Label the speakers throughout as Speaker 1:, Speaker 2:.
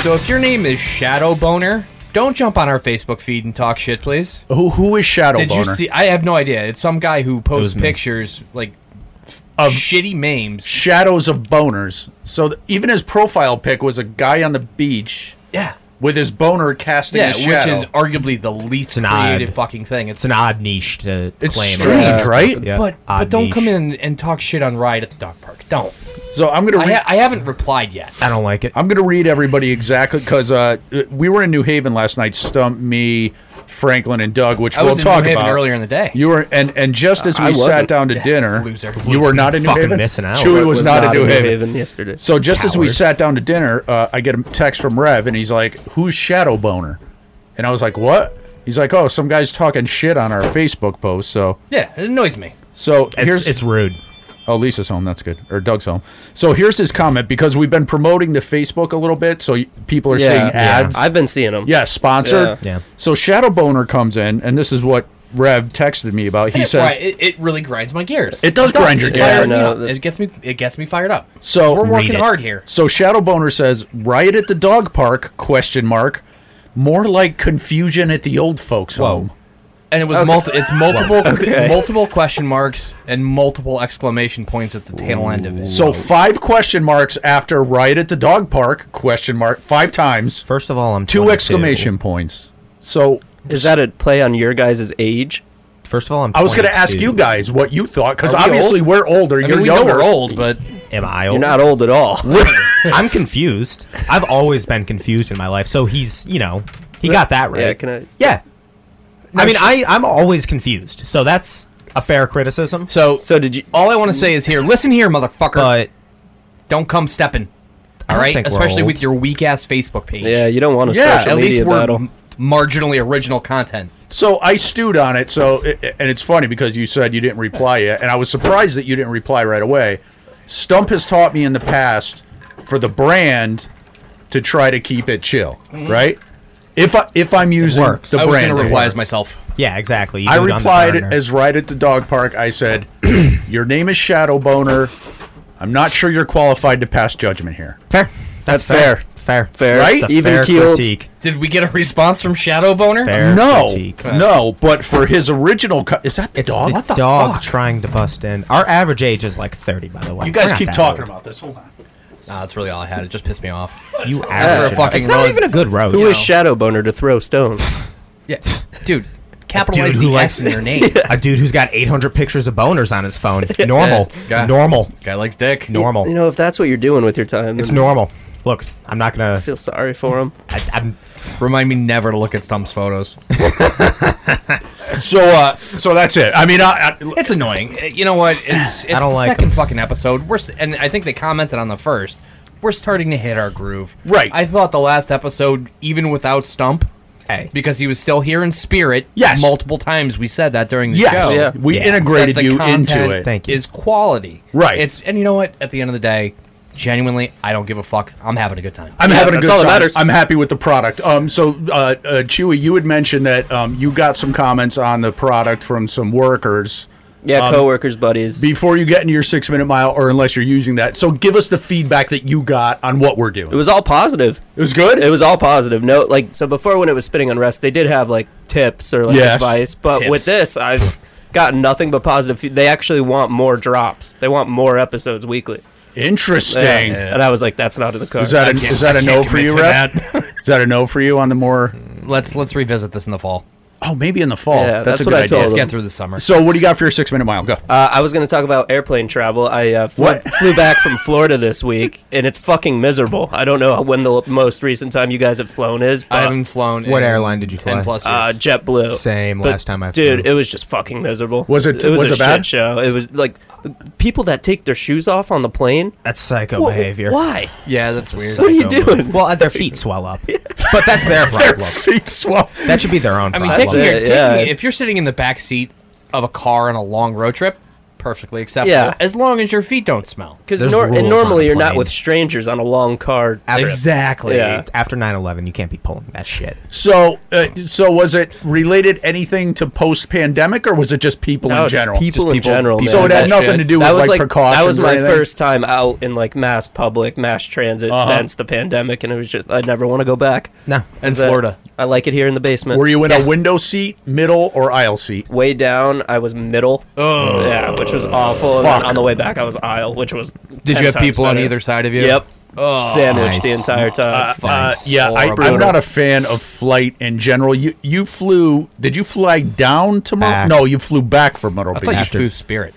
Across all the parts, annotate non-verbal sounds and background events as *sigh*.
Speaker 1: So if your name is Shadow Boner, don't jump on our Facebook feed and talk shit, please.
Speaker 2: Who who is Shadow
Speaker 1: Did
Speaker 2: Oh, Boner?
Speaker 1: you see? I have no idea. It's some guy who posts
Speaker 3: me.
Speaker 1: pictures like
Speaker 2: Of-
Speaker 1: of shitty memes.
Speaker 2: Shadows of boners. So th- even his profile pic was a guy on the beach
Speaker 1: Yeah.
Speaker 2: with his boner casting
Speaker 1: Yeah,
Speaker 2: a
Speaker 1: which
Speaker 2: shadow.
Speaker 1: is arguably the least
Speaker 3: an odd-
Speaker 1: creative fucking thing. It's
Speaker 3: It's an odd niche to
Speaker 2: It's
Speaker 3: claim.
Speaker 2: strange,
Speaker 3: Yeah.
Speaker 2: right?
Speaker 3: Yeah,
Speaker 1: but but
Speaker 3: odd
Speaker 1: don't
Speaker 3: niche.
Speaker 1: come in and talk shit on ride at the dog park. Don't.
Speaker 2: so I'm gonna
Speaker 1: I,
Speaker 2: read,
Speaker 1: ha- I haven't replied yet.
Speaker 3: I don't like it.
Speaker 2: I'm gonna read everybody exactly because uh, we were in New Haven last night. Stump me, Franklin, and Doug, which
Speaker 1: I
Speaker 2: we'll
Speaker 1: was in
Speaker 2: talk
Speaker 1: New Haven
Speaker 2: about
Speaker 1: earlier in the day.
Speaker 2: You were and and just as we
Speaker 4: I
Speaker 2: sat
Speaker 4: wasn't.
Speaker 2: down to dinner,
Speaker 1: Loser.
Speaker 2: you were not in New
Speaker 3: Fucking
Speaker 2: Haven.
Speaker 3: missing out.
Speaker 2: Chewy
Speaker 3: It
Speaker 2: was, not, in New Haven.
Speaker 4: yesterday.
Speaker 2: So just as we
Speaker 3: Coward.
Speaker 2: sat down to dinner, uh, I get a text from Rev, and he's like, "Who's Shadow Boner?" And I was like, "What?" He's like, "Oh, some guy's talking shit on our Facebook post." So
Speaker 1: yeah, it annoys me.
Speaker 2: so here's
Speaker 3: It's, it's rude.
Speaker 2: Oh, Lisa's home. That's good. Or Doug's home. So here's his comment because we've been promoting the Facebook a little bit, so y- people are seeing ads.
Speaker 4: I've been seeing them.
Speaker 2: yeah, sponsored.
Speaker 3: Yeah. Yeah.
Speaker 2: So Shadow Boner comes in, and this is what Rev texted me about. He
Speaker 1: It-
Speaker 2: says,
Speaker 1: right, it, it really grinds my gears.
Speaker 2: It does grind your
Speaker 1: It fires
Speaker 4: gears.
Speaker 1: me
Speaker 4: Yeah, no,
Speaker 1: up.
Speaker 4: that-
Speaker 1: It gets me. It gets me fired up.
Speaker 2: So-
Speaker 1: we're
Speaker 3: Read
Speaker 1: working
Speaker 3: it.
Speaker 1: hard here.
Speaker 2: So Shadow Boner says, "Riot at the dog park?" Question mark. More like confusion at the old folks' home.
Speaker 1: and it was multi- it's multiple multiple question marks and multiple exclamation points at the tail end of it.
Speaker 2: So five question marks after riot at the dog park? Question mark five times.
Speaker 3: First of all, I'm
Speaker 2: Two
Speaker 3: 22.
Speaker 2: exclamation points. So
Speaker 4: Is that a play on your guys' age?
Speaker 3: First of all, I'm.
Speaker 2: I was going to
Speaker 3: 22.
Speaker 2: ask you guys what you thought because
Speaker 1: Are we
Speaker 2: obviously
Speaker 1: old?
Speaker 2: we're older.
Speaker 1: I
Speaker 2: you're
Speaker 1: mean, we
Speaker 2: younger.
Speaker 1: know we're old, but
Speaker 3: Am I old?
Speaker 4: You're not old at all.
Speaker 3: I'm confused. I've always been confused in my life. So he's, you know, he got that right.
Speaker 4: Yeah, can I-
Speaker 3: Yeah. I mean,
Speaker 4: sh-
Speaker 3: I I'm always confused. So that's a fair criticism.
Speaker 1: so
Speaker 4: *laughs* so did you? oh,
Speaker 1: all I want to say is here. Listen here, motherfucker.
Speaker 3: But
Speaker 1: don't come stepping.
Speaker 3: I
Speaker 1: All
Speaker 3: don't
Speaker 1: right,
Speaker 3: think we're
Speaker 1: especially
Speaker 3: old.
Speaker 1: with your weak ass Facebook page.
Speaker 4: Yeah, you don't want a
Speaker 2: Yeah,
Speaker 4: social
Speaker 1: at
Speaker 4: media
Speaker 1: least we're
Speaker 4: battle.
Speaker 1: m- marginally original content.
Speaker 2: So I stewed on it. So and it's funny because you said you didn't reply yet, and I was surprised that you didn't reply right away. Stump has taught me in the past for the brand to try to keep it chill, right? If I if I'm using
Speaker 3: Mm-hmm. works.
Speaker 2: the
Speaker 1: I was
Speaker 2: brand,
Speaker 1: going to
Speaker 2: it
Speaker 1: reply
Speaker 2: works.
Speaker 1: as myself.
Speaker 3: yeah, exactly. You
Speaker 2: I
Speaker 3: do it on the
Speaker 2: replied
Speaker 3: burner.
Speaker 2: as right at the dog park. I said, *clears throat* "Your name is Shadow Boner. I'm not sure you're qualified to pass judgment here."
Speaker 3: fair. That's,
Speaker 4: That's
Speaker 3: fair. Fair.
Speaker 4: Fair.
Speaker 3: It's
Speaker 2: Right?
Speaker 3: a
Speaker 4: Even
Speaker 3: fair
Speaker 4: keeled.
Speaker 3: critique.
Speaker 1: Did we get a response from Shadow Boner?
Speaker 3: Fair
Speaker 2: no,
Speaker 3: critique.
Speaker 2: no, but for his original, co- is that the
Speaker 3: It's
Speaker 2: dog?
Speaker 3: the,
Speaker 2: What the
Speaker 3: dog
Speaker 2: fuck?
Speaker 3: trying to bust in. Our average age is like 30, by the way.
Speaker 2: You guys
Speaker 3: We're not
Speaker 2: keep
Speaker 3: that
Speaker 2: talking
Speaker 3: old.
Speaker 2: about this. Hold on.
Speaker 1: Nah, that's really all I had. It just pissed me off.
Speaker 3: you
Speaker 1: After
Speaker 3: average.
Speaker 1: a fucking
Speaker 3: it's not
Speaker 1: road-
Speaker 3: even a good road.
Speaker 4: Who is Shadow Boner to
Speaker 2: *laughs*
Speaker 4: throw stones?
Speaker 1: Yeah, dude. Capitalize
Speaker 3: Dude who
Speaker 1: the
Speaker 3: likes-
Speaker 1: S in your
Speaker 3: *laughs*
Speaker 1: name.
Speaker 3: a dude who's got 800 pictures of boners on his phone. Normal.
Speaker 1: *laughs* Yeah.
Speaker 3: Normal.
Speaker 1: Guy likes dick.
Speaker 3: Normal.
Speaker 4: You know, if that's what you're doing with your time,
Speaker 3: It's
Speaker 4: then
Speaker 3: normal. Look, I'm not gonna.
Speaker 4: I feel sorry for him.
Speaker 3: I, I'm.
Speaker 1: Remind me never to look at Stump's photos.
Speaker 2: So, uh, so that's it. I mean, I, I,
Speaker 1: It's annoying. Uh, You know what?
Speaker 3: *sighs*
Speaker 1: It's, it's
Speaker 3: don't
Speaker 1: the
Speaker 3: like
Speaker 1: second
Speaker 3: 'em.
Speaker 1: fucking episode. We're s- and I think they commented on the first. We're starting to hit our groove.
Speaker 2: Right.
Speaker 1: I thought the last episode, even without Stump,
Speaker 3: Hey.
Speaker 1: because he was still here in spirit.
Speaker 2: Yes.
Speaker 1: Multiple times we said that during the
Speaker 2: yes,
Speaker 1: show.
Speaker 4: Yeah.
Speaker 2: we
Speaker 3: Yeah.
Speaker 2: integrated
Speaker 1: that the
Speaker 2: you into
Speaker 1: content
Speaker 2: it.
Speaker 3: Thank you.
Speaker 1: Is quality.
Speaker 2: Right.
Speaker 1: It's and you know what? At the end of the day, genuinely, I don't give a fuck. I'm having a good time.
Speaker 2: I'm having a
Speaker 4: that's
Speaker 2: good
Speaker 4: all that
Speaker 2: time.
Speaker 4: matters.
Speaker 2: I'm happy with the product. Um, so, uh, uh, Chewy, you had mentioned that um, you got some comments on the product from some workers.
Speaker 4: Yeah,
Speaker 2: Um,
Speaker 4: coworkers, buddies.
Speaker 2: Before you get into your six minute mile, or unless you're using that, so give us the feedback that you got on what we're doing.
Speaker 4: it was all positive.
Speaker 2: It was good.
Speaker 4: It was all positive. No, like so before when it was spitting on rest, they did have like tips or like
Speaker 2: Yes.
Speaker 4: advice. But
Speaker 1: Tips.
Speaker 4: with this, I've gotten nothing but positive. fe- They actually want more drops. They want more episodes weekly.
Speaker 2: interesting.
Speaker 4: Yeah. And I was like, that's not in the card.
Speaker 2: Is that a,
Speaker 1: can't-
Speaker 2: is that
Speaker 1: I
Speaker 2: a no
Speaker 1: can't
Speaker 2: for
Speaker 1: commit
Speaker 2: you,
Speaker 1: to
Speaker 2: Rep? *laughs* Is that a no for you on the more?
Speaker 1: Let's let's revisit this in the fall.
Speaker 2: Oh, maybe in the fall.
Speaker 4: Yeah,
Speaker 2: that's,
Speaker 4: that's
Speaker 2: a
Speaker 4: what
Speaker 2: good
Speaker 4: I told
Speaker 2: idea.
Speaker 1: Let's
Speaker 4: them.
Speaker 1: get through the summer.
Speaker 2: So, what do you got for your six minute mile? Go.
Speaker 4: Uh, I was going to talk about airplane travel. I uh, flew,
Speaker 2: What?
Speaker 4: flew back from Florida this week, and it's fucking miserable. I don't know when the most recent time you guys have flown is,
Speaker 1: I
Speaker 4: but
Speaker 1: haven't flown.
Speaker 3: What
Speaker 1: in
Speaker 3: airline did you
Speaker 1: 10
Speaker 3: fly?
Speaker 1: plus years.
Speaker 4: uh, JetBlue.
Speaker 3: Same
Speaker 4: But,
Speaker 3: last time I
Speaker 4: dude,
Speaker 3: flew.
Speaker 4: it was just fucking miserable.
Speaker 2: Was it-
Speaker 4: It was,
Speaker 2: was
Speaker 4: a
Speaker 2: it bad?
Speaker 4: shit show. It was like people that take their shoes off on the plane.
Speaker 3: That's psycho
Speaker 4: Wh-
Speaker 3: behavior.
Speaker 4: Why?
Speaker 1: yeah, that's weird.
Speaker 4: What are you
Speaker 3: Psycho
Speaker 4: doing?
Speaker 3: Well, their feet swell
Speaker 4: *laughs*
Speaker 3: up, but that's their problem.
Speaker 2: Feet swell.
Speaker 3: That should be their own
Speaker 1: I mean,
Speaker 3: problem.
Speaker 1: taking
Speaker 4: it,
Speaker 1: your, taking
Speaker 4: yeah.
Speaker 1: if you're sitting in the back seat of a car on a long road trip, perfectly acceptable
Speaker 4: Yeah.
Speaker 1: as long as your feet don't smell.
Speaker 4: Because
Speaker 3: There's
Speaker 4: nor-
Speaker 3: rules
Speaker 4: and
Speaker 3: on
Speaker 4: normally you're not
Speaker 3: planes.
Speaker 4: with strangers on a long car. trip.
Speaker 1: Exactly.
Speaker 4: Yeah.
Speaker 3: After 9/11, you can't be pulling that shit.
Speaker 2: So, uh, so was it related anything to post-pandemic, or was it just people
Speaker 4: No,
Speaker 2: in
Speaker 4: just
Speaker 2: general?
Speaker 4: people in
Speaker 1: people-
Speaker 4: general.
Speaker 2: So
Speaker 4: man.
Speaker 2: it had
Speaker 4: That
Speaker 2: nothing
Speaker 4: shit-
Speaker 2: to do
Speaker 4: that
Speaker 2: with,
Speaker 4: was
Speaker 2: like,
Speaker 4: That was
Speaker 2: precautions or
Speaker 4: my
Speaker 2: anything? Uh-huh.
Speaker 4: first time out in like mass public, mass transit since the pandemic, and it was just I never want to go back.
Speaker 3: No.
Speaker 1: And
Speaker 4: But
Speaker 1: Florida.
Speaker 4: I like it here in the basement.
Speaker 2: Were you in
Speaker 4: Yeah.
Speaker 2: a window seat, middle, or aisle seat?
Speaker 4: way down? I was middle.
Speaker 1: Oh.
Speaker 4: yeah, which was awful. And then
Speaker 2: Fuck.
Speaker 4: on the way back, I was aisle, which was.
Speaker 1: Did
Speaker 4: 10
Speaker 1: you have
Speaker 4: times
Speaker 1: people on
Speaker 4: better.
Speaker 1: either side of you?
Speaker 4: Yep.
Speaker 1: Oh,
Speaker 4: Sandwiched the
Speaker 3: nice.
Speaker 4: entire time.
Speaker 3: Uh, Nice.
Speaker 2: yeah, I,
Speaker 1: Horrible.
Speaker 2: I'm not a fan of flight in general. You you flew? Did you fly down to Myrtle?
Speaker 3: Back.
Speaker 2: No, you flew back from Myrtle
Speaker 1: I
Speaker 2: Beach.
Speaker 1: thought you
Speaker 3: After-
Speaker 1: flew Spirit.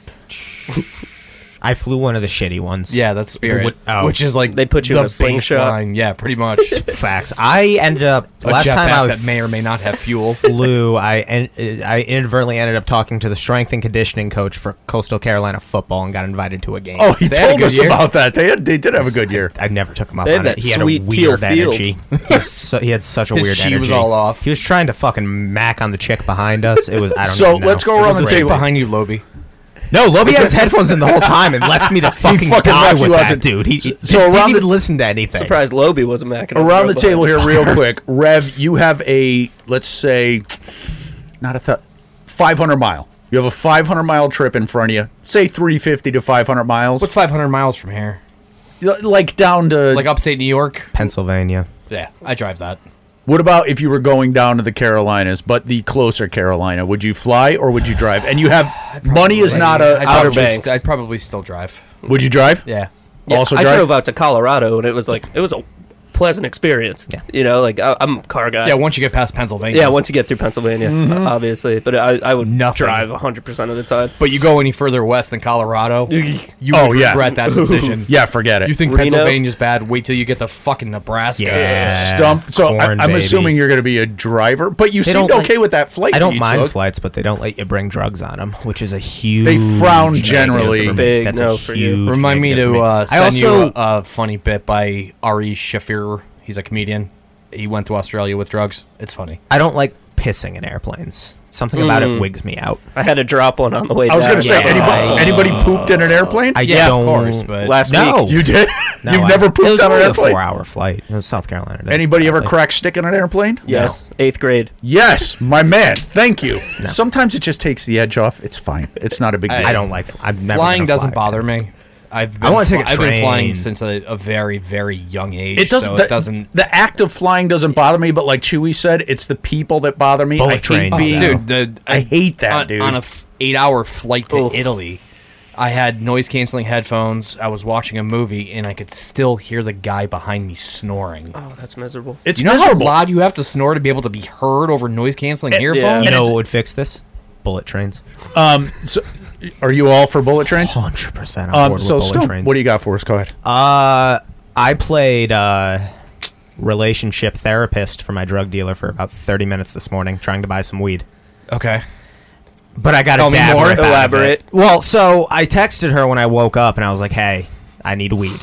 Speaker 3: I flew one of the shitty ones.
Speaker 1: Yeah, that's Spirit,
Speaker 3: What- oh.
Speaker 1: which is like
Speaker 4: They put you
Speaker 1: the
Speaker 4: in a slingshot.
Speaker 1: baseline. Yeah, pretty
Speaker 4: *laughs*
Speaker 1: much. a
Speaker 3: Facts. I ended up last
Speaker 1: jetpack
Speaker 3: time I
Speaker 1: that may or may not have
Speaker 4: *laughs*
Speaker 1: fuel.
Speaker 3: *laughs* flew. I en- I inadvertently ended up talking to the strength and conditioning coach for Coastal Carolina football and got invited to a game.
Speaker 2: oh, he
Speaker 1: They had a
Speaker 2: told
Speaker 1: good
Speaker 2: us
Speaker 1: year.
Speaker 2: about that. They had, they did have a good year.
Speaker 3: I never took him up
Speaker 4: They have
Speaker 3: on
Speaker 4: that
Speaker 3: it. He had a
Speaker 4: sweet teal
Speaker 3: weird
Speaker 4: field.
Speaker 3: energy. He, was so, he had such a
Speaker 1: His
Speaker 3: weird
Speaker 1: chi
Speaker 3: energy.
Speaker 1: was all off.
Speaker 3: He was trying to fucking mac on the chick behind us. It was I
Speaker 2: *laughs*
Speaker 3: don't
Speaker 2: So
Speaker 3: even know.
Speaker 2: let's go
Speaker 3: It
Speaker 2: around
Speaker 3: was
Speaker 2: the
Speaker 3: great.
Speaker 2: table.
Speaker 1: behind you, Lobby.
Speaker 3: No, Lobby had his headphones in the whole time and left
Speaker 2: *laughs*
Speaker 3: me to fucking,
Speaker 2: fucking
Speaker 3: die
Speaker 2: left
Speaker 3: with
Speaker 2: you out
Speaker 3: that
Speaker 2: to-
Speaker 3: dude. He, he
Speaker 2: So
Speaker 3: didn't
Speaker 2: around
Speaker 3: even
Speaker 2: the-
Speaker 3: listen to anything.
Speaker 4: Surprised Lobie wasn't macking on
Speaker 2: Around the
Speaker 4: road
Speaker 2: table
Speaker 4: behind
Speaker 2: here,
Speaker 1: *laughs*
Speaker 2: real quick, Rev. You have a let's say, not a th- 500 mile. You have a 500 mile trip in front of you. Say 350 to 500 miles.
Speaker 1: What's 500 miles from here?
Speaker 2: like down to
Speaker 1: Like upstate New York?
Speaker 3: Pennsylvania.
Speaker 1: Yeah, I drive that.
Speaker 2: What about if you were going down to the Carolinas, but the closer Carolina? Would you fly or would you drive? And
Speaker 1: *sighs*
Speaker 2: you have money is not a
Speaker 1: I'd
Speaker 2: outer
Speaker 1: probably
Speaker 4: Banks.
Speaker 1: st- I'd probably still drive.
Speaker 2: Would you drive?
Speaker 1: Yeah.
Speaker 4: Yeah,
Speaker 2: also
Speaker 4: I
Speaker 2: drive.
Speaker 4: drove out to Colorado, and it was like it was a pleasant experience.
Speaker 3: Yeah.
Speaker 4: You know, like I, I'm a car guy.
Speaker 1: Yeah, once you get past Pennsylvania.
Speaker 4: Yeah, once you get through Pennsylvania, uh, obviously. But I, I would
Speaker 1: Nothing.
Speaker 4: drive 100% of the time.
Speaker 1: But you go any further west than
Speaker 4: *laughs*
Speaker 1: Colorado, you
Speaker 2: Oh,
Speaker 1: would
Speaker 2: yeah.
Speaker 1: regret
Speaker 2: *laughs*
Speaker 1: that decision.
Speaker 2: yeah, forget it.
Speaker 1: You think
Speaker 4: Reno?
Speaker 1: Pennsylvania's bad? Wait till you get to fucking Nebraska.
Speaker 3: Yeah.
Speaker 2: stump? So
Speaker 3: Corn,
Speaker 2: I, am
Speaker 3: baby.
Speaker 2: assuming you're going to be a driver, but you
Speaker 3: They
Speaker 2: seemed
Speaker 3: don't like-
Speaker 2: okay with that flight. that
Speaker 3: I don't
Speaker 2: you
Speaker 3: mind
Speaker 2: took.
Speaker 3: flights, but they don't let you bring drugs on them, which is a huge.
Speaker 2: frown
Speaker 3: negative
Speaker 2: generally.
Speaker 3: for me.
Speaker 4: Big
Speaker 3: That's
Speaker 4: no
Speaker 3: a
Speaker 4: for you.
Speaker 3: huge
Speaker 1: Remind me
Speaker 3: negative
Speaker 1: to
Speaker 3: for
Speaker 1: uh,
Speaker 3: I
Speaker 1: send
Speaker 3: also
Speaker 1: you a, a funny bit by Ari Shafir. He's a comedian. He went to Australia with drugs. It's funny.
Speaker 3: I don't like pissing in airplanes. Something about it wigs me out.
Speaker 4: I had to drop one on the way
Speaker 2: I was
Speaker 4: down.
Speaker 2: going to say,
Speaker 4: Yeah.
Speaker 2: anybody, anybody pooped in an airplane?
Speaker 3: uh, I
Speaker 1: Yeah, of
Speaker 3: don't.
Speaker 1: course, but-
Speaker 4: Last
Speaker 3: no,
Speaker 2: you did.
Speaker 3: No,
Speaker 2: You've
Speaker 3: I-
Speaker 2: never
Speaker 3: It
Speaker 2: pooped
Speaker 3: was
Speaker 2: on an
Speaker 3: only a
Speaker 2: airplane.
Speaker 3: four-hour flight. It was South Carolina.
Speaker 2: Anybody ever
Speaker 3: Probably.
Speaker 2: crack stick in an airplane?
Speaker 4: Yes, eighth grade.
Speaker 2: Yes, my man. Thank you. Sometimes it just takes the edge off. It's fine. It's not a big deal.
Speaker 3: I don't like. I've never
Speaker 1: flying
Speaker 3: been a
Speaker 1: doesn't
Speaker 3: flyer.
Speaker 1: bother me. I've been,
Speaker 3: wanna take a
Speaker 1: I've been flying
Speaker 3: train.
Speaker 1: since a, a very very young age.
Speaker 2: It doesn't.
Speaker 1: So
Speaker 2: the,
Speaker 1: it doesn't.
Speaker 2: The act of flying doesn't bother me, but like Chewy said, it's the people that bother me.
Speaker 3: Bullet
Speaker 2: I
Speaker 3: trains,
Speaker 2: hate being.
Speaker 3: though.
Speaker 1: dude, the,
Speaker 2: I hate that,
Speaker 1: on,
Speaker 2: dude.
Speaker 1: On a f- eight hour flight to
Speaker 4: Oof.
Speaker 1: Italy, I had noise canceling headphones. I was watching a movie and I could still hear the guy behind me snoring.
Speaker 4: Oh, that's miserable.
Speaker 2: It's
Speaker 1: you know
Speaker 2: miserable.
Speaker 1: how loud you have to snore to be able to be heard over noise canceling earphones?
Speaker 2: *laughs*
Speaker 3: You know
Speaker 4: And
Speaker 2: it's-
Speaker 3: what would fix this? Bullet trains.
Speaker 2: um, so, are you all for bullet trains?
Speaker 3: Hundred percent on
Speaker 2: Um,
Speaker 3: board
Speaker 2: so
Speaker 3: with bullet
Speaker 2: Stump,
Speaker 3: trains.
Speaker 2: what do you got for us? Go ahead.
Speaker 3: Uh, I played uh, relationship therapist for my drug dealer for about 30 minutes this morning, trying to buy some weed.
Speaker 1: Okay.
Speaker 3: But I got
Speaker 1: Tell
Speaker 3: a
Speaker 1: me
Speaker 3: dab
Speaker 1: more.
Speaker 3: rip out of
Speaker 4: Elaborate.
Speaker 3: it. Well, so I texted her when I woke up, and I was like, "Hey, I need weed,"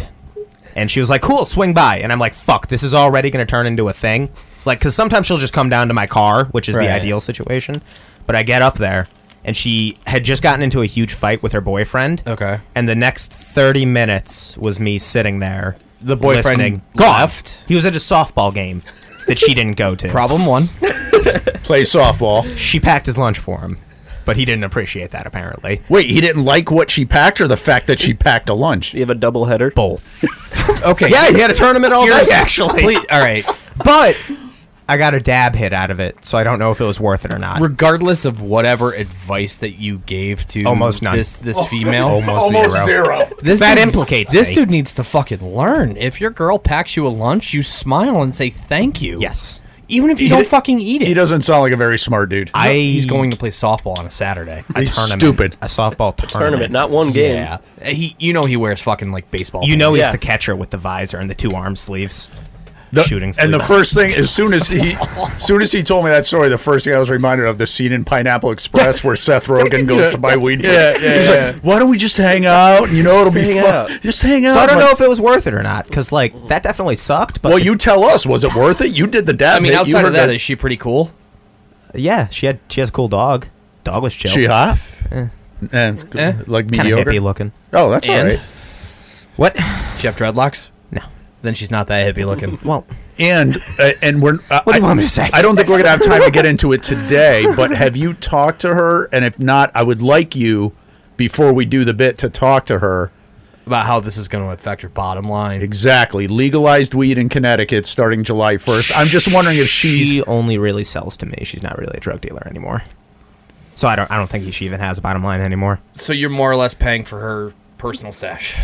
Speaker 3: and she was like, "Cool, swing by." And I'm like, "Fuck, this is already gonna turn into a thing." Like, because sometimes she'll just come down to my car, which is
Speaker 1: Right.
Speaker 3: the ideal situation. But I get up there, and she had just gotten into a huge fight with her boyfriend.
Speaker 1: Okay.
Speaker 3: And the next 30 minutes was me sitting there.
Speaker 1: The boyfriend
Speaker 3: listening.
Speaker 1: left?
Speaker 3: He was at a softball game that she didn't go to.
Speaker 1: Problem one.
Speaker 2: Play softball.
Speaker 3: She packed his lunch for him, but he didn't appreciate that apparently.
Speaker 2: Wait, he didn't like what she packed, or the fact that she packed a lunch.
Speaker 4: You have a double header.
Speaker 3: Both.
Speaker 1: Okay.
Speaker 3: yeah, he had a tournament all
Speaker 1: Here's-
Speaker 3: day actually.
Speaker 1: Please, all right.
Speaker 3: But I got a dab hit out of it, so I don't know if it was worth it or not.
Speaker 1: Regardless of whatever advice that you gave to
Speaker 3: Almost none.
Speaker 1: this
Speaker 2: Oh.
Speaker 1: this female,
Speaker 2: *laughs*
Speaker 3: zero.
Speaker 1: This
Speaker 3: That
Speaker 1: dude-
Speaker 3: implicates
Speaker 1: this
Speaker 3: me.
Speaker 1: dude needs to fucking learn. If your girl packs you a lunch, you smile and say thank you.
Speaker 3: Yes.
Speaker 1: even if you don't fucking eat it.
Speaker 2: He doesn't sound like a very smart dude.
Speaker 3: I
Speaker 1: He's going to play softball on a Saturday.
Speaker 3: a
Speaker 2: He's
Speaker 3: tournament,
Speaker 2: stupid.
Speaker 3: a softball tournament.
Speaker 4: Tournament, not one game.
Speaker 1: Yeah, he. You know he wears fucking like baseball.
Speaker 3: you know he's
Speaker 4: Yeah.
Speaker 3: the catcher with the visor and the two arm sleeves.
Speaker 2: The-
Speaker 3: shooting
Speaker 2: And the
Speaker 3: sleeves.
Speaker 2: first thing, as soon as he, as soon as he told me that story, the first thing I was reminded of the scene in Pineapple Express where Seth Rogen goes to buy weed. Yeah, yeah, Why don't we just hang out? And you know it'll be
Speaker 4: hang
Speaker 2: fun.
Speaker 4: out.
Speaker 2: Just hang out.
Speaker 3: So I don't
Speaker 2: Like,
Speaker 3: know if it was worth it or not, because like that definitely sucked. But
Speaker 2: well,
Speaker 3: the-
Speaker 2: you tell us. Was it worth it? You did the dab.
Speaker 1: I mean,
Speaker 2: hit, you
Speaker 1: outside of
Speaker 2: heard
Speaker 1: that, is she pretty cool?
Speaker 3: yeah, she had she has a cool dog. Dog was chill.
Speaker 2: she hot. Eh, like
Speaker 3: Kind of
Speaker 2: mediocre.
Speaker 3: hippie looking.
Speaker 2: Oh, that's all
Speaker 1: And?
Speaker 2: right.
Speaker 3: What?
Speaker 1: She have dreadlocks?
Speaker 3: *sighs* No.
Speaker 1: Then she's not that hippie *laughs* looking.
Speaker 3: Well,
Speaker 2: And uh, and we're. I-
Speaker 3: what do you
Speaker 2: I-
Speaker 3: want me to say?
Speaker 2: I don't think we're gonna have time to get into it today. But have you talked to her? And if not, I would like you before we do the bit to talk to her.
Speaker 1: About how this is going to affect her bottom line.
Speaker 2: Exactly. Legalized weed in Connecticut starting July 1st. I'm just wondering if she's
Speaker 3: she only really sells to me. She's not really a drug dealer anymore. So I don't. I don't think she even has a bottom line anymore.
Speaker 1: So you're more or less paying for her personal stash.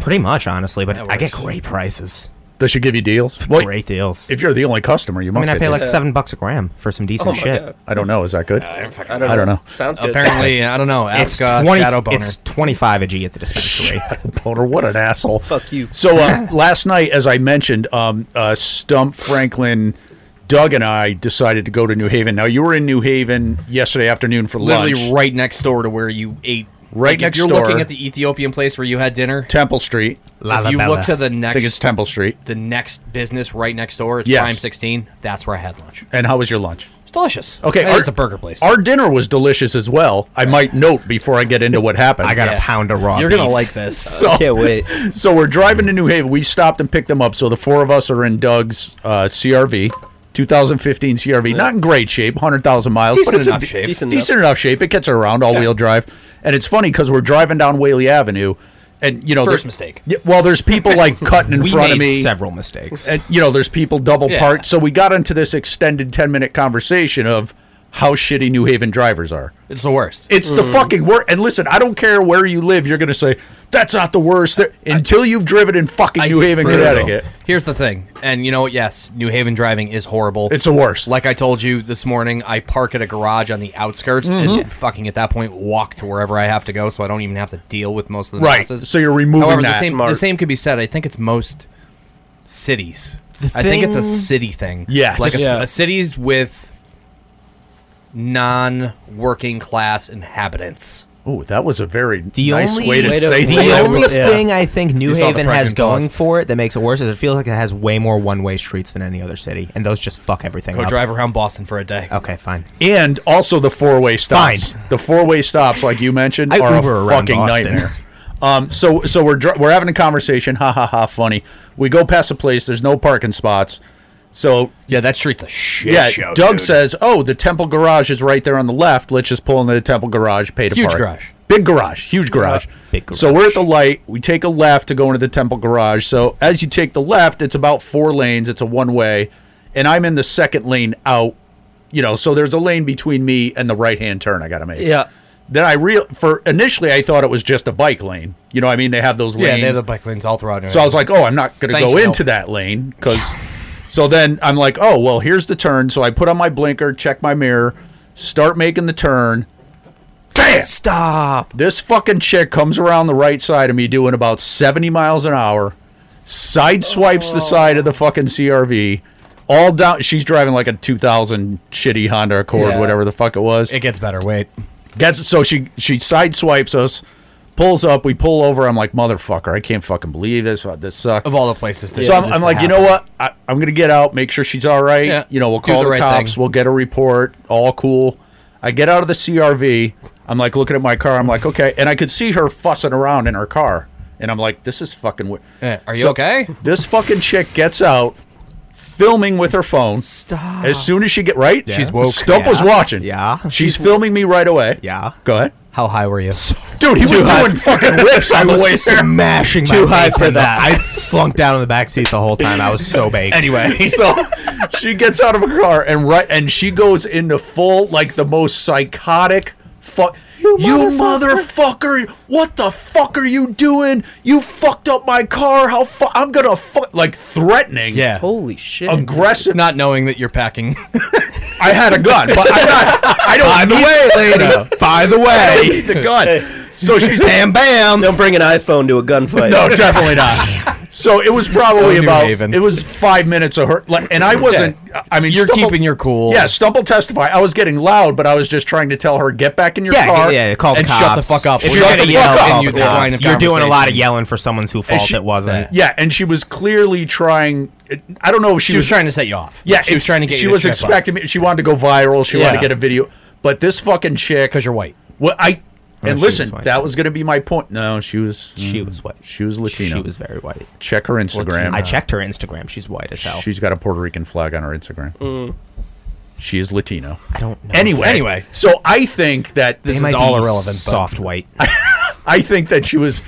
Speaker 3: Pretty much, honestly. But
Speaker 1: That
Speaker 3: I get
Speaker 1: works.
Speaker 3: great prices,
Speaker 2: does she give you deals? Well,
Speaker 3: great deals.
Speaker 2: if you're the only customer, you
Speaker 3: I
Speaker 2: must
Speaker 3: mean, I
Speaker 2: get
Speaker 3: pay like
Speaker 2: deals.
Speaker 3: seven bucks a gram for some decent
Speaker 4: Oh my
Speaker 3: shit.
Speaker 4: God.
Speaker 2: I don't know. Is that
Speaker 3: *laughs*
Speaker 2: good?
Speaker 4: I don't know.
Speaker 2: I don't know.
Speaker 4: Sounds good.
Speaker 1: Apparently, I don't know.
Speaker 3: It's
Speaker 1: Ask uh,
Speaker 3: twenty.
Speaker 1: Shadow Boner.
Speaker 3: It's twenty-five a g at the
Speaker 2: *laughs*
Speaker 3: dispensary.
Speaker 2: Boner, what an asshole.
Speaker 4: *laughs* Fuck you.
Speaker 2: So
Speaker 3: *laughs*
Speaker 2: uh, last night, as I mentioned, um, uh, Stump Franklin, Doug, and I decided to go to New Haven. Now you were in New Haven yesterday afternoon for
Speaker 1: literally
Speaker 2: lunch,
Speaker 1: right next door to where you ate.
Speaker 2: Right
Speaker 1: like,
Speaker 2: next
Speaker 1: if you're
Speaker 2: door.
Speaker 1: looking at the Ethiopian place where you had dinner,
Speaker 2: Temple Street.
Speaker 3: La
Speaker 1: if
Speaker 3: La
Speaker 1: you
Speaker 3: Bella.
Speaker 1: look to the
Speaker 2: I
Speaker 1: next,
Speaker 2: think it's Temple Street.
Speaker 1: the next business right next door, it's
Speaker 2: Yes.
Speaker 1: Prime 16. That's where I had lunch.
Speaker 2: And how was your lunch?
Speaker 1: It's delicious.
Speaker 2: Okay,
Speaker 1: That
Speaker 2: our-
Speaker 1: is a burger place.
Speaker 2: Our dinner was delicious as well. I might note before I get into what happened.
Speaker 3: I got
Speaker 1: Yeah.
Speaker 3: a pound of raw.
Speaker 1: you're gonna
Speaker 3: beef.
Speaker 1: like this.
Speaker 4: I can't wait.
Speaker 2: So we're driving to New Haven. We stopped and picked them up. So the four of us are in Doug's uh, CRV, 2015 CRV. Not in great shape, 100,000 miles,
Speaker 1: Decent
Speaker 2: but it's in
Speaker 1: enough
Speaker 2: de-
Speaker 1: shape.
Speaker 2: Decent,
Speaker 4: Decent
Speaker 2: enough. shape. It gets around all wheel drive. And it's funny because we're driving down Whaley Avenue. And, you know,
Speaker 1: First
Speaker 2: there-
Speaker 1: mistake.
Speaker 2: Yeah, well, there's people
Speaker 1: *laughs*
Speaker 2: like cutting in
Speaker 3: We
Speaker 2: front
Speaker 3: made
Speaker 2: of me.
Speaker 3: several mistakes.
Speaker 2: And, you know, there's people double
Speaker 1: Yeah.
Speaker 2: parked. So we got into this extended 10 minute conversation of how shitty New Haven drivers are.
Speaker 1: It's the worst.
Speaker 2: It's
Speaker 3: Mm.
Speaker 2: the fucking worst. And listen, I don't care where you live. You're going to say that's not the worst There- until you've driven in fucking New Haven,
Speaker 1: brutal.
Speaker 2: Connecticut.
Speaker 1: Here's the thing, and you know what? Yes, New Haven driving is horrible.
Speaker 2: It's the worst.
Speaker 1: Like I told you this morning, I park at a garage on the outskirts,
Speaker 2: Mm-hmm.
Speaker 1: and fucking at that point, walk to wherever I have to go, so I don't even have to deal with most of the
Speaker 2: Right,
Speaker 1: masses.
Speaker 2: so you're removing
Speaker 1: However,
Speaker 2: that.
Speaker 1: the same the
Speaker 4: Smart.
Speaker 1: same could be said. I think it's most cities. I think it's a
Speaker 3: thing-
Speaker 1: city thing.
Speaker 2: Yes.
Speaker 1: like a,
Speaker 4: Yeah.
Speaker 1: a cities with non-working class inhabitants.
Speaker 2: Oh, that was a very
Speaker 3: The
Speaker 2: nice
Speaker 3: only-
Speaker 2: way to
Speaker 4: Way to-
Speaker 2: say
Speaker 4: way
Speaker 3: The
Speaker 4: Yeah,
Speaker 2: that.
Speaker 3: only
Speaker 4: yeah.
Speaker 3: thing I think New
Speaker 1: You saw the
Speaker 3: Haven has
Speaker 1: pregnant pause.
Speaker 3: going for it that makes it worse is it feels like it has way more one-way streets than any other city, and those just fuck everything
Speaker 1: Go
Speaker 3: up.
Speaker 1: drive around Boston for a day.
Speaker 3: Okay, fine.
Speaker 2: and also the four way stops. The four way stops, like you mentioned,
Speaker 3: I
Speaker 2: are
Speaker 3: Uber
Speaker 2: a
Speaker 3: around
Speaker 2: fucking
Speaker 3: Boston.
Speaker 2: nightmare. Um, so so we're dr- we're having a conversation. Ha ha ha! Funny. We go past a place. There's no parking spots. So
Speaker 1: Yeah, that street's a shit
Speaker 2: yeah,
Speaker 1: show.
Speaker 2: Doug
Speaker 1: dude.
Speaker 2: says, "Oh, the Temple Garage is right there on the left. Let's just pull into the Temple Garage, pay to
Speaker 1: Huge
Speaker 2: park."
Speaker 1: garage.
Speaker 2: big garage, huge garage.
Speaker 3: Big garage.
Speaker 2: So we're at the light. We take a left to go into the Temple Garage. So as you take the left, it's about four lanes. It's a one way, and I'm in the second lane out. You know, so there's a lane between me and the right hand turn I got to make.
Speaker 4: Yeah.
Speaker 2: Then I real for initially I thought it was just a bike lane. You know, what I mean they have those lanes.
Speaker 1: Yeah, they have the bike lanes all throughout. New
Speaker 2: So I was like, oh, I'm not going to
Speaker 1: Thank
Speaker 2: go
Speaker 1: you,
Speaker 2: into
Speaker 1: Elton.
Speaker 2: that lane because. *sighs* So then I'm like, oh, well, here's the turn. So I put on my blinker, check my mirror, start making the turn. Bam!
Speaker 4: Stop.
Speaker 2: This fucking chick comes around the right side of me doing about 70 miles an hour, sideswipes the side of
Speaker 1: Oh.
Speaker 2: the fucking CRV, all down. She's driving like a 2000 shitty Honda Accord,
Speaker 4: Yeah.
Speaker 2: whatever the fuck it was.
Speaker 1: it gets better. Wait.
Speaker 2: Gets so she she sideswipes us, pulls up, we pull over. I'm like, motherfucker, I can't fucking believe this. Fuck, This sucks
Speaker 1: Of all the places, that
Speaker 2: so I'm,
Speaker 1: this
Speaker 2: I'm like, you know
Speaker 1: happened.
Speaker 2: what? I, I'm gonna get out, make sure she's all right.
Speaker 1: Yeah.
Speaker 2: You know, we'll
Speaker 1: Do
Speaker 2: call
Speaker 1: the
Speaker 2: the,
Speaker 1: right
Speaker 2: cops.
Speaker 1: thing.
Speaker 2: We'll get a report. All cool. I get out of the CRV. I'm like looking at my car. I'm like, okay, and I could see her fussing around in her car, and I'm like, this is fucking weird.
Speaker 1: Yeah, are you okay?
Speaker 2: This fucking chick gets out, filming with her phone.
Speaker 4: Stop.
Speaker 2: As soon as she get right,
Speaker 1: She's woke.
Speaker 2: Stump was
Speaker 3: Yeah.
Speaker 2: watching.
Speaker 3: Yeah.
Speaker 2: she's, filming me right away.
Speaker 3: Yeah.
Speaker 2: go ahead,
Speaker 1: How high were you?
Speaker 2: dude. He was
Speaker 3: Dude, *laughs* I-
Speaker 2: doing fucking whips on the way *laughs* there.
Speaker 3: smashing my
Speaker 4: Too high
Speaker 3: face
Speaker 4: for
Speaker 3: in the-
Speaker 4: that.
Speaker 3: I slunk down in the back seat the whole time. I was so baked.
Speaker 2: anyway, *laughs* so she gets out of her car and right and she goes into full like the most psychotic fuck. You, motherfucker! What the fuck are you doing? You fucked up my car. How fu- I'm gonna fuck like threatening.
Speaker 1: Yeah.
Speaker 4: Holy shit.
Speaker 2: Aggressive.
Speaker 1: Not knowing that you're packing.
Speaker 2: I had a gun, but I'm not, I don't. By the way, lady. By the way, I don't need the gun. So *laughs* she's
Speaker 3: Bam, bam.
Speaker 4: Don't bring an iPhone to a gunfight.
Speaker 2: No, definitely not. So it was probably
Speaker 1: Go New
Speaker 2: about
Speaker 1: Haven.
Speaker 2: it was five minutes of her, like, and I wasn't. I mean,
Speaker 1: You're keeping your cool.
Speaker 2: Yeah, Stumble testify. I was getting loud, but I was just trying to tell her get back in your
Speaker 3: Yeah,
Speaker 2: car.
Speaker 3: yeah, yeah, call the
Speaker 1: and
Speaker 3: cops.
Speaker 1: shut the fuck up.
Speaker 3: If
Speaker 1: We're
Speaker 3: you're
Speaker 2: Shut
Speaker 3: gonna
Speaker 2: the
Speaker 3: yell,
Speaker 2: fuck up.
Speaker 3: call
Speaker 1: You
Speaker 3: the
Speaker 1: decline
Speaker 3: cops.
Speaker 1: of
Speaker 3: You're doing a lot of
Speaker 1: conversation.
Speaker 3: yelling for someone's whose fault
Speaker 2: she-
Speaker 3: it wasn't.
Speaker 2: Yeah, and she was clearly trying. I don't know if she,
Speaker 1: She was trying to set you off.
Speaker 2: Yeah,
Speaker 1: she was
Speaker 2: it's-
Speaker 1: trying to get
Speaker 2: She
Speaker 1: you.
Speaker 2: was expecting. me She wanted to go viral. She wanted to
Speaker 1: Yeah.
Speaker 2: get a video, but this fucking chick.
Speaker 1: because you're white.
Speaker 2: Well, I and
Speaker 3: Oh, she was
Speaker 2: listen,
Speaker 3: white.
Speaker 2: that was going to be my point. No, she was
Speaker 3: She was white.
Speaker 2: She was Latino.
Speaker 3: She was very white.
Speaker 2: Check her Instagram. Uh,
Speaker 3: I checked her Instagram. She's white as hell.
Speaker 2: She's got a Puerto Rican flag on her Instagram. She is Latino.
Speaker 3: I don't know.
Speaker 2: Anyway,
Speaker 1: Mm. Anyway.
Speaker 2: so I think that
Speaker 3: They
Speaker 2: this
Speaker 3: might
Speaker 2: is
Speaker 3: be
Speaker 2: all.
Speaker 1: all irrelevant, but-
Speaker 3: Soft white,
Speaker 2: I think that she was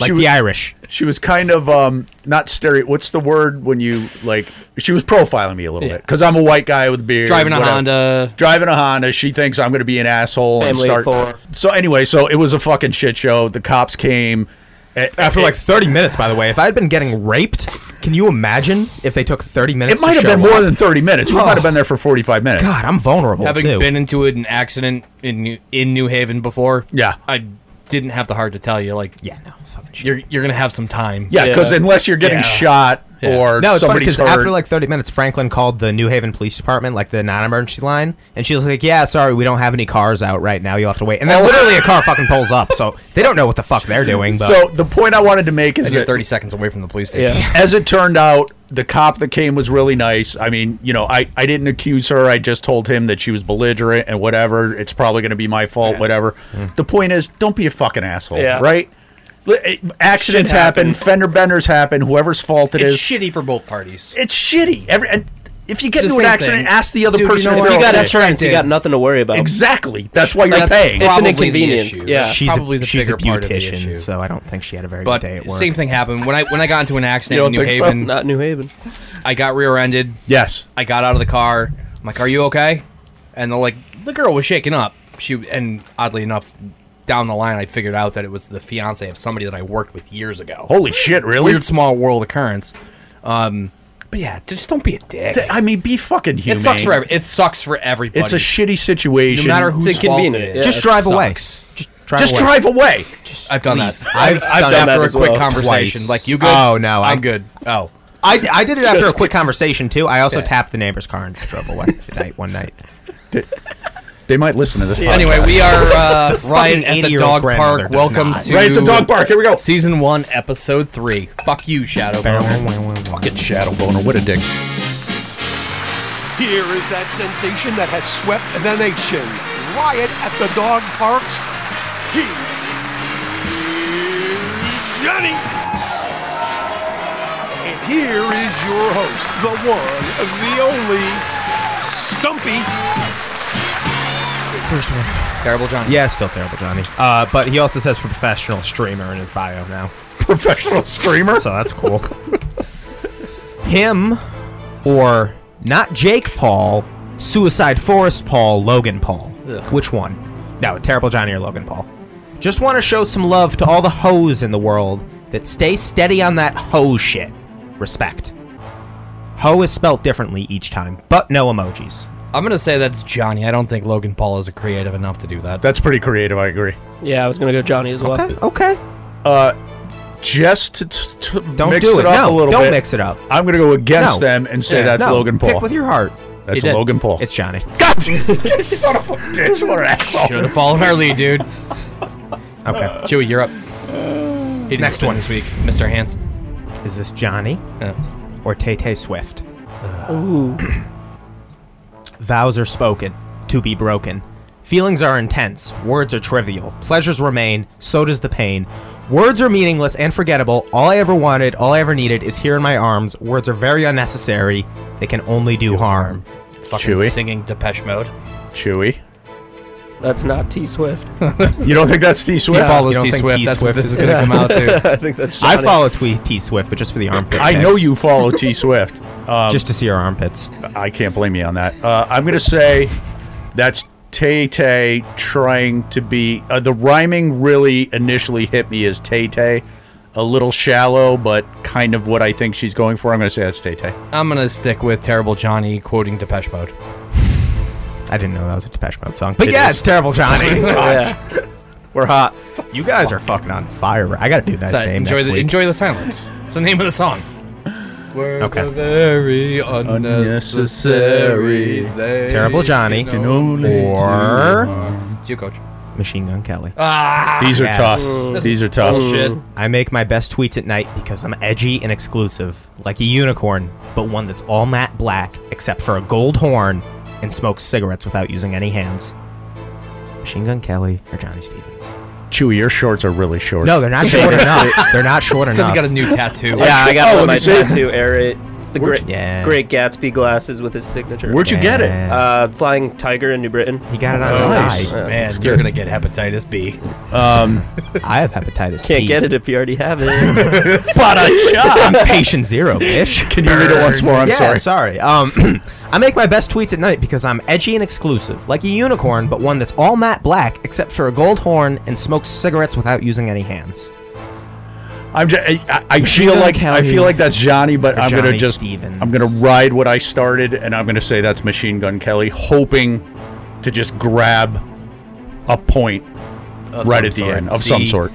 Speaker 3: like
Speaker 2: she was,
Speaker 3: the Irish.
Speaker 2: she was kind of um not stereo. What's the word when you like? She was profiling me a little bit
Speaker 1: Yeah.
Speaker 2: because I'm a white guy with a beard,
Speaker 1: Driving a
Speaker 2: whatever.
Speaker 4: Uh,
Speaker 1: Honda.
Speaker 2: Driving a Honda, she thinks I'm going to be an asshole and
Speaker 4: Family
Speaker 2: start.
Speaker 4: of four.
Speaker 2: So anyway, so it was a fucking shit show. The cops came It-
Speaker 3: After
Speaker 2: it-
Speaker 3: like 30 minutes, by the way, if I had been getting raped, can you imagine if they took 30 minutes?
Speaker 2: It might
Speaker 3: to
Speaker 2: have been
Speaker 3: show
Speaker 2: more
Speaker 3: up?
Speaker 2: than 30 minutes. We might have been there for 45 minutes.
Speaker 3: God, I'm vulnerable
Speaker 1: Having
Speaker 3: too.
Speaker 1: been into an accident in New, in New Haven before,
Speaker 2: Yeah.
Speaker 1: I didn't have the heart to tell you. Like,
Speaker 3: yeah, no, fucking shit.
Speaker 1: you're you're gonna have some time.
Speaker 2: Yeah, because
Speaker 4: Yeah.
Speaker 2: unless you're getting
Speaker 1: Yeah.
Speaker 2: shot
Speaker 1: Yeah.
Speaker 2: or
Speaker 3: No, it's funny
Speaker 2: somebody's
Speaker 3: because
Speaker 2: hurt.
Speaker 3: after like 30 minutes, Franklin called the New Haven Police Department, like the non-emergency line, and she was like, "Yeah, sorry, we don't have any cars out right now. You'll have to wait." And then
Speaker 2: Oh.
Speaker 3: literally a car fucking pulls up, so they don't know what the fuck they're doing. But
Speaker 2: so the point I wanted to make is
Speaker 1: And you're
Speaker 2: that
Speaker 1: 30 seconds away from the police station.
Speaker 4: Yeah.
Speaker 2: *laughs* as it turned out, the cop that came was really nice. I mean, you know, I, I didn't accuse her. I just told him that she was belligerent and whatever. It's probably going to be my fault, whatever.
Speaker 1: Hmm.
Speaker 2: The point is, don't be a fucking asshole,
Speaker 4: Yeah.
Speaker 2: right? L- it- Accidents
Speaker 4: Shit
Speaker 2: happen,
Speaker 4: happens.
Speaker 2: fender benders happen, whoever's fault it
Speaker 1: It's
Speaker 2: is.
Speaker 1: shitty for both parties.
Speaker 2: it's shitty. Every, and if you get
Speaker 1: It's
Speaker 2: into
Speaker 1: the
Speaker 2: an
Speaker 1: same
Speaker 2: accident,
Speaker 1: thing.
Speaker 2: ask the other
Speaker 1: Dude, you
Speaker 2: person
Speaker 1: know
Speaker 2: if
Speaker 4: If
Speaker 1: what?
Speaker 2: they're
Speaker 4: you got
Speaker 2: okay.
Speaker 4: insurance, you got
Speaker 1: Dude.
Speaker 4: nothing to worry about.
Speaker 2: Exactly. That's why you're
Speaker 4: That's
Speaker 2: paying.
Speaker 4: It's an
Speaker 1: Probably the
Speaker 4: inconvenience.
Speaker 1: issue.
Speaker 4: Yeah.
Speaker 1: That's
Speaker 3: she's
Speaker 1: probably
Speaker 3: a,
Speaker 1: the
Speaker 3: she's
Speaker 1: bigger
Speaker 3: a
Speaker 1: part of the
Speaker 3: beautician,
Speaker 1: issue.
Speaker 3: so I don't think she had a very
Speaker 1: But
Speaker 3: good day at work.
Speaker 1: same thing happened when I when I got into an
Speaker 2: You
Speaker 1: accident
Speaker 2: don't
Speaker 1: in New
Speaker 2: think so?
Speaker 1: Haven.
Speaker 4: Not New Haven.
Speaker 1: I got rear-ended.
Speaker 2: Yes.
Speaker 1: I got out of the car. I'm like, "Are you okay?" And the like the girl was shaken up. She and oddly enough, down the line, I figured out that it was the fiance of somebody that I worked with years ago.
Speaker 2: Holy shit, really?
Speaker 1: Weird small world occurrence. Um, but yeah, just don't be a dick.
Speaker 2: Th- I mean, be fucking human.
Speaker 1: It sucks for every, it sucks for everybody.
Speaker 2: It's a shitty
Speaker 1: no
Speaker 2: situation.
Speaker 1: matter whose fault it
Speaker 4: inconvenient,
Speaker 1: is.
Speaker 4: yeah.
Speaker 3: Just
Speaker 4: it
Speaker 3: drive away.
Speaker 1: sucks.
Speaker 3: Just drive
Speaker 2: Just
Speaker 3: away.
Speaker 2: drive away.
Speaker 1: I've done that.
Speaker 3: I've, I've done
Speaker 4: done
Speaker 3: that.
Speaker 1: after a
Speaker 4: as
Speaker 1: quick
Speaker 4: well.
Speaker 1: conversation,
Speaker 3: Twice.
Speaker 1: like you good?
Speaker 3: Oh, no,
Speaker 1: I'm
Speaker 3: I-
Speaker 1: good. Oh,
Speaker 3: I, I did it after a
Speaker 2: Just-
Speaker 3: quick conversation too. I also
Speaker 1: Yeah.
Speaker 3: tapped the neighbor's car and just drove away *laughs* tonight one night.
Speaker 2: They might listen to this podcast.
Speaker 1: anyway, we
Speaker 3: *laughs*
Speaker 1: are uh, right at the
Speaker 3: 80-year-old
Speaker 1: dog
Speaker 3: grandmother
Speaker 1: park.
Speaker 3: does
Speaker 1: Welcome
Speaker 3: not.
Speaker 1: to
Speaker 2: Right at the dog park. Here we go.
Speaker 1: season one, episode three. Fuck you, Shadow. Boner.
Speaker 2: Fucking shadow boner. What a dick.
Speaker 5: Here is that sensation that has swept the nation. Riot at the dog parks. Here's Johnny. And here is your host, the one, the only, Stumpy.
Speaker 3: First one.
Speaker 1: Terrible Johnny.
Speaker 3: Yeah, still terrible, Johnny. Uh, but he also says professional streamer in his bio now,
Speaker 2: Professional streamer.
Speaker 3: so that's cool. *laughs* Him, or not Jake Paul, Suicide Forest Paul, Logan Paul. Which one? No, terrible Johnny or Logan Paul. Just want to show some love to all the hoes in the world that stay steady on that hoe shit. Respect. Hoe is spelt differently each time, but no emojis.
Speaker 1: I'm gonna say that's Johnny. I don't think Logan Paul is creative enough to do that.
Speaker 2: *laughs* That's pretty creative. I agree.
Speaker 4: Yeah, I was gonna go Johnny as well.
Speaker 3: Okay, okay.
Speaker 2: Just to, to to
Speaker 3: Don't
Speaker 2: mix
Speaker 3: do it.
Speaker 2: up
Speaker 3: no,
Speaker 2: a little
Speaker 3: don't
Speaker 2: bit.
Speaker 3: mix it up.
Speaker 2: I'm gonna go against
Speaker 3: No.
Speaker 2: them and say
Speaker 1: Yeah,
Speaker 2: that's
Speaker 3: No,
Speaker 2: Logan Paul.
Speaker 3: Pick with your heart.
Speaker 2: that's
Speaker 1: You did.
Speaker 2: Logan Paul.
Speaker 3: It's Johnny.
Speaker 2: God. *laughs* you son of a bitch. What an asshole.
Speaker 1: Should have followed our lead, dude.
Speaker 3: Okay.
Speaker 2: Uh.
Speaker 1: Joey, you're up. He didn't
Speaker 3: Next
Speaker 1: spin
Speaker 3: one.
Speaker 1: this week, Uh, Mr. Hands.
Speaker 3: Is this Johnny
Speaker 1: Yeah.
Speaker 3: or Tay Tay Swift?
Speaker 4: Ooh.
Speaker 3: *clears throat* Vows are spoken, to be broken. Feelings are intense, words are trivial. Pleasures remain, so does the pain. Words are meaningless and forgettable. All I ever wanted, all I ever needed is here in my arms. Words are very unnecessary. They can only do harm.
Speaker 1: Fucking
Speaker 2: Chewy.
Speaker 1: singing Depeche Mode.
Speaker 2: Chewy.
Speaker 4: That's not T Swift.
Speaker 2: You don't think that's T Swift?
Speaker 1: He follows
Speaker 3: Uh, you don't
Speaker 1: T
Speaker 3: think
Speaker 1: Swift.
Speaker 3: T.
Speaker 1: That's what
Speaker 3: Swift
Speaker 1: this is
Speaker 3: is-
Speaker 1: gonna come
Speaker 3: *laughs*
Speaker 1: out to.
Speaker 4: *laughs* I think that's Johnny.
Speaker 3: I follow T, T Swift, but just for the armpit.
Speaker 2: I know
Speaker 3: pics.
Speaker 2: you follow T Swift. Um,
Speaker 3: Just to see her armpits.
Speaker 2: I can't blame you on that. Uh, I'm going to say that's Tay Tay trying to be. Uh, the rhyming really initially hit me as Tay Tay. A little shallow, but kind of what I think she's going for. I'm going to say that's Tay Tay.
Speaker 1: I'm gonna stick with Terrible Johnny quoting Depeche Mode.
Speaker 3: I didn't know that was a Depeche Mode song. But
Speaker 2: It
Speaker 3: yeah,
Speaker 2: is.
Speaker 3: it's terrible, Johnny.
Speaker 4: Yeah. *laughs* We're hot.
Speaker 3: you guys are fucking on fire. I gotta do that.
Speaker 1: So,
Speaker 3: name
Speaker 1: enjoy
Speaker 3: next
Speaker 1: the
Speaker 3: week.
Speaker 1: enjoy the silence. It's the name of the song. Words
Speaker 3: Okay.
Speaker 1: are very unnecessary.
Speaker 2: Unnecessary.
Speaker 1: They
Speaker 3: Terrible Johnny.
Speaker 1: can
Speaker 3: Or
Speaker 1: It's you, Ah, coach.
Speaker 3: Machine Gun Kelly.
Speaker 1: Uh,
Speaker 2: These are
Speaker 3: yes.
Speaker 2: tough. These are tough.
Speaker 1: Bullshit.
Speaker 3: I make my best tweets at night because I'm edgy and exclusive, like a unicorn, but one that's all matte black except for a gold horn and smokes cigarettes without using any hands. Machine Gun Kelly or Johnny Stevens.
Speaker 2: Chewy, your shorts are really short.
Speaker 3: No, they're not short enough. They're not short
Speaker 1: because
Speaker 3: enough.
Speaker 1: he got a new tattoo.
Speaker 4: Yeah, I
Speaker 2: Oh,
Speaker 4: got
Speaker 2: let
Speaker 4: one
Speaker 2: me
Speaker 4: my
Speaker 2: see.
Speaker 4: tattoo, Eric. It's the
Speaker 2: Where'd
Speaker 4: great,
Speaker 3: you- Yeah.
Speaker 4: great Gatsby glasses with his signature.
Speaker 2: Where'd you get it?
Speaker 3: Yeah.
Speaker 4: Uh, flying tiger in New Britain.
Speaker 3: he got it on his
Speaker 2: Nice.
Speaker 3: eye.
Speaker 1: Oh, Man,
Speaker 2: It's
Speaker 1: you're
Speaker 2: good. Um,
Speaker 1: gonna get hepatitis B.
Speaker 3: I have hepatitis.
Speaker 4: Can't
Speaker 3: B.
Speaker 4: get it if you already have it.
Speaker 2: But a job.
Speaker 3: I'm patient zero, bitch.
Speaker 2: Can you read it
Speaker 3: *laughs*
Speaker 2: once more? Oh, I'm
Speaker 3: yeah,
Speaker 2: sorry.
Speaker 3: sorry. Um, *clears throat* I make my best tweets at night because I'm edgy and exclusive, like a unicorn, but one that's all matte black except for a gold horn and smokes cigarettes without using any hands.
Speaker 2: I'm just, I, I- I feel
Speaker 3: Gun
Speaker 2: like I
Speaker 3: Kelly.
Speaker 2: feel like that's Johnny, but
Speaker 3: Or
Speaker 2: I'm gonna
Speaker 3: Johnny
Speaker 2: just
Speaker 3: Stevens.
Speaker 2: I'm gonna ride what I started, and I'm gonna say that's Machine Gun Kelly, hoping to just grab a point
Speaker 1: of
Speaker 2: right
Speaker 1: some
Speaker 2: at the
Speaker 1: sort.
Speaker 2: end of some
Speaker 1: See,
Speaker 2: sort.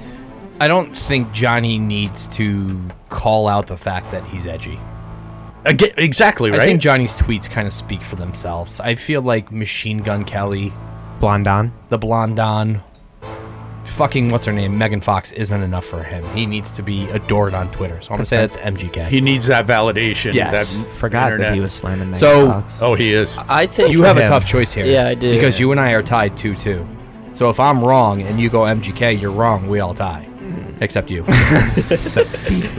Speaker 1: I don't think Johnny needs to call out the fact that he's edgy.
Speaker 2: Again, exactly
Speaker 1: I
Speaker 2: right.
Speaker 1: think Johnny's tweets kind of speak for themselves. I feel like Machine Gun Kelly,
Speaker 3: Blonde on.
Speaker 1: the blonde Don, fucking what's her name, Megan Fox isn't enough for him. He needs to be adored on Twitter. So I'm gonna say that's MGK.
Speaker 2: he needs that validation.
Speaker 1: Yes.
Speaker 2: that
Speaker 3: Forgot that
Speaker 2: internet.
Speaker 3: he was slamming.
Speaker 1: So-
Speaker 3: Xbox.
Speaker 2: Oh, he is.
Speaker 4: I think
Speaker 1: you have a
Speaker 4: *laughs*
Speaker 3: him.
Speaker 1: tough choice here.
Speaker 4: Yeah, I do.
Speaker 1: Because you and I are tied two two. So if I'm wrong and you go MGK, you're wrong. We all tie, except
Speaker 2: *laughs*
Speaker 1: you.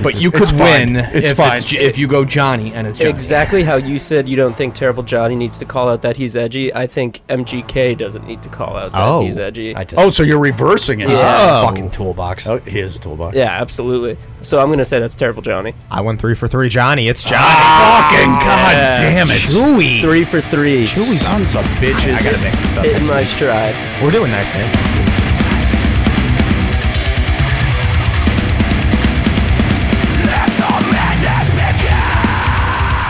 Speaker 1: but you could
Speaker 2: It's fine.
Speaker 1: win
Speaker 2: It's
Speaker 1: if,
Speaker 2: fine.
Speaker 1: J- if you go Johnny and it's Johnny.
Speaker 4: exactly how you said you don't think Terrible Johnny needs to call out that he's edgy. I think MGK doesn't need to call out that
Speaker 3: Oh.
Speaker 4: he's edgy.
Speaker 1: I just
Speaker 2: Oh, so you're reversing it?
Speaker 1: oh.
Speaker 3: Oh.
Speaker 1: fucking toolbox.
Speaker 2: Oh, he is a toolbox.
Speaker 4: yeah, absolutely. So I'm gonna say that's Terrible Johnny.
Speaker 3: I won three for three, Johnny. It's Johnny.
Speaker 2: Ah, Fucking god damn it!
Speaker 3: Chewy.
Speaker 4: Three for three.
Speaker 3: Chewy's on
Speaker 2: Sons of bitches. I gotta mix this up.
Speaker 4: Hitting my stride.
Speaker 3: We're doing nice, man.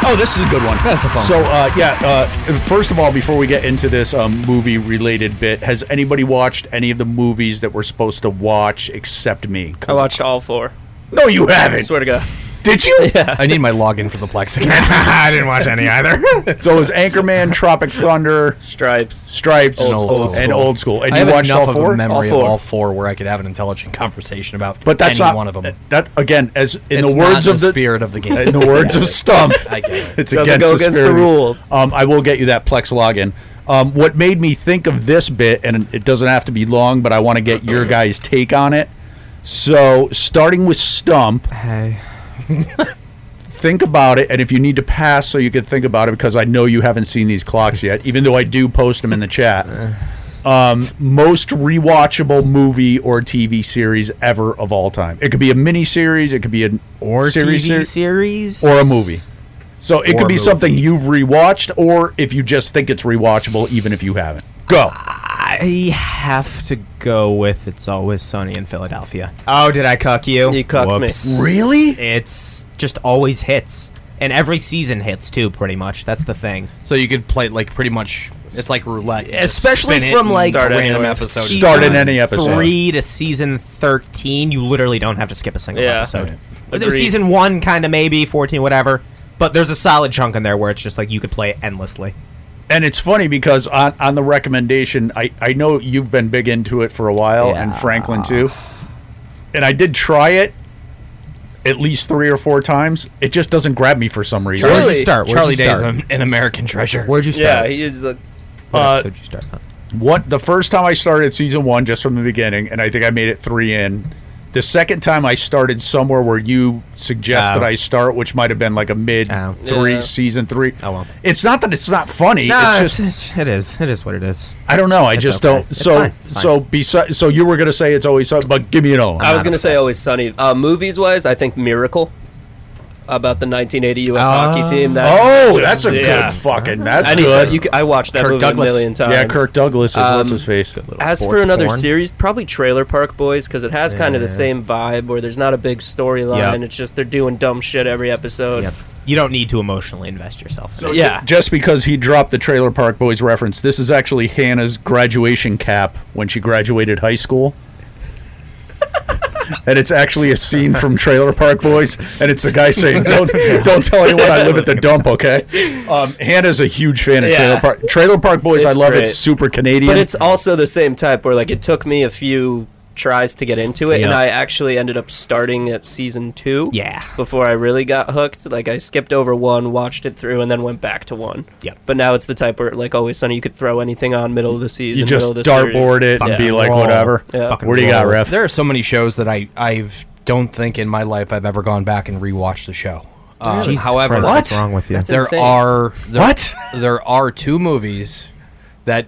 Speaker 2: Oh, this is a good one.
Speaker 1: That's a fun
Speaker 2: So, uh, yeah, uh, first of all, before we get into this um, movie related bit, has anybody watched any of the movies that we're supposed to watch except me? 'Cause-
Speaker 4: I watched all four.
Speaker 2: No, you
Speaker 4: I
Speaker 2: haven't.
Speaker 4: swear to God.
Speaker 2: Did you?
Speaker 1: I need my login for the
Speaker 2: *laughs*
Speaker 1: Plex account.
Speaker 3: I didn't watch any either.
Speaker 2: So it was Anchorman, Tropic Thunder,
Speaker 4: Stripes.
Speaker 2: Stripes,
Speaker 1: And Old Old School.
Speaker 2: and Old School. And
Speaker 1: I
Speaker 2: you
Speaker 1: have
Speaker 2: watched
Speaker 1: enough
Speaker 2: all
Speaker 1: of
Speaker 2: four?
Speaker 1: a memory
Speaker 4: All
Speaker 1: of
Speaker 4: four.
Speaker 1: all four where I could have an intelligent conversation about
Speaker 2: but that's
Speaker 1: any
Speaker 2: not
Speaker 1: one of them.
Speaker 2: That again, as in
Speaker 1: It's
Speaker 2: the
Speaker 1: not
Speaker 2: words
Speaker 1: the
Speaker 2: of the
Speaker 1: spirit of the game.
Speaker 2: *laughs* in the words of Stump,
Speaker 1: *laughs* I get it.
Speaker 2: it's
Speaker 4: Doesn't
Speaker 2: against
Speaker 4: go
Speaker 2: the
Speaker 4: against
Speaker 2: spirit of game.
Speaker 4: the rules.
Speaker 2: Um, I will get you that Plex login. Um, what made me think of this bit, and it doesn't have to be long, but I want to
Speaker 4: *laughs*
Speaker 2: get your guys' take on it. So, starting with Stump,
Speaker 3: hey.
Speaker 2: think about it, and if you need to pass, so you can think about it, because I know you haven't seen these clocks yet, even though I do post them in the
Speaker 4: *laughs*
Speaker 2: chat. Um, most rewatchable movie or TV series ever of all time. It could be a mini series, it could be an
Speaker 3: Or
Speaker 2: series,
Speaker 3: TV
Speaker 2: ser-
Speaker 3: series.
Speaker 2: or a movie. So it
Speaker 3: Or
Speaker 2: could
Speaker 3: a
Speaker 2: be something
Speaker 3: movie.
Speaker 2: you've rewatched, or if you just think it's rewatchable, even if you haven't. Go.
Speaker 3: I have to go with it's always sunny in Philadelphia. Oh, did I cuck you?
Speaker 4: You cucked me.
Speaker 2: Really?
Speaker 3: It's just always hits. And every season hits too, pretty much. That's the thing.
Speaker 1: So you could play like pretty much. It's like roulette. You just
Speaker 3: Especially
Speaker 1: spin it
Speaker 3: from,
Speaker 1: and
Speaker 3: like,
Speaker 1: start random
Speaker 4: anywhere.
Speaker 1: episode.
Speaker 2: Season Start in any episode.
Speaker 3: Three to season thirteen, you literally don't have to skip a single
Speaker 4: Yeah.
Speaker 3: episode.
Speaker 4: Agreed.
Speaker 3: Uh, Season one, kind of maybe fourteen, whatever. But there's a solid chunk in there where it's just like you could play it endlessly.
Speaker 2: And it's funny because on, on the recommendation, I, I know you've been big into it for a while, and
Speaker 3: Yeah.
Speaker 2: Franklin too. And I did try it at least three or four times. It just doesn't grab me for some reason.
Speaker 3: Where'd
Speaker 4: Really?
Speaker 3: you start? Where'd
Speaker 1: Charlie
Speaker 3: you
Speaker 1: Day's
Speaker 3: start?
Speaker 1: an, an American treasure.
Speaker 3: Where'd you
Speaker 4: Yeah,
Speaker 3: start?
Speaker 4: he is the.
Speaker 3: what
Speaker 2: Uh,
Speaker 3: episode you start? on?
Speaker 2: What the first time I started season one, just from the beginning, and I think I made it three in. The second time I started somewhere where you suggest
Speaker 3: Oh.
Speaker 2: that I start, which might have been like a mid
Speaker 3: Oh.
Speaker 2: three
Speaker 4: Yeah.
Speaker 2: season three.
Speaker 3: Oh, well.
Speaker 2: It's not that it's not funny.
Speaker 3: No,
Speaker 2: it's
Speaker 3: it's
Speaker 2: just
Speaker 3: it's, it is. It is what it is.
Speaker 2: I don't know. I
Speaker 3: It's
Speaker 2: just
Speaker 3: okay.
Speaker 2: don't.
Speaker 3: It's
Speaker 2: So
Speaker 3: fine. It's
Speaker 2: so besides, so you were gonna say it's always something, but give me an O.
Speaker 4: I was gonna say Always Sunny. Uh, movies wise, I think Miracle about the 1980 U.S. hockey team. That
Speaker 2: oh, that's a
Speaker 4: yeah.
Speaker 2: good fucking. That's
Speaker 4: Anytime
Speaker 2: good.
Speaker 4: you, c- I watched that
Speaker 1: Kirk
Speaker 4: movie
Speaker 1: Douglas.
Speaker 4: a million times.
Speaker 2: yeah, Kirk Douglas is what's his face.
Speaker 4: As for
Speaker 3: Um, sports
Speaker 4: another
Speaker 3: porn.
Speaker 4: series, probably Trailer Park Boys because it has kind of the
Speaker 3: Yeah.
Speaker 4: same vibe where there's not a big storyline.
Speaker 3: Yep.
Speaker 4: It's just they're doing dumb shit every episode.
Speaker 3: Yep. You don't need to emotionally invest yourself. In it.
Speaker 4: Yeah,
Speaker 2: Just because he dropped the Trailer Park Boys reference, this is actually Hannah's graduation cap when she graduated high school. *laughs* and it's actually a scene from Trailer Park Boys, and it's the guy saying, "Don't, don't tell anyone I live at the dump." Okay. Um, Hannah's a huge fan of
Speaker 4: Yeah.
Speaker 2: Trailer Park. Trailer Park Boys,
Speaker 4: It's
Speaker 2: I love.
Speaker 4: great.
Speaker 2: It's super Canadian.
Speaker 4: but it's also the same type where like it took me a few tries to get into it, and
Speaker 3: Yeah.
Speaker 4: I actually ended up starting at season two.
Speaker 3: Yeah.
Speaker 4: Before I really got hooked, like I skipped over one, watched it through, and then went back to one.
Speaker 3: Yep.
Speaker 4: But now it's the type where, like Always Sunny, you could throw anything on middle of the season.
Speaker 2: You just
Speaker 4: middle of the series.
Speaker 2: dartboard it and
Speaker 4: Yeah.
Speaker 2: be like,
Speaker 3: Roll.
Speaker 2: whatever.
Speaker 4: Yeah.
Speaker 3: Fucking
Speaker 2: What do you got,
Speaker 3: roll.
Speaker 2: ref?
Speaker 1: There are so many shows that I I've don't think in my life I've ever gone back and rewatched the show. Um,
Speaker 3: Jesus
Speaker 1: however,
Speaker 3: Christ, what's
Speaker 2: What?
Speaker 3: wrong with you?
Speaker 4: That's
Speaker 1: there
Speaker 4: insane.
Speaker 1: are there,
Speaker 2: What?
Speaker 1: there are two movies that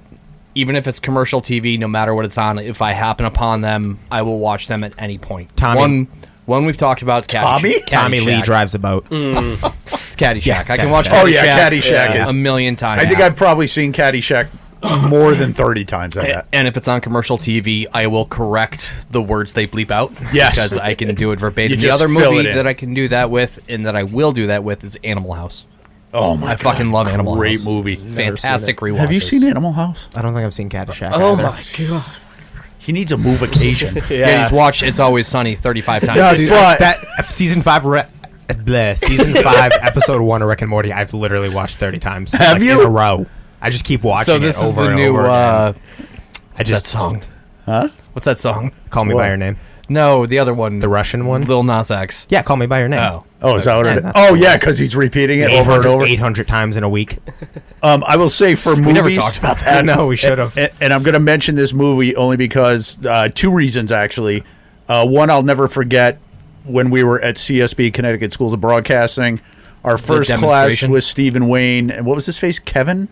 Speaker 1: even if it's commercial TV, no matter what it's on, if I happen upon them, I will watch them at any point.
Speaker 3: Tommy.
Speaker 1: One one we've talked about.
Speaker 2: Tommy?
Speaker 3: Tommy Lee
Speaker 1: Drive.
Speaker 3: drives a boat.
Speaker 1: Caddyshack.
Speaker 3: Yeah,
Speaker 1: I can
Speaker 3: Caddyshack.
Speaker 1: watch.
Speaker 2: Oh, yeah,
Speaker 1: Caddyshack
Speaker 2: Caddyshack is-
Speaker 1: a million times.
Speaker 2: I think I've probably seen Caddyshack more than 30 times, I bet.
Speaker 1: And if it's on commercial TV, I will correct the words they bleep out.
Speaker 2: Yes.
Speaker 1: Because I can do it verbatim.
Speaker 2: *laughs* You
Speaker 1: The
Speaker 2: just
Speaker 1: other
Speaker 2: fill it
Speaker 1: movie
Speaker 2: in.
Speaker 1: that I can do that with and that I will do that with is Animal House.
Speaker 2: Oh, my
Speaker 1: I fucking love Animal
Speaker 2: Great
Speaker 1: House.
Speaker 2: movie.
Speaker 1: Fantastic rewatch.
Speaker 2: Have you seen Animal House?
Speaker 3: I don't think I've seen Caddyshack.
Speaker 4: Oh
Speaker 3: either.
Speaker 4: my god.
Speaker 2: He needs a move occasion.
Speaker 1: *laughs* Yeah. he's watched It's Always Sunny 35 times.
Speaker 2: Yeah, dude. But-
Speaker 3: that uh, season five, re- uh, bleh, season five, episode one of Rick and Morty, I've literally watched thirty times.
Speaker 2: Have
Speaker 3: like,
Speaker 2: you?
Speaker 3: in a row? I just keep watching.
Speaker 1: so this
Speaker 3: it
Speaker 1: is
Speaker 3: over
Speaker 1: the
Speaker 3: and
Speaker 1: new.
Speaker 3: over
Speaker 1: Uh,
Speaker 3: again. I
Speaker 1: that
Speaker 3: just
Speaker 1: song. What's that song?
Speaker 3: Call me
Speaker 2: What?
Speaker 3: by your name.
Speaker 1: No, the other one.
Speaker 3: The Russian one.
Speaker 1: Lil Nas X.
Speaker 3: yeah, call me by your name.
Speaker 1: Oh.
Speaker 2: Oh, is that what
Speaker 3: Yeah,
Speaker 2: it is?
Speaker 3: that's
Speaker 2: Oh, yeah, because he's repeating it over and over.
Speaker 3: Eight hundred times in a week.
Speaker 2: Um, I will say for movies,
Speaker 1: never talked about that.
Speaker 3: I know, we should have.
Speaker 2: And, and I'm going to mention this movie only because uh, two reasons actually. Uh, one, I'll never forget when we were at CSB Connecticut Schools of Broadcasting. Our first class
Speaker 1: demonstration?
Speaker 2: was Stephen Wayne, and what was his face? Kevin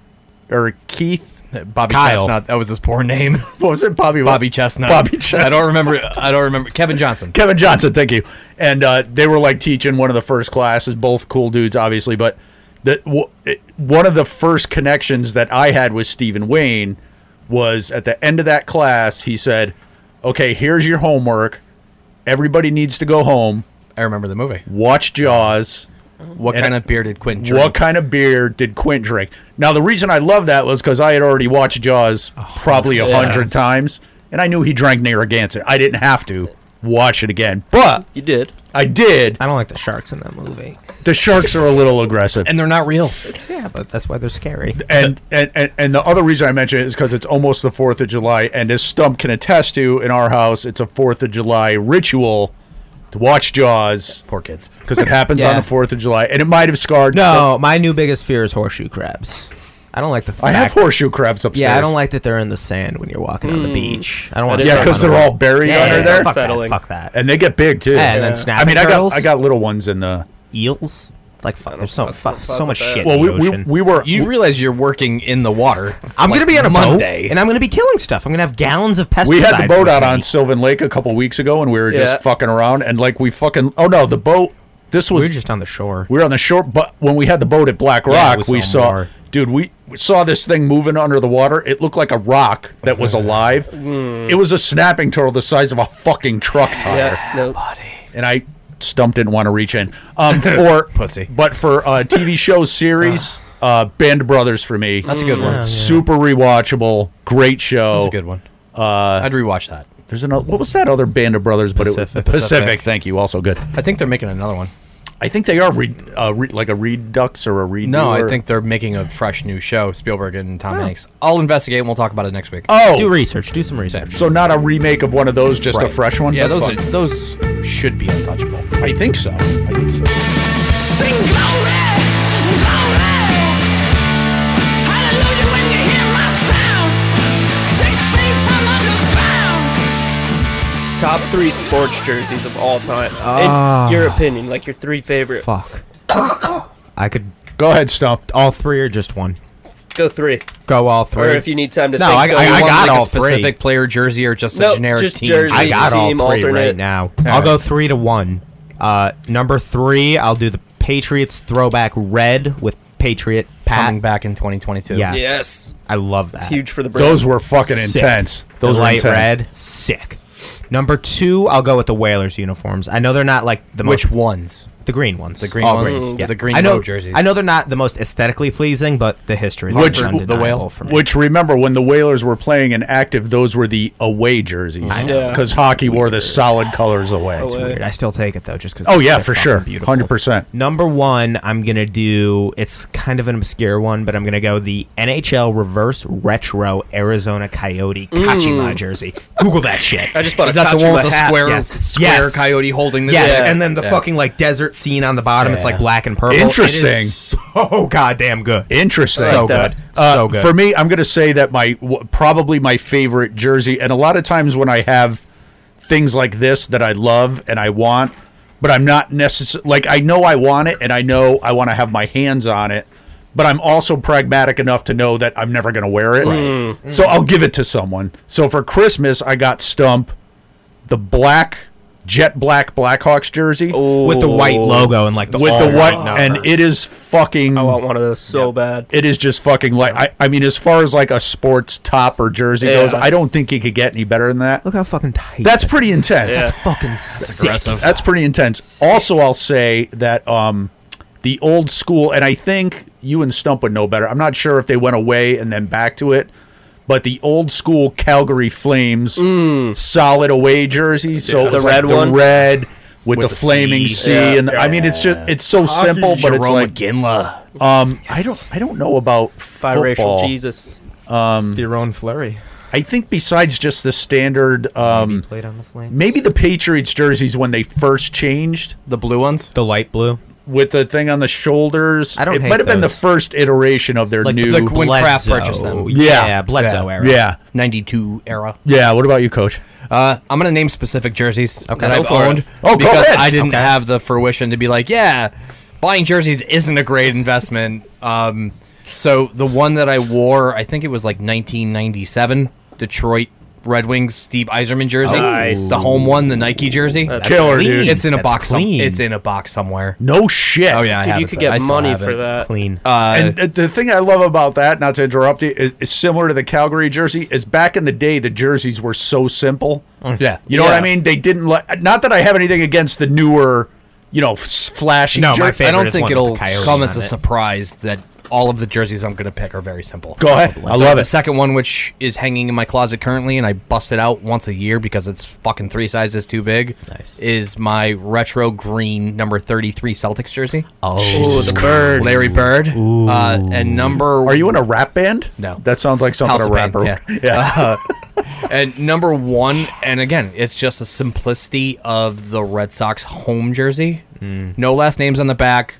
Speaker 2: or Keith? *laughs*
Speaker 1: Bobby
Speaker 3: Kyle.
Speaker 1: Chestnut. That was his poor name. *laughs*
Speaker 2: What was it? Bobby. what?
Speaker 1: Bobby Chestnut.
Speaker 2: Bobby Chestnut.
Speaker 1: I don't remember. I don't remember. Kevin Johnson.
Speaker 2: Kevin Johnson, thank you. And uh, they were like teaching one of the first classes. Both cool dudes, obviously, but the w- it- one of the first connections that I had with Stephen Wayne was at the end of that class. He said, "Okay, here's your homework. Everybody needs to go home,
Speaker 1: I remember the movie.
Speaker 2: watch Jaws."
Speaker 1: What
Speaker 2: And
Speaker 1: kind
Speaker 2: I-
Speaker 1: of beer did Quentin
Speaker 2: What
Speaker 1: drink?
Speaker 2: kind of beer did Quint drink? Now, the reason I love that was because I had already watched Jaws probably a hundred times, and I knew he drank Narragansett. I didn't have to watch it again, but
Speaker 4: You did.
Speaker 2: I did.
Speaker 3: I don't like the sharks in that movie.
Speaker 2: The sharks are a little aggressive.
Speaker 1: and they're not real.
Speaker 3: Yeah, but that's why they're scary.
Speaker 2: And, and, and, and the other reason I mention it is because it's almost the 4th of July, and as Stump can attest to, in our house, it's a 4th of July ritual to watch Jaws
Speaker 1: Poor kids.
Speaker 2: because it happens on
Speaker 3: Yeah.
Speaker 2: the 4th of July, and it might have scarred.
Speaker 3: No, my new biggest fear is horseshoe crabs. I don't like the. Fact,
Speaker 2: I have horseshoe crabs upstairs.
Speaker 3: Yeah, I don't like that they're in the sand when you're walking on the beach. I don't want.
Speaker 4: is
Speaker 2: Yeah,
Speaker 4: Yeah,
Speaker 2: because they're all buried under
Speaker 4: yeah,
Speaker 2: there,
Speaker 3: Fuck that,
Speaker 4: Hmm. Unsettling.
Speaker 3: fuck that.
Speaker 2: and they get big too.
Speaker 3: Yeah, and then
Speaker 2: I mean,
Speaker 3: snapping
Speaker 2: I got
Speaker 3: turtles.
Speaker 2: I got little ones in the.
Speaker 3: eels. Like fuck, there's so
Speaker 4: fuck-
Speaker 3: fuck,
Speaker 4: don't fuck
Speaker 3: so
Speaker 4: with
Speaker 3: much
Speaker 4: that.
Speaker 3: shit.
Speaker 2: Well,
Speaker 3: in
Speaker 2: we,
Speaker 3: the
Speaker 2: we,
Speaker 3: ocean.
Speaker 2: we were
Speaker 1: You realize you're working in the water.
Speaker 3: I'm
Speaker 1: like,
Speaker 3: gonna be on a
Speaker 1: Monday.
Speaker 3: boat, and I'm gonna be killing stuff. I'm gonna have gallons of pesticides.
Speaker 2: we had the boat
Speaker 3: with
Speaker 2: out
Speaker 3: me.
Speaker 2: on Sylvan Lake a couple weeks ago, and we were
Speaker 4: Yeah.
Speaker 2: just fucking around, and like we fucking. Oh no, the boat. This
Speaker 3: We
Speaker 2: was
Speaker 3: were just on the shore.
Speaker 2: We were on the shore, but when we had the boat at Black
Speaker 3: Yeah,
Speaker 2: Rock,
Speaker 3: we
Speaker 2: we
Speaker 3: saw
Speaker 2: saw,
Speaker 3: more.
Speaker 2: dude, we, we saw this thing moving under the water. It looked like a rock
Speaker 1: *laughs*
Speaker 2: that was alive.
Speaker 1: Hmm.
Speaker 2: It was a snapping turtle the size of a fucking truck tire,
Speaker 4: Yeah. No.
Speaker 2: and I stumped didn't want to reach in.
Speaker 1: *laughs*
Speaker 2: Um, for
Speaker 1: Pussy.
Speaker 2: but for uh, TV
Speaker 1: *laughs*
Speaker 2: show series, uh, Band of Brothers for me.
Speaker 1: That's a good one. That's
Speaker 2: Super rewatchable, great show.
Speaker 1: a good one. I'd rewatch that.
Speaker 2: There's another. What was that other Band of Brothers? But
Speaker 3: Pacific.
Speaker 2: it was Pacific.
Speaker 1: Pacific.
Speaker 2: Thank you. Also good.
Speaker 1: I think they're making another one.
Speaker 2: I think they are re, uh, re, like a redux or a redo.
Speaker 1: No, I
Speaker 2: or-
Speaker 1: think they're making a fresh new show. Spielberg and Tom Hanks. I'll investigate and we'll talk about it next week.
Speaker 2: Oh,
Speaker 3: Do research. Do some research.
Speaker 2: So not a remake of one of those, just a fresh one.
Speaker 1: Yeah,
Speaker 2: That's
Speaker 1: those are,
Speaker 2: fine.
Speaker 1: those should be untouchable.
Speaker 2: I think so. I think so.
Speaker 6: Sing glory, glory, hallelujah when you hear my sound. Six feet from underground.
Speaker 4: Top three sports jerseys of all time.
Speaker 2: Ah.
Speaker 4: In your opinion, like your three favorite.
Speaker 3: Fuck. I could.
Speaker 2: Go ahead, Stump.
Speaker 3: All three or just one.
Speaker 4: Go three.
Speaker 3: Go all three.
Speaker 4: Or if you need time to
Speaker 3: No,
Speaker 4: think,
Speaker 3: I-
Speaker 4: go
Speaker 3: I- I
Speaker 4: one.
Speaker 3: got
Speaker 1: like
Speaker 3: all
Speaker 1: a specific
Speaker 3: three.
Speaker 1: player jersey or just
Speaker 4: No,
Speaker 1: a generic
Speaker 4: just
Speaker 1: team.
Speaker 4: jersey.
Speaker 1: I-
Speaker 3: I got all
Speaker 4: team,
Speaker 3: three
Speaker 4: alternate.
Speaker 3: right now. I'll go three to one. Uh, number three, I'll do the Patriots throwback red with Patriot
Speaker 1: coming
Speaker 3: pat.
Speaker 1: back in 2022.
Speaker 3: Yeah.
Speaker 4: Yes.
Speaker 3: I love that.
Speaker 4: It's huge for the brand.
Speaker 2: Those were fucking
Speaker 3: Sick.
Speaker 2: intense. Those
Speaker 3: the
Speaker 2: were
Speaker 3: light
Speaker 2: intense.
Speaker 3: red, sick. Number two, I'll go with the Whalers uniforms. I know they're not like the
Speaker 1: Which
Speaker 3: most
Speaker 1: ones?
Speaker 3: The green ones. The
Speaker 1: green ones? Mm. The green
Speaker 3: I know,
Speaker 1: road jerseys.
Speaker 3: I know they're not the most aesthetically pleasing, but the history
Speaker 2: Which-
Speaker 3: is
Speaker 2: the
Speaker 3: undeniable
Speaker 1: whale?
Speaker 3: for me.
Speaker 2: Which remember when the Whalers were playing and active, those were the away jerseys
Speaker 4: know.
Speaker 2: because hockey wore the solid colors away.
Speaker 4: Away.
Speaker 3: Weird. I still take it though, just because.
Speaker 2: Oh, yeah, for sure. 100%.
Speaker 3: Number one, I'm gonna do. It's kind of an obscure one, but I'm gonna go the NHL reverse retro Arizona Coyote Kachima jersey. Google that shit.
Speaker 4: I just bought
Speaker 1: Is
Speaker 4: a
Speaker 1: that the one with
Speaker 4: Kachima
Speaker 1: the
Speaker 4: hat.
Speaker 1: square,
Speaker 3: Yes.
Speaker 1: square
Speaker 3: Yes.
Speaker 1: coyote holding the
Speaker 3: Yes,
Speaker 1: Yeah.
Speaker 3: and then the
Speaker 1: Yeah.
Speaker 3: fucking like desert scene on the bottom. It's like black and purple. It is
Speaker 2: Interesting.
Speaker 3: so *laughs* goddamn good.
Speaker 2: Interesting.
Speaker 3: So good.
Speaker 2: Uh,
Speaker 3: So good.
Speaker 2: For me, I'm going to say that my w- probably my favorite jersey, and a lot of times when I have things like this that I love and I want, but I'm not necessarily like I know I want it and I know I want to have my hands on it, but I'm also pragmatic enough to know that I'm never going to wear it. So I'll give it to someone. So for Christmas, I got Stump the black jet black Blackhawks jersey.
Speaker 3: with the white logo and like the
Speaker 2: With the
Speaker 3: all
Speaker 2: white,
Speaker 3: number.
Speaker 2: and it is fucking
Speaker 4: Oh, I want one of those so bad.
Speaker 2: it is just fucking like I, I mean as far as like a sports top or jersey
Speaker 4: Yeah.
Speaker 2: goes i don't think you could get any better than that
Speaker 3: look how fucking tight.
Speaker 2: that's pretty intense
Speaker 4: Yeah.
Speaker 3: that's fucking sick.
Speaker 1: aggressive.
Speaker 2: that's pretty intense also i'll say that um the old school and i think you and stump would know better i'm not sure if they went away and then back to it but the old school calgary flames solid away jersey so it
Speaker 4: Mm. The
Speaker 2: was
Speaker 4: red
Speaker 2: like the
Speaker 4: one?
Speaker 2: red with, the,
Speaker 1: the
Speaker 2: flaming
Speaker 1: sea.
Speaker 2: sea
Speaker 4: Yeah.
Speaker 2: and i mean it's just it's so simple but it's
Speaker 1: Jerome
Speaker 2: like
Speaker 1: Ginla.
Speaker 2: um i don't i don't know about
Speaker 4: Biracial
Speaker 2: football.
Speaker 4: Jesus.
Speaker 3: Their own flurry.
Speaker 2: I think besides just the standard, um,
Speaker 3: Played on the flame.
Speaker 2: maybe the Patriots jerseys when they first changed
Speaker 1: The blue ones?
Speaker 3: The light blue.
Speaker 2: with the thing on the shoulders.
Speaker 3: I don't
Speaker 2: It
Speaker 3: hate
Speaker 2: might have been the
Speaker 3: those.
Speaker 2: first iteration of their
Speaker 3: Like the
Speaker 2: new.
Speaker 1: like when Kraft
Speaker 3: Bledsoe.
Speaker 1: purchased them.
Speaker 2: Yeah.
Speaker 3: Yeah, Bledsoe
Speaker 1: Yeah.
Speaker 3: era.
Speaker 2: yeah,
Speaker 1: 92 era.
Speaker 2: yeah. What about you, Coach?
Speaker 1: Uh, I'm going to name specific jerseys that
Speaker 3: Go
Speaker 1: I've
Speaker 4: for it.
Speaker 1: owned
Speaker 2: Oh, go
Speaker 1: because
Speaker 2: ahead.
Speaker 1: I didn't have the fruition to be like, yeah, buying jerseys isn't a great investment. Um, so the one that I wore, I think it was like 1997 Detroit Red Wings Steve Eiserman jersey.
Speaker 4: Nice.
Speaker 1: The home one, the Nike jersey.
Speaker 2: Killer, dude.
Speaker 1: It's in a
Speaker 3: That's
Speaker 1: box. Some,
Speaker 3: clean.
Speaker 1: it's in a box somewhere.
Speaker 2: No shit.
Speaker 1: Oh yeah, I
Speaker 4: Dude,
Speaker 1: have
Speaker 4: you
Speaker 1: it,
Speaker 4: could
Speaker 1: so
Speaker 4: get
Speaker 1: I still
Speaker 4: money
Speaker 1: have
Speaker 4: for
Speaker 1: it.
Speaker 4: that.
Speaker 3: Clean.
Speaker 1: Uh,
Speaker 2: And uh, the thing I love about that, not to interrupt you, is, is similar to the Calgary jersey. Is back in the day, the jerseys were so simple.
Speaker 1: yeah,
Speaker 2: You know what
Speaker 4: Yeah.
Speaker 2: I mean? They didn't like. Not that I have anything against the newer, you know, s- flashy.
Speaker 3: No, my
Speaker 2: jer-
Speaker 3: favorite.
Speaker 1: I don't
Speaker 3: is
Speaker 1: think
Speaker 3: one with
Speaker 1: it'll
Speaker 3: the coyotes
Speaker 1: come as
Speaker 3: on
Speaker 1: a
Speaker 3: it.
Speaker 1: surprise that all of the jerseys I'm going to pick are very simple.
Speaker 2: Go ahead. I
Speaker 1: So
Speaker 2: love
Speaker 1: the
Speaker 2: it.
Speaker 1: second one, which is hanging in my closet currently, and I bust it out once a year because it's fucking three sizes too big.
Speaker 3: Nice.
Speaker 1: Is my retro green number thirty-three Celtics jersey?
Speaker 4: Ooh,
Speaker 3: Oh,
Speaker 4: the bird.
Speaker 1: Larry Bird. Uh, and number.
Speaker 2: Are you in a rap band?
Speaker 1: No.
Speaker 2: That sounds like something
Speaker 1: House
Speaker 2: a
Speaker 1: of Pain,
Speaker 2: rapper.
Speaker 1: yeah.
Speaker 2: *laughs* yeah.
Speaker 1: And number one, and again, it's just the simplicity of the Red Sox home jersey. No last names on the back.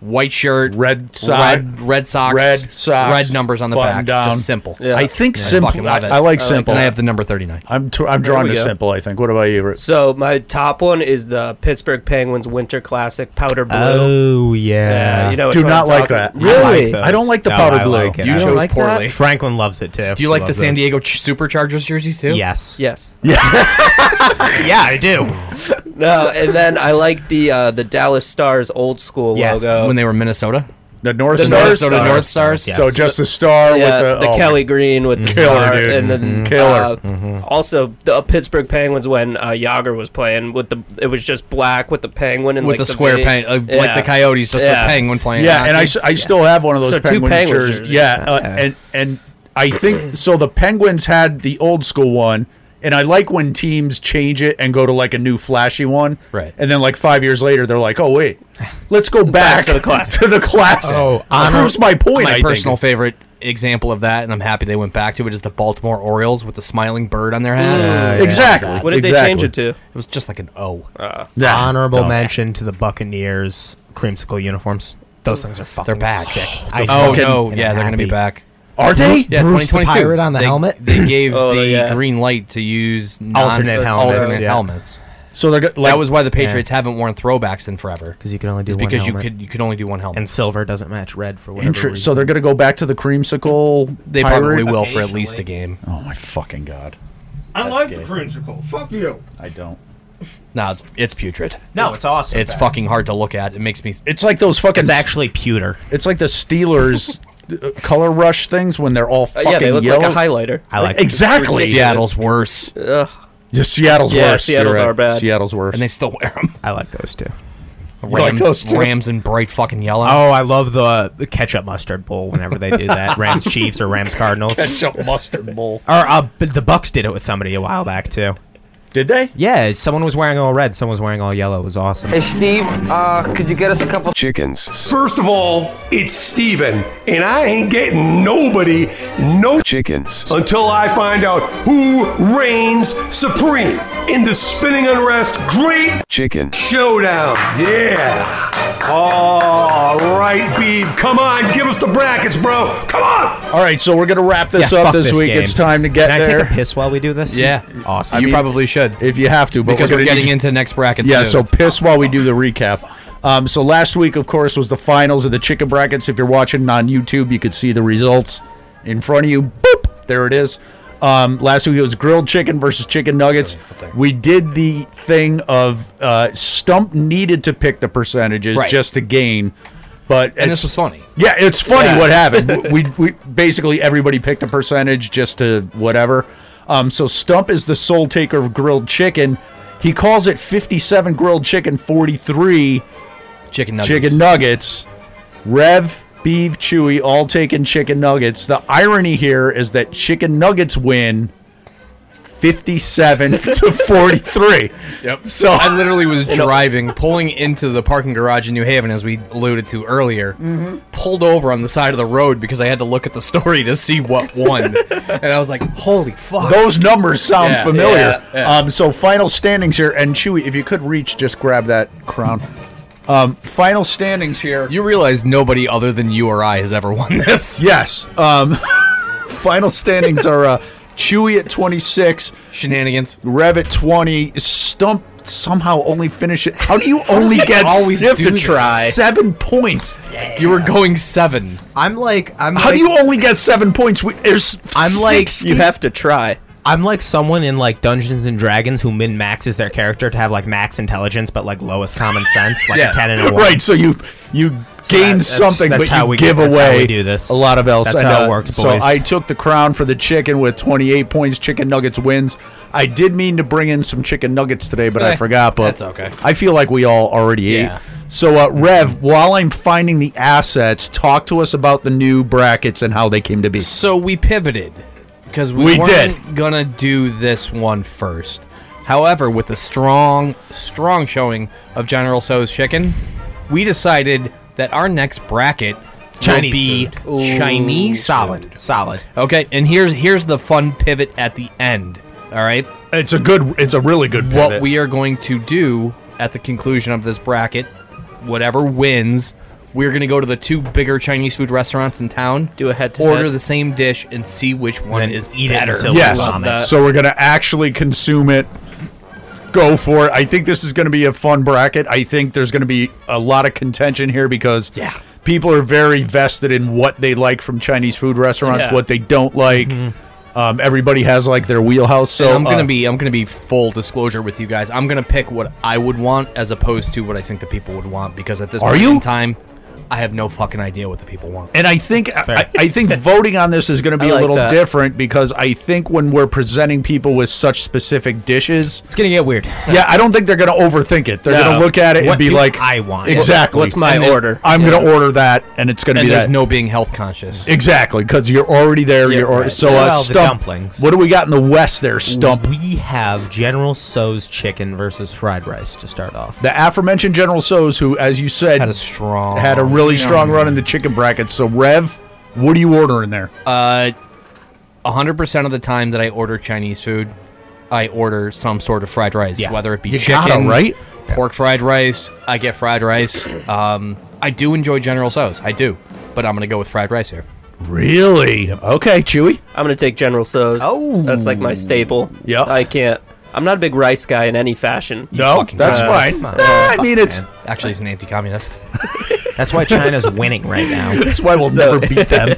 Speaker 1: White shirt,
Speaker 2: Hmm. Red Sox-
Speaker 1: red, red Sox,
Speaker 2: Red Sox,
Speaker 1: red numbers on the back.
Speaker 2: button down.
Speaker 1: Just simple.
Speaker 4: Yeah.
Speaker 2: I think
Speaker 1: I fucking
Speaker 2: simple. I,
Speaker 1: love it.
Speaker 2: I like simple.
Speaker 1: And
Speaker 2: I
Speaker 1: I have the number thirty-nine.
Speaker 2: am t- I'm drawn
Speaker 4: we
Speaker 2: to
Speaker 4: go.
Speaker 2: simple. I think. What about you? Ritz?
Speaker 4: So my top one is the Pittsburgh Penguins Winter Classic powder blue.
Speaker 3: oh
Speaker 4: Yeah,
Speaker 3: yeah.
Speaker 4: you know,
Speaker 2: Do
Speaker 4: which one
Speaker 2: not
Speaker 4: I'm
Speaker 2: like that.
Speaker 4: talking-
Speaker 2: Really?
Speaker 3: those.
Speaker 2: I don't like the
Speaker 3: No,
Speaker 2: powder
Speaker 3: I
Speaker 2: blue.
Speaker 3: like it.
Speaker 1: You
Speaker 3: I
Speaker 1: chose
Speaker 3: like that.
Speaker 1: poorly.
Speaker 3: Franklin loves it too.
Speaker 1: Do you like the
Speaker 3: Loves
Speaker 1: San
Speaker 3: those.
Speaker 1: Diego Ch- Superchargers jerseys too?
Speaker 3: Yes.
Speaker 4: Yes.
Speaker 3: *laughs* Yeah, I do.
Speaker 4: No, and then I like the uh, the Dallas Stars old school
Speaker 3: Yes.
Speaker 4: logo.
Speaker 1: When they were Minnesota,
Speaker 2: The North
Speaker 4: The
Speaker 2: Stars.
Speaker 1: Minnesota
Speaker 4: Stars.
Speaker 1: North Stars.
Speaker 3: Yeah.
Speaker 2: So just the star
Speaker 4: yeah,
Speaker 2: with the,
Speaker 4: the
Speaker 2: oh,
Speaker 4: Kelly Green with the
Speaker 2: Killer,
Speaker 4: star,
Speaker 2: dude.
Speaker 4: and then
Speaker 2: Killer.
Speaker 4: uh, also the Pittsburgh Penguins when uh, Yager was playing with the it was just black with the penguin and
Speaker 1: with
Speaker 4: like,
Speaker 1: the square
Speaker 4: V.
Speaker 1: peng, uh, like
Speaker 4: Yeah.
Speaker 1: the Coyotes, just
Speaker 4: Yeah.
Speaker 1: the penguin playing.
Speaker 2: Yeah,
Speaker 1: hockey.
Speaker 2: and I, s- I still have one of those
Speaker 4: So two
Speaker 2: penguin
Speaker 4: Penguins
Speaker 2: jerseys.
Speaker 4: jerseys.
Speaker 2: Yeah, uh, and and I think so. The Penguins had the old school one, and I like when teams change it and go to like a new flashy one.
Speaker 1: Right.
Speaker 2: and then like five years later, they're like, "Oh wait, let's go back,
Speaker 4: to the
Speaker 2: *laughs*
Speaker 4: classic."
Speaker 2: to the classic."
Speaker 3: Oh, on a-
Speaker 2: proves my point. I
Speaker 1: my
Speaker 2: think.
Speaker 1: personal favorite example of that, and I'm happy they went back to it, is the Baltimore Orioles with the smiling bird on their hat.
Speaker 2: exactly.
Speaker 4: What did they
Speaker 2: exactly.
Speaker 4: change it to? Uh,
Speaker 1: It was just like an O.
Speaker 3: Uh,
Speaker 2: Yeah.
Speaker 3: Honorable
Speaker 2: Dumb.
Speaker 3: mention to the Buccaneers creamsicle uniforms. Those things are fucking
Speaker 1: They're back.
Speaker 3: sick.
Speaker 1: oh
Speaker 2: fucking-
Speaker 1: no,
Speaker 3: and
Speaker 1: yeah,
Speaker 3: I'm
Speaker 1: they're gonna
Speaker 3: happy.
Speaker 1: be back.
Speaker 2: Are they?
Speaker 1: Yeah,
Speaker 3: Bruce the
Speaker 1: 2022.
Speaker 3: Pirate on the
Speaker 1: They-
Speaker 3: helmet?
Speaker 1: They gave
Speaker 3: *laughs*
Speaker 4: Oh,
Speaker 1: the
Speaker 4: yeah.
Speaker 1: green light to use non-
Speaker 3: Alternate helmets,
Speaker 1: alternate
Speaker 3: yeah.
Speaker 1: helmets.
Speaker 2: So they're go- like
Speaker 1: That was why the Patriots haven't worn throwbacks in forever.
Speaker 3: Because you can only do
Speaker 1: It's
Speaker 3: one
Speaker 1: because
Speaker 3: helmet.
Speaker 1: you could you could only do one helmet.
Speaker 3: and silver doesn't match red for whatever
Speaker 2: intre-
Speaker 3: reason.
Speaker 2: so they're going to go back to the creamsicle.
Speaker 1: they
Speaker 2: pirate?
Speaker 1: probably will for at least a game.
Speaker 2: Oh my fucking god!
Speaker 7: I like the creamsicle. Fuck you.
Speaker 2: I don't.
Speaker 1: No, it's it's putrid.
Speaker 3: no, it's awesome.
Speaker 1: It's fucking hard to look at. It
Speaker 2: *laughs*
Speaker 1: makes me.
Speaker 2: It's like those fucking.
Speaker 3: It's actually pewter.
Speaker 2: It's like the Steelers *laughs* uh, color rush things when they're all
Speaker 4: Uh,
Speaker 2: fucking
Speaker 4: yeah, they look
Speaker 2: yellow.
Speaker 4: like a highlighter.
Speaker 3: I like
Speaker 2: exactly.
Speaker 4: Yeah.
Speaker 1: Seattle's worse, and
Speaker 2: Yeah, Seattle's
Speaker 4: Yeah,
Speaker 2: worse.
Speaker 4: Seattle's
Speaker 2: You're right.
Speaker 4: are bad.
Speaker 2: Seattle's worse.
Speaker 1: they still wear them.
Speaker 3: I like those too.
Speaker 1: Rams,
Speaker 2: *laughs* like those two?
Speaker 1: Rams in bright fucking yellow.
Speaker 3: Oh, I love the, the ketchup mustard bowl whenever they do *laughs* that. Rams Chiefs or Rams Cardinals. Or
Speaker 2: Ketchup mustard bowl.
Speaker 3: uh, b- the Bucks did it with somebody a while back too.
Speaker 2: Did they?
Speaker 3: Yeah, someone was wearing all red, someone was wearing all yellow. It was awesome.
Speaker 8: Hey, Steve, uh, could you get us a couple
Speaker 9: Chickens.
Speaker 10: First of all, it's Steven, and I ain't getting nobody no
Speaker 9: Chickens.
Speaker 10: until I find out who reigns supreme in the spinning unrest great
Speaker 9: Chicken.
Speaker 10: showdown. Yeah. All right, Beef. Come on, give us the brackets, bro. Come on.
Speaker 2: All right, so we're gonna wrap
Speaker 3: Yeah,
Speaker 2: this
Speaker 3: fuck
Speaker 2: up this, week.
Speaker 3: game.
Speaker 2: It's time to get
Speaker 3: Can I
Speaker 2: there.
Speaker 3: take a piss while we do this?
Speaker 1: yeah,
Speaker 3: Awesome.
Speaker 1: You
Speaker 3: You
Speaker 1: probably should
Speaker 2: if you have to, but
Speaker 1: because
Speaker 2: we're,
Speaker 1: we're
Speaker 2: gonna
Speaker 1: getting
Speaker 2: need-
Speaker 1: into next bracket.
Speaker 2: Yeah, so
Speaker 1: soon.
Speaker 2: piss while we do the recap. Um, so last week, of course, was the finals of the chicken brackets. If you're watching on YouTube, you could see the results in front of you. Boop, there it is. Um, last week it was grilled chicken versus chicken nuggets. We did the thing of uh, Stump needed to pick the percentages
Speaker 1: Right.
Speaker 2: just to gain, but
Speaker 1: and this was funny.
Speaker 2: yeah, it's funny what
Speaker 1: *laughs*
Speaker 2: happened. we we basically everybody picked a percentage just to whatever. Um, so Stump is the sole taker of grilled chicken. He calls it 57 grilled chicken, 43
Speaker 1: Chicken nuggets.
Speaker 2: chicken nuggets. Rev, Beef, Chewy all taking chicken nuggets. The irony here is that chicken nuggets win 57 *laughs* to 43.
Speaker 1: Yep.
Speaker 2: So-
Speaker 1: So I literally was driving, pulling into the parking garage in New Haven, as we alluded to earlier. Pulled over on the side of the road because I had to look at the story to see what won, and I was like, "Holy fuck!"
Speaker 2: Those numbers sound
Speaker 1: Yeah,
Speaker 2: familiar.
Speaker 1: yeah, yeah.
Speaker 2: Um, so final standings here, and Chewy, if you could reach, just grab that crown. Um, final standings here.
Speaker 1: You realize nobody other than you or I has ever won this.
Speaker 2: yes. Um, *laughs* final standings are uh, Chewy at 26,
Speaker 1: Shenanigans.
Speaker 2: Rev at 20, Stump somehow only finish it. How do you only get
Speaker 1: always
Speaker 2: Stump
Speaker 1: do
Speaker 2: to
Speaker 1: this?
Speaker 2: try seven points?
Speaker 1: You were going seven.
Speaker 3: I'm like I'm
Speaker 2: How
Speaker 3: like,
Speaker 2: do you only get seven points? We, there's
Speaker 3: I'm like-
Speaker 2: 60
Speaker 4: You have to try.
Speaker 3: I'm like someone in like Dungeons and Dragons who min maxes their character to have like max intelligence but like lowest common sense, like a ten and a one.
Speaker 2: Right, so you you
Speaker 3: that-
Speaker 2: gain
Speaker 3: that's-
Speaker 2: something,
Speaker 3: that's
Speaker 2: but
Speaker 3: how
Speaker 2: you
Speaker 3: we-
Speaker 2: give
Speaker 3: that's how
Speaker 2: away
Speaker 3: we do this.
Speaker 2: a lot of else.
Speaker 3: That's
Speaker 2: and,
Speaker 3: how it
Speaker 2: uh,
Speaker 3: works,
Speaker 2: So
Speaker 3: boys.
Speaker 2: I took the crown for the chicken with 28 points. Chicken Nuggets wins. I did mean to bring in some chicken nuggets today, but I
Speaker 1: Eh,
Speaker 2: forgot. But
Speaker 1: that's okay.
Speaker 2: I feel like we all already
Speaker 1: Yeah.
Speaker 2: ate. So uh, Rev, while I'm finding the assets, talk to us about the new brackets and how they came to be.
Speaker 1: So we pivoted because we,
Speaker 2: We
Speaker 1: weren't
Speaker 2: did.
Speaker 1: gonna do this one first. However, with the strong, strong showing of General So's chicken, we decided that our next bracket
Speaker 3: Chinese
Speaker 1: will be Chinese.
Speaker 3: Solid. Solid.
Speaker 1: Okay, and here's here's the fun pivot at the end. All right,
Speaker 2: It's a good. It's a really good. Pivot.
Speaker 1: what we are going to do at the conclusion of this bracket, whatever wins, we're going to go to the two bigger Chinese food restaurants in town.
Speaker 4: Do a head-to-head.
Speaker 1: Order the same dish and see which one
Speaker 3: And
Speaker 1: is
Speaker 3: eat it
Speaker 1: better.
Speaker 3: until-
Speaker 2: Yes.
Speaker 3: Love that.
Speaker 2: So we're gonna actually consume it. Go for it. I think this is gonna be a fun bracket. I think there's gonna be a lot of contention here because
Speaker 1: Yeah.
Speaker 2: people are very vested in what they like from Chinese food restaurants,
Speaker 4: Yeah.
Speaker 2: what they don't like. Um, everybody has like their wheelhouse. So
Speaker 1: And I'm gonna
Speaker 2: uh,
Speaker 1: be I'm gonna be full disclosure with you guys. I'm gonna pick what I would want as opposed to what I think the people would want because at this
Speaker 2: Are
Speaker 1: point
Speaker 2: you?
Speaker 1: in time, I have no fucking idea what the people want.
Speaker 2: And I think I, I think voting on this is going to be a
Speaker 4: I like
Speaker 2: little
Speaker 4: that.
Speaker 2: different because I think when we're presenting people with such specific dishes,
Speaker 3: It's gonna get weird.
Speaker 2: yeah, I don't think they're going to overthink it. They're going to look at it
Speaker 3: What
Speaker 2: and be
Speaker 3: do
Speaker 2: like,
Speaker 3: I want?
Speaker 2: exactly.
Speaker 4: What's my
Speaker 2: And then
Speaker 4: order?
Speaker 2: I'm going to order that, and it's going to
Speaker 1: And
Speaker 2: be
Speaker 1: there's
Speaker 2: that.
Speaker 1: no being health conscious.
Speaker 2: exactly because you're already there. you're already,
Speaker 4: right.
Speaker 2: so uh,
Speaker 3: Well, the
Speaker 2: stump.
Speaker 3: dumplings.
Speaker 2: What do we got in the West there? Stump.
Speaker 3: We have General So's chicken versus fried rice to start off.
Speaker 2: The aforementioned General So's, who, as you said,
Speaker 1: Had a strong
Speaker 2: had a really strong run in the chicken bracket. So Rev, what are you ordering there?
Speaker 1: Uh, 100% of the time that I order Chinese food, I order some sort of fried rice,
Speaker 3: Yeah.
Speaker 1: whether it be
Speaker 2: You gotta,
Speaker 1: chicken,
Speaker 2: right?
Speaker 1: pork fried rice. I get fried rice. Um, I do enjoy General So's. I do. But I'm going to go with fried rice here.
Speaker 2: really? Okay, Chewy.
Speaker 4: I'm gonna take General So's.
Speaker 2: Oh.
Speaker 4: that's like my staple.
Speaker 2: Yeah.
Speaker 4: I can't. I'm not a big rice guy in any fashion.
Speaker 2: No,
Speaker 1: fucking
Speaker 2: that's
Speaker 1: gross.
Speaker 2: fine.
Speaker 3: Come on.
Speaker 2: Nah, I mean, it's
Speaker 3: man.
Speaker 1: Actually, he's an anti communist.
Speaker 3: That's why China's *laughs* winning right now.
Speaker 2: that's why we'll
Speaker 4: So-
Speaker 2: never beat them.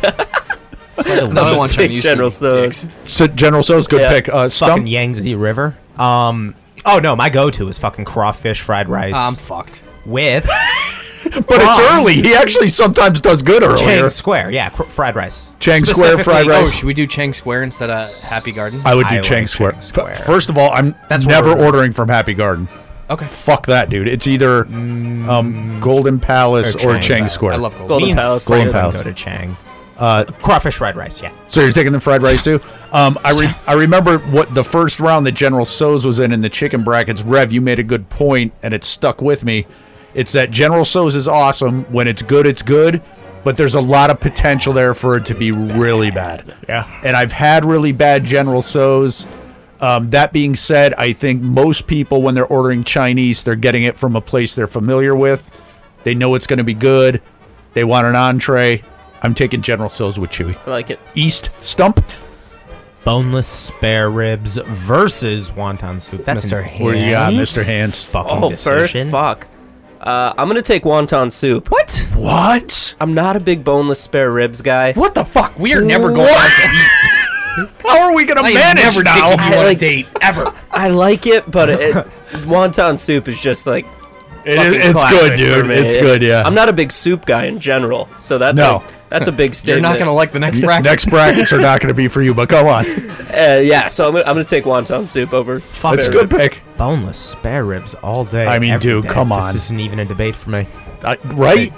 Speaker 1: no, I want
Speaker 4: Take
Speaker 1: Chinese
Speaker 4: General
Speaker 1: food, you
Speaker 4: So's.
Speaker 1: dicks.
Speaker 2: so General So's good
Speaker 4: Yeah.
Speaker 2: pick. Uh,
Speaker 3: fucking
Speaker 2: Stump.
Speaker 3: Yangtze River. Um. Oh no, my go-to is fucking crawfish fried rice
Speaker 1: I'm fucked.
Speaker 3: with
Speaker 2: But it's early. He actually sometimes does good earlier.
Speaker 3: Chang Square. Yeah, cr- fried rice.
Speaker 2: Chang Square fried
Speaker 3: Specifically-
Speaker 2: rice.
Speaker 1: Oh, should we do Chang Square instead of Happy Garden?
Speaker 2: I would
Speaker 3: I
Speaker 2: do
Speaker 3: like
Speaker 2: Chang
Speaker 3: Chang
Speaker 2: Square. F-
Speaker 3: Square.
Speaker 2: First of all, I'm
Speaker 3: That's what
Speaker 2: never
Speaker 3: we're-
Speaker 2: ordering from Happy Garden.
Speaker 1: Okay.
Speaker 2: Fuck that, dude. It's either
Speaker 3: Mm.
Speaker 2: um, Golden Palace
Speaker 3: Or
Speaker 2: or Chang,
Speaker 3: Chang, but
Speaker 2: Square.
Speaker 1: I love gold.
Speaker 4: Golden
Speaker 3: Me and
Speaker 4: Palace.
Speaker 2: Golden
Speaker 4: dude.
Speaker 2: Palace.
Speaker 3: Go to Chang. Uh, crawfish fried rice. Yeah.
Speaker 2: So you're taking the fried rice too? Um, I re- I remember what the first round that General So's was in in the chicken brackets. Rev, you made a good point, and it stuck with me. It's that General So's is awesome. When it's good, it's good, but there's a lot of potential there for it to be really bad.
Speaker 3: Yeah.
Speaker 2: And I've had really bad General So's. Um, that being said, I think most people, when they're ordering Chinese, they're getting it from a place they're familiar with. They know it's going to be good. They want an entree. I'm taking General So's with Chewy.
Speaker 4: I like it.
Speaker 2: East Stump.
Speaker 3: Boneless spare ribs versus wonton soup. That's
Speaker 1: Mr.
Speaker 3: an
Speaker 1: Hands.
Speaker 2: What do you got, Mr. Hands?
Speaker 3: Fucking
Speaker 4: Oh, first,
Speaker 3: decision.
Speaker 4: fuck. Uh, I'm gonna take wonton soup.
Speaker 3: What?
Speaker 2: What?
Speaker 4: I'm not a big boneless spare ribs guy.
Speaker 1: What the fuck? We are never going out
Speaker 4: *laughs*
Speaker 1: to eat.
Speaker 2: How are we gonna
Speaker 1: I am
Speaker 2: manage
Speaker 1: never
Speaker 2: now?
Speaker 1: taking you on a
Speaker 4: like-
Speaker 1: date ever.
Speaker 4: *laughs* I like it, but it, wonton soup is just like
Speaker 2: It
Speaker 4: fucking
Speaker 2: is- it's
Speaker 4: classic
Speaker 2: good,
Speaker 4: for
Speaker 2: dude.
Speaker 4: me.
Speaker 2: It's good, yeah.
Speaker 4: I'm not a big soup guy in general, so that's
Speaker 2: No.
Speaker 4: like- that's a big
Speaker 1: You're
Speaker 4: statement.
Speaker 1: not gonna like the next bracket.
Speaker 2: Next brackets are not gonna be for you, but go on.
Speaker 4: Uh, yeah, so I'm, gonna- I'm gonna take wonton soup over. Fuck
Speaker 2: It's a good pick,
Speaker 3: Boneless spare ribs all day.
Speaker 2: I mean,
Speaker 3: every
Speaker 2: dude,
Speaker 3: day.
Speaker 2: come on.
Speaker 3: This isn't even a debate for me.
Speaker 2: I, right?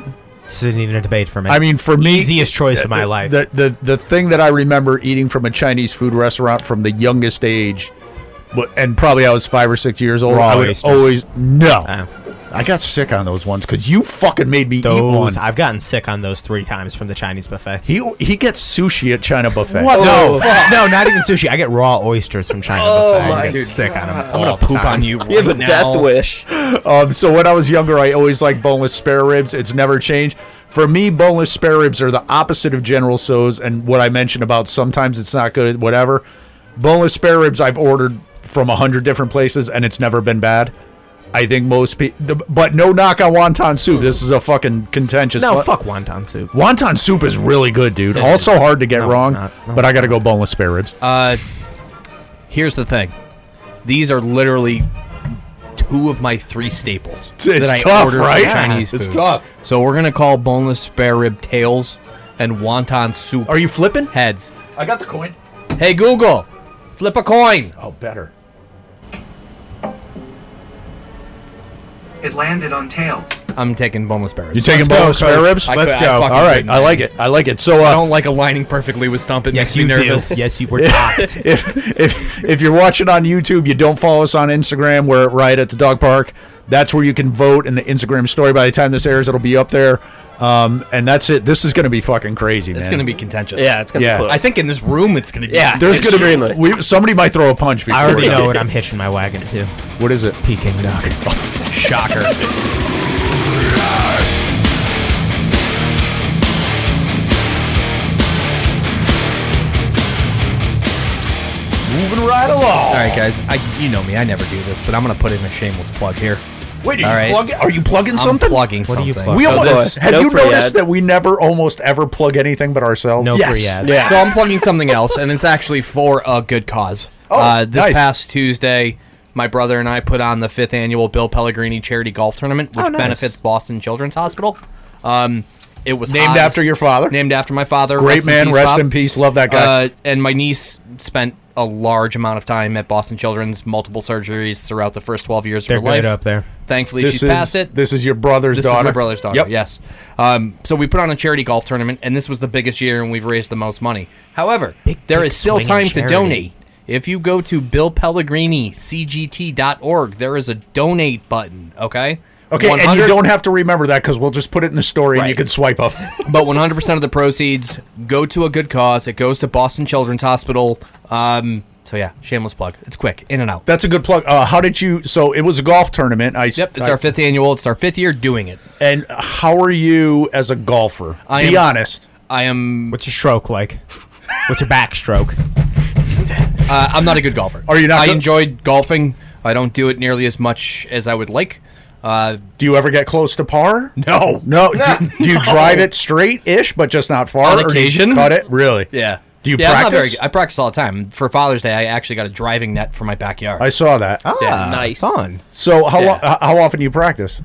Speaker 3: This isn't even a debate for me.
Speaker 2: I mean, for me,
Speaker 3: easiest choice of my
Speaker 2: the-
Speaker 3: life.
Speaker 2: The, the the thing that I remember eating from a Chinese food restaurant from the youngest age, but and probably I was five or six years old.
Speaker 3: Raw
Speaker 2: I would
Speaker 3: oysters.
Speaker 2: always no.
Speaker 1: Ah.
Speaker 3: Uh,
Speaker 2: I got sick on those ones because you fucking made me eat one.
Speaker 3: those I've gotten sick on those three times from the Chinese buffet.
Speaker 2: He he gets sushi at China buffet.
Speaker 3: No, no, not even sushi. I get raw oysters from China
Speaker 4: Oh
Speaker 3: buffet.
Speaker 4: my
Speaker 3: I get sick on them.
Speaker 1: I'm gonna poop on you.
Speaker 4: You have a
Speaker 1: right
Speaker 4: death
Speaker 1: now.
Speaker 4: wish.
Speaker 2: Um, so when I was younger, I always liked boneless spare ribs. It's never changed. For me, boneless spare ribs are the opposite of General So's and what I mentioned about sometimes it's not good, whatever. Boneless spare ribs I've ordered from a hundred different places and it's never been bad. I think most people, but no knock on wonton soup. This is a fucking contentious.
Speaker 3: No,
Speaker 2: fu-
Speaker 3: fuck wonton soup.
Speaker 2: Wonton soup is really good, dude. Also hard to get
Speaker 3: No, it's
Speaker 2: wrong,
Speaker 3: not. No,
Speaker 2: but I got to go boneless spare ribs.
Speaker 1: Uh, here's the thing. These are literally two of my three staples
Speaker 2: It's- it's tough, right? Yeah,
Speaker 1: Chinese
Speaker 2: it's
Speaker 1: food.
Speaker 2: tough.
Speaker 1: So we're gonna call boneless spare rib tails and wonton soup
Speaker 2: Are you flipping?
Speaker 1: heads.
Speaker 2: I got the coin.
Speaker 1: Hey Google, flip a coin.
Speaker 2: Oh, better.
Speaker 9: It landed on tails.
Speaker 1: I'm taking boneless spare ribs.
Speaker 2: You taking boneless spare ribs?
Speaker 1: I
Speaker 2: Let's
Speaker 1: could- I
Speaker 2: go.
Speaker 1: fucking
Speaker 2: All right,
Speaker 1: couldn't.
Speaker 2: I like it. I like it. So,
Speaker 1: I
Speaker 2: uh,
Speaker 1: don't like aligning perfectly with Stump. It makes
Speaker 3: Yes,
Speaker 1: me
Speaker 3: you do.
Speaker 1: nervous.
Speaker 3: Yes, you were docked.
Speaker 2: if *laughs* if if you're watching on YouTube, you don't follow us on Instagram. We're at Riot at the Dog Park. That's where you can vote in the Instagram story. By the time this airs, it'll be up there. Um, and that's it. This is going to be fucking crazy, man.
Speaker 1: It's gonna be contentious.
Speaker 4: Yeah, it's gonna
Speaker 2: Yeah.
Speaker 4: be close.
Speaker 1: I think in this room it's gonna be.
Speaker 4: Yeah.
Speaker 2: There's going
Speaker 4: Extremely.
Speaker 2: to be we, somebody might throw a punch. Before
Speaker 3: *laughs* I already
Speaker 2: we're done.
Speaker 3: know what I'm hitching my wagon to.
Speaker 2: What is it?
Speaker 3: Peking duck. Shocker.
Speaker 2: Moving right along.
Speaker 1: All right, guys. I you know me. I never do this, but I'm gonna put in a shameless plug here.
Speaker 2: Wait, are you
Speaker 1: All right.
Speaker 2: plugging? Are you plugging something?
Speaker 1: I'm plugging
Speaker 3: What do you
Speaker 1: something.
Speaker 3: plug?
Speaker 2: We
Speaker 4: So
Speaker 2: almost,
Speaker 4: this-
Speaker 2: have
Speaker 4: no
Speaker 2: you
Speaker 4: free
Speaker 2: noticed
Speaker 4: ads.
Speaker 2: that we never almost ever plug anything but ourselves?
Speaker 3: No
Speaker 2: yes.
Speaker 3: free ads.
Speaker 1: Yeah. So I'm plugging something else, and it's actually for a good cause.
Speaker 2: Oh,
Speaker 1: uh, this
Speaker 2: nice.
Speaker 1: past Tuesday, my brother and I put on the fifth annual Bill Pellegrini charity golf tournament,
Speaker 2: Oh,
Speaker 1: which
Speaker 3: nice.
Speaker 1: benefits Boston Children's Hospital. Um, it was
Speaker 2: Named
Speaker 1: Oz-
Speaker 2: after your
Speaker 1: *laughs*
Speaker 2: father.
Speaker 1: named after my father.
Speaker 2: Great
Speaker 1: Rest in
Speaker 2: man.
Speaker 1: peace,
Speaker 2: rest
Speaker 1: Bob.
Speaker 2: in peace. Love that guy.
Speaker 1: Uh, and my niece spent a large amount of time at Boston Children's, multiple surgeries throughout the first 12 years
Speaker 3: They're
Speaker 1: of her life.
Speaker 3: good up there.
Speaker 1: Thankfully, she's
Speaker 2: is
Speaker 1: passed it.
Speaker 2: this is your brother's
Speaker 1: This
Speaker 2: daughter.
Speaker 1: is my brother's daughter.
Speaker 2: Yep.
Speaker 1: Yes. Um, so we put on a charity golf tournament, and this was the biggest year, and we've raised the most money. However,
Speaker 3: Big
Speaker 1: there
Speaker 3: dick
Speaker 1: is still
Speaker 3: swinging
Speaker 1: time to
Speaker 3: charity.
Speaker 1: donate. If you go to BillPellegriniCGT.org, there is a donate button. Okay.
Speaker 2: Okay, and
Speaker 1: 100
Speaker 2: you don't have to remember that because we'll just put it in the story and you
Speaker 1: Right.
Speaker 2: can swipe up. *laughs*
Speaker 1: But 100% of the proceeds go to a good cause. It goes to Boston Children's Hospital. Um, so yeah, shameless plug. It's quick, in and out.
Speaker 2: That's a good plug. Uh, how did you? So it was a golf tournament. I
Speaker 1: Yep, it's
Speaker 2: I-
Speaker 1: our fifth annual. It's our fifth year doing it.
Speaker 2: And how are you as a golfer?
Speaker 1: I
Speaker 2: Be
Speaker 1: am-
Speaker 2: honest.
Speaker 1: I am.
Speaker 3: What's your stroke like? What's your backstroke?
Speaker 1: Uh, I'm not a good golfer.
Speaker 2: Are you not
Speaker 1: I
Speaker 2: good?
Speaker 1: enjoyed golfing. I don't do it nearly as much as I would like. Uh,
Speaker 2: Do you ever get close to par?
Speaker 1: no. *laughs*
Speaker 2: No. Do, do you drive it straight ish, but just not far?
Speaker 1: On
Speaker 2: or do you
Speaker 1: occasion.
Speaker 2: cut it. Really?
Speaker 1: Yeah.
Speaker 2: Do you
Speaker 1: yeah, I'm not very
Speaker 2: practice?
Speaker 1: good. I practice all the time. For Father's Day, I actually got a driving net for my backyard.
Speaker 2: I saw that.
Speaker 1: Yeah.
Speaker 4: nice.
Speaker 3: Fun.
Speaker 2: So how
Speaker 1: Yeah.
Speaker 2: lo- h- how often do you practice?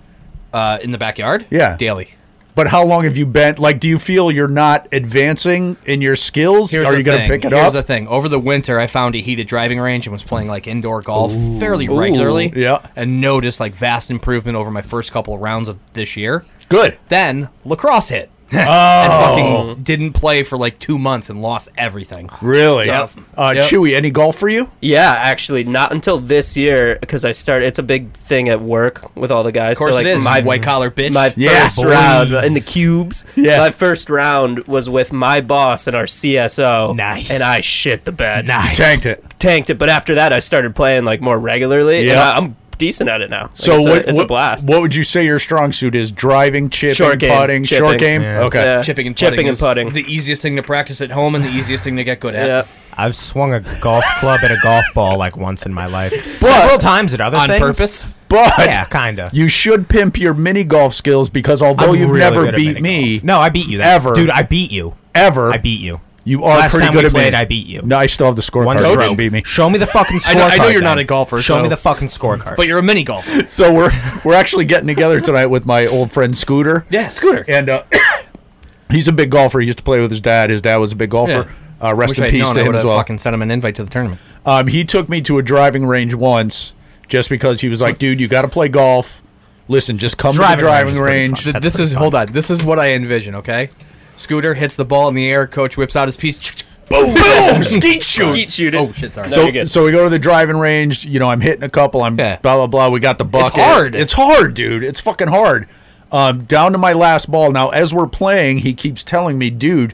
Speaker 1: Uh, in the backyard?
Speaker 2: Yeah.
Speaker 1: Daily.
Speaker 2: But how long have you been? Like, do you feel you're not advancing in your skills?
Speaker 1: Here's
Speaker 2: Are
Speaker 1: the
Speaker 2: you going to
Speaker 1: thing.
Speaker 2: pick it
Speaker 1: Here's the
Speaker 2: up?
Speaker 1: thing. Over the winter, I found a heated driving range and was playing like indoor golf fairly regularly.
Speaker 2: Yeah.
Speaker 1: And noticed like vast improvement over my first couple of rounds of this year.
Speaker 2: Good.
Speaker 1: Then lacrosse hit. *laughs*
Speaker 2: Oh,
Speaker 1: Fucking didn't play for like two months and lost everything.
Speaker 2: really?
Speaker 1: Yep.
Speaker 2: Uh,
Speaker 1: Yep.
Speaker 2: Chewy, any golf for you?
Speaker 4: Yeah, actually, not until this year because I started. It's a big thing at work with all the guys.
Speaker 1: Of course
Speaker 4: so, like,
Speaker 1: it is.
Speaker 4: My
Speaker 1: My white collar bitch.
Speaker 4: my
Speaker 2: Yeah,
Speaker 4: first
Speaker 2: boys.
Speaker 4: round in the cubes.
Speaker 2: Yeah.
Speaker 4: My first round was with my boss and our CSO.
Speaker 3: Nice.
Speaker 4: And I shit the bed. Nice.
Speaker 2: Tanked it.
Speaker 4: Tanked it. But after that, I started playing like more regularly.
Speaker 2: Yeah.
Speaker 4: Yeah. I'm decent at it now. Like,
Speaker 2: So
Speaker 4: it's,
Speaker 2: what,
Speaker 4: a, it's
Speaker 2: what,
Speaker 4: a blast.
Speaker 2: What would you say your strong suit is? Driving, chipping,
Speaker 4: Short game,
Speaker 2: putting, short
Speaker 4: chipping.
Speaker 2: game. Okay.
Speaker 4: Yeah.
Speaker 1: Uh, chipping and putting
Speaker 4: Chipping and
Speaker 1: is
Speaker 4: putting.
Speaker 1: The easiest thing to practice at home and the easiest thing to get good at.
Speaker 4: yeah.
Speaker 3: I've swung a golf club at a golf ball like once in my life.
Speaker 2: But-
Speaker 3: Several times at other
Speaker 1: On
Speaker 3: things. Oh,
Speaker 1: purpose.
Speaker 2: But
Speaker 3: Yeah, kinda.
Speaker 2: You should pimp your mini golf skills because although
Speaker 3: I'm
Speaker 2: you've
Speaker 3: really
Speaker 2: never
Speaker 3: good at
Speaker 2: beat
Speaker 3: mini
Speaker 2: me,
Speaker 3: golf. No, I beat you. That,
Speaker 2: ever.
Speaker 3: dude. I beat you.
Speaker 2: ever,
Speaker 3: I beat you.
Speaker 2: you are
Speaker 3: Last
Speaker 2: pretty
Speaker 3: time
Speaker 2: good
Speaker 3: we
Speaker 2: at
Speaker 3: played,
Speaker 2: mini.
Speaker 3: I beat you.
Speaker 2: No, I still have the scorecard.
Speaker 3: One
Speaker 2: You
Speaker 3: stroke.
Speaker 2: didn't beat
Speaker 3: *laughs*
Speaker 2: me.
Speaker 3: Show me the fucking
Speaker 1: I
Speaker 3: scorecard.
Speaker 1: know- I know you're
Speaker 3: then.
Speaker 1: not a golfer,
Speaker 3: Show me
Speaker 1: so-
Speaker 3: the fucking scorecard.
Speaker 1: But you're a mini golfer.
Speaker 2: So we're we're actually getting together tonight with my old friend Scooter.
Speaker 1: *laughs* yeah, scooter.
Speaker 2: and uh, *coughs* he's a big golfer. He used to play with his dad. His dad was a big golfer.
Speaker 1: Yeah.
Speaker 2: Uh, rest
Speaker 1: Wish
Speaker 2: in
Speaker 1: I'd
Speaker 2: peace
Speaker 1: known,
Speaker 2: to
Speaker 1: I
Speaker 2: him
Speaker 1: would've
Speaker 2: as well.
Speaker 1: fucking sent him an invite to the tournament.
Speaker 2: Um, he took me to a driving range once, just because he was like, "Dude, you got to play golf. Listen, just come to the
Speaker 3: Driving range
Speaker 2: driving
Speaker 3: is pretty
Speaker 2: range."
Speaker 3: fun.
Speaker 1: Th- this is hold on. This is what I envision. Okay, Scooter hits the ball in the air. Coach whips out his piece. Boom!
Speaker 2: Boom! Skeet shoot.
Speaker 4: Skeet shoot it.
Speaker 1: Oh shit! Sorry.
Speaker 4: No, you're
Speaker 2: So,
Speaker 4: good.
Speaker 2: so we go to the driving range. You know, I'm hitting a couple. I'm
Speaker 1: Yeah.
Speaker 2: blah blah blah. We got the bucket.
Speaker 1: hard.
Speaker 2: It's hard, dude. It's fucking hard. Um, down to my last ball now. As we're playing, he keeps telling me, dude,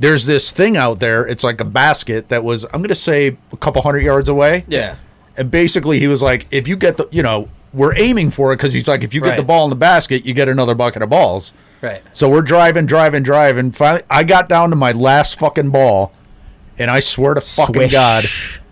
Speaker 2: there's this thing out there. It's like a basket that was I'm gonna say a couple hundred yards away.
Speaker 1: yeah.
Speaker 2: And basically, he was like, if you get the, you know, we're aiming for it because he's like, if you get
Speaker 1: Right.
Speaker 2: the ball in the basket, you get another bucket of balls.
Speaker 1: Right.
Speaker 2: So we're driving, driving, driving. Finally, I got down to my last fucking ball, and I swear to fucking
Speaker 3: Swish.
Speaker 2: God,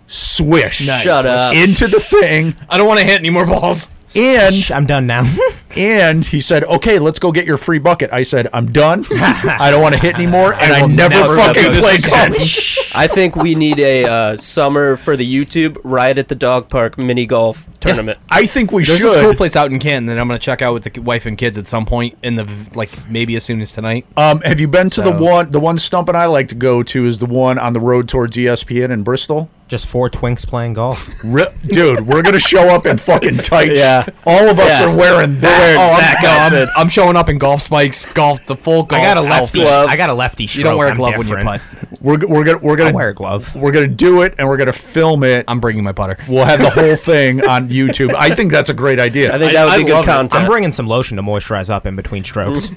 Speaker 2: swish.
Speaker 4: Shut up.
Speaker 2: Into the thing,
Speaker 1: I don't want to hit any more balls.
Speaker 2: and
Speaker 3: I'm done now. *laughs*
Speaker 2: and he said, "Okay, let's go get your free bucket." I said,
Speaker 1: *laughs*
Speaker 2: "I'm done. I don't want to hit anymore, and I,
Speaker 1: will
Speaker 2: never,
Speaker 1: never
Speaker 2: fucking
Speaker 1: do this
Speaker 2: play
Speaker 1: again."
Speaker 2: golf."
Speaker 4: I think we need a uh, summer for the YouTube ride at the dog park mini golf tournament.
Speaker 2: *laughs* I think
Speaker 1: *laughs*
Speaker 2: we
Speaker 1: There's
Speaker 2: should.
Speaker 1: a school place out in Canton that I'm gonna check out with the k- wife and kids at some point in the v- like maybe as soon as tonight.
Speaker 2: Um, have you been to the
Speaker 1: So-
Speaker 2: one? The one Stump and I like to go to is the one on the road towards E ESPN in Bristol.
Speaker 3: Just four twinks playing golf.
Speaker 1: *laughs*
Speaker 2: Ri Dude, we're gonna show up in fucking tights.
Speaker 4: *laughs* Yeah.
Speaker 2: all of us
Speaker 4: Yeah.
Speaker 2: are wearing that.
Speaker 4: wearing
Speaker 2: Oh, I'm-
Speaker 4: sack
Speaker 1: no, I'm,
Speaker 4: outfits.
Speaker 1: I'm showing up in golf spikes, golf the full golf.
Speaker 3: I got a
Speaker 1: outfit.
Speaker 3: lefty.
Speaker 4: glove.
Speaker 3: I got a lefty. Stroke.
Speaker 1: You don't wear a
Speaker 3: I'm
Speaker 1: glove when you
Speaker 3: different.
Speaker 1: putt.
Speaker 2: we're g- we're gonna we're
Speaker 3: I
Speaker 2: gonna
Speaker 3: wear a glove.
Speaker 2: We're gonna do it, and we're gonna film it.
Speaker 1: I'm bringing my putter.
Speaker 2: we'll have the whole thing on YouTube. I think that's a great idea.
Speaker 4: I think that would
Speaker 1: I-
Speaker 4: be
Speaker 1: I
Speaker 4: good
Speaker 1: love it.
Speaker 4: content.
Speaker 3: I'm bringing some lotion to moisturize up in
Speaker 1: *laughs*
Speaker 3: between strokes.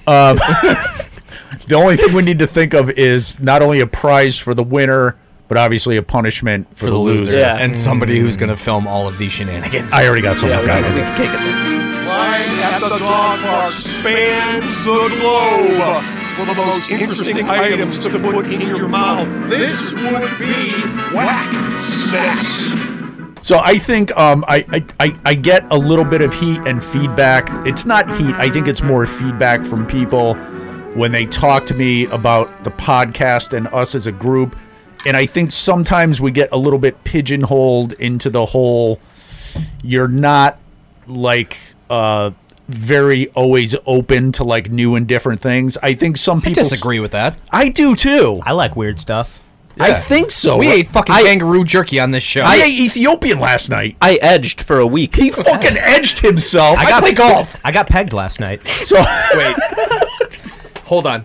Speaker 2: the only thing we need to think of is not only a prize for the winner, but obviously a punishment for, the, loser.
Speaker 4: Yeah.
Speaker 1: and somebody who's gonna film all of these shenanigans.
Speaker 2: I already got something.
Speaker 4: yeah, we
Speaker 2: for that.
Speaker 4: could, we could kick it. There.
Speaker 5: Line at the dog park spans the globe for the most interesting items to put in your mouth. This would be whack sex.
Speaker 2: So I think um, I, I, I, I get a little bit of heat and feedback. It's not heat. I think it's more feedback from people when they talk to me about the podcast and us as a group. And I think sometimes we get a little bit pigeonholed into the whole you're not like uh, very always open to like new and diffent things. I think some
Speaker 1: I
Speaker 2: people
Speaker 1: disagree with that.
Speaker 2: I do too.
Speaker 3: I like weird stuff.
Speaker 2: I think so.
Speaker 1: We ate fucking kangaroo jerky on this show.
Speaker 2: I ate Ethiopian last night.
Speaker 4: I edged for a week.
Speaker 2: He fucking edged himself.
Speaker 1: I play golf.
Speaker 3: I got pegged last night.
Speaker 2: So
Speaker 1: *laughs* Wait. Hold on.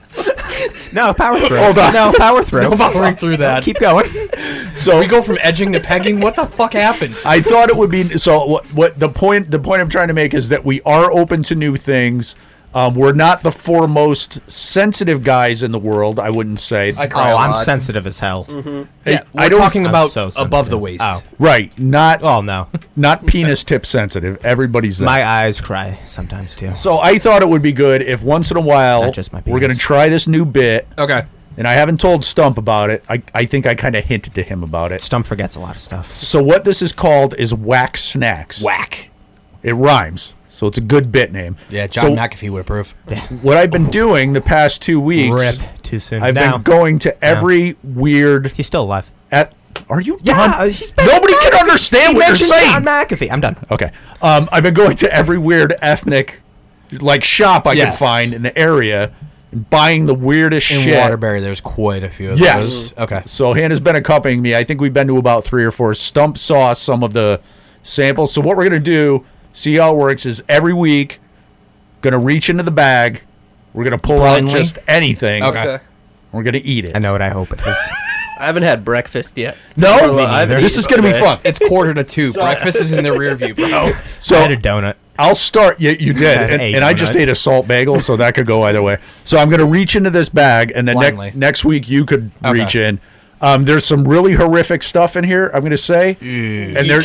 Speaker 1: *laughs*
Speaker 3: No power through.
Speaker 2: Hold on.
Speaker 3: No power through.
Speaker 1: No bothering through that. *laughs*
Speaker 3: Keep going. Oh,
Speaker 2: so
Speaker 1: We go from edging to pegging. What the fuck happened?
Speaker 2: I thought it would be so. What, what the point? The point I'm trying to make is that we are open to new things. Um, we're not the foremost sensitive guys in the world. I wouldn't say.
Speaker 1: I
Speaker 3: Oh,
Speaker 1: cry a
Speaker 3: I'm
Speaker 1: lot. Mm-hmm.
Speaker 3: sensitive as hell.
Speaker 1: Yeah, we're
Speaker 2: I don't-
Speaker 1: talking
Speaker 3: I'm
Speaker 1: about
Speaker 3: so
Speaker 1: above
Speaker 3: sensitive.
Speaker 1: the waist.
Speaker 3: Oh.
Speaker 2: right, not
Speaker 1: *laughs*
Speaker 3: Oh no,
Speaker 2: not penis tip sensitive. Everybody's that.
Speaker 3: my eyes cry sometimes too.
Speaker 2: so I thought it would be good if once in a while
Speaker 3: Not just my
Speaker 2: we're
Speaker 3: penis.
Speaker 2: going to try this new bit.
Speaker 1: Okay.
Speaker 2: And I haven't told Stump about it. I, I think I kind of hinted to him about it.
Speaker 3: Stump forgets a lot of stuff.
Speaker 2: So what this is called is whack snacks.
Speaker 1: Whack.
Speaker 2: It rhymes, so it's a good bit name.
Speaker 1: Yeah, John
Speaker 2: So
Speaker 1: McAfee would approve.
Speaker 2: What I've been doing the past two weeks.
Speaker 3: Rip too soon.
Speaker 2: I've
Speaker 3: No.
Speaker 2: been going to every weird.
Speaker 3: He's still alive.
Speaker 2: At, are you?
Speaker 3: Yeah,
Speaker 2: done?
Speaker 3: he's been-
Speaker 2: Nobody can understand
Speaker 3: He
Speaker 2: what you're
Speaker 3: mentioned
Speaker 2: saying.
Speaker 3: John McAfee. I'm done.
Speaker 2: okay, um, I've been going to every weird ethnic like shop I
Speaker 1: Yes.
Speaker 2: could find in the area and buying the weirdest
Speaker 1: In
Speaker 2: shit.
Speaker 1: Waterbury, there's quite a few of
Speaker 2: Yes.
Speaker 1: those. Okay.
Speaker 2: So Hannah's been accompanying me. I think we've been to about three or four. Stump saw some of the samples. So what we're gonna do, see how it works, is every week, gonna reach into the bag. We're gonna pull
Speaker 1: Blindly?
Speaker 2: out just anything.
Speaker 1: Okay.
Speaker 4: Okay.
Speaker 2: We're gonna eat it.
Speaker 3: I know what I hope it *laughs* is.
Speaker 4: I haven't had breakfast yet.
Speaker 2: No,
Speaker 4: Well, I haven't
Speaker 2: this
Speaker 4: eaten
Speaker 2: is gonna be
Speaker 4: today.
Speaker 2: fun.
Speaker 1: It's quarter to
Speaker 4: *laughs*
Speaker 1: two. Breakfast is in the rear view, bro.
Speaker 3: I
Speaker 2: So
Speaker 3: had a donut.
Speaker 2: I'll start. Yeah, you did,
Speaker 3: had
Speaker 2: and,
Speaker 3: egg
Speaker 2: and I just
Speaker 3: donut.
Speaker 2: ate a salt bagel, so that could go either way. So I'm going to reach into this bag, and then
Speaker 1: Blindly.
Speaker 2: ne- next week you could
Speaker 1: Okay.
Speaker 2: reach in. Um, there's some really horrific stuff in here. I'm going to say, and there,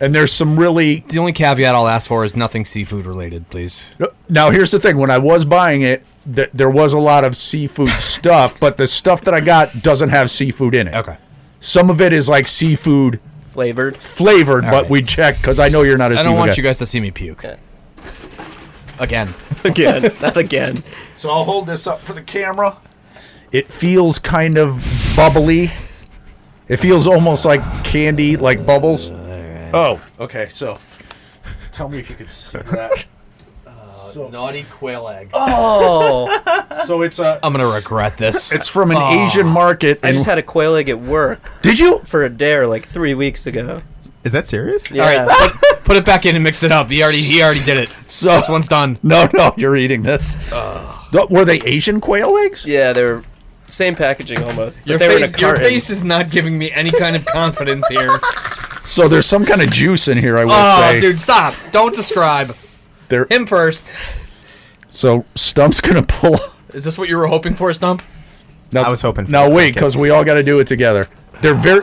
Speaker 2: and there's some really.
Speaker 1: The only caveat I'll ask for is nothing seafood related, please.
Speaker 2: Now here's the thing: when I was buying it, th- there was a lot
Speaker 1: *laughs*
Speaker 2: of seafood stuff, but the stuff that I got doesn't have seafood in it.
Speaker 1: Okay.
Speaker 2: Some of it is like seafood
Speaker 4: flavored.
Speaker 2: flavored, but
Speaker 1: right.
Speaker 2: we checked because I know you're not a
Speaker 1: I
Speaker 2: seafood
Speaker 1: don't want
Speaker 2: guy.
Speaker 1: you guys to see me puke.
Speaker 4: Okay.
Speaker 1: Again.
Speaker 4: Again, *laughs* not again.
Speaker 2: So I'll hold this up for the camera. It feels kind of bubbly. It feels almost like candy, like bubbles. Oh, okay. So tell me if you
Speaker 1: *laughs*
Speaker 2: could see that.
Speaker 1: Uh, Naughty quail egg.
Speaker 4: Oh,
Speaker 2: So it's a.
Speaker 1: I'm gonna regret this.
Speaker 2: It's from an
Speaker 1: Oh.
Speaker 2: Asian market.
Speaker 4: I
Speaker 2: in-
Speaker 4: just had a quail egg at work
Speaker 2: did you?
Speaker 4: for a dare like three weeks ago.
Speaker 3: Is that serious?
Speaker 4: Yeah.
Speaker 1: All right, put, put it back in and mix it up. He already he already did it.
Speaker 2: So-
Speaker 1: this one's done.
Speaker 2: No, no, you're eating this. No, Were they Asian quail eggs?
Speaker 4: Yeah, they were same packaging almost. But
Speaker 1: Your
Speaker 4: they were in a
Speaker 1: face, your
Speaker 4: carton.
Speaker 1: face is not giving me any kind of confidence here.
Speaker 2: So there's some kind of juice in here. I will
Speaker 1: oh,
Speaker 2: say.
Speaker 1: dude, stop! Don't describe
Speaker 2: There-
Speaker 1: him first.
Speaker 2: So Stump's gonna pull.
Speaker 1: Is this what you were hoping for, Stump?
Speaker 2: Now,
Speaker 3: I was hoping for
Speaker 2: Now
Speaker 3: the
Speaker 2: wait,
Speaker 3: crickets.
Speaker 2: because we all got to do it together. They're very.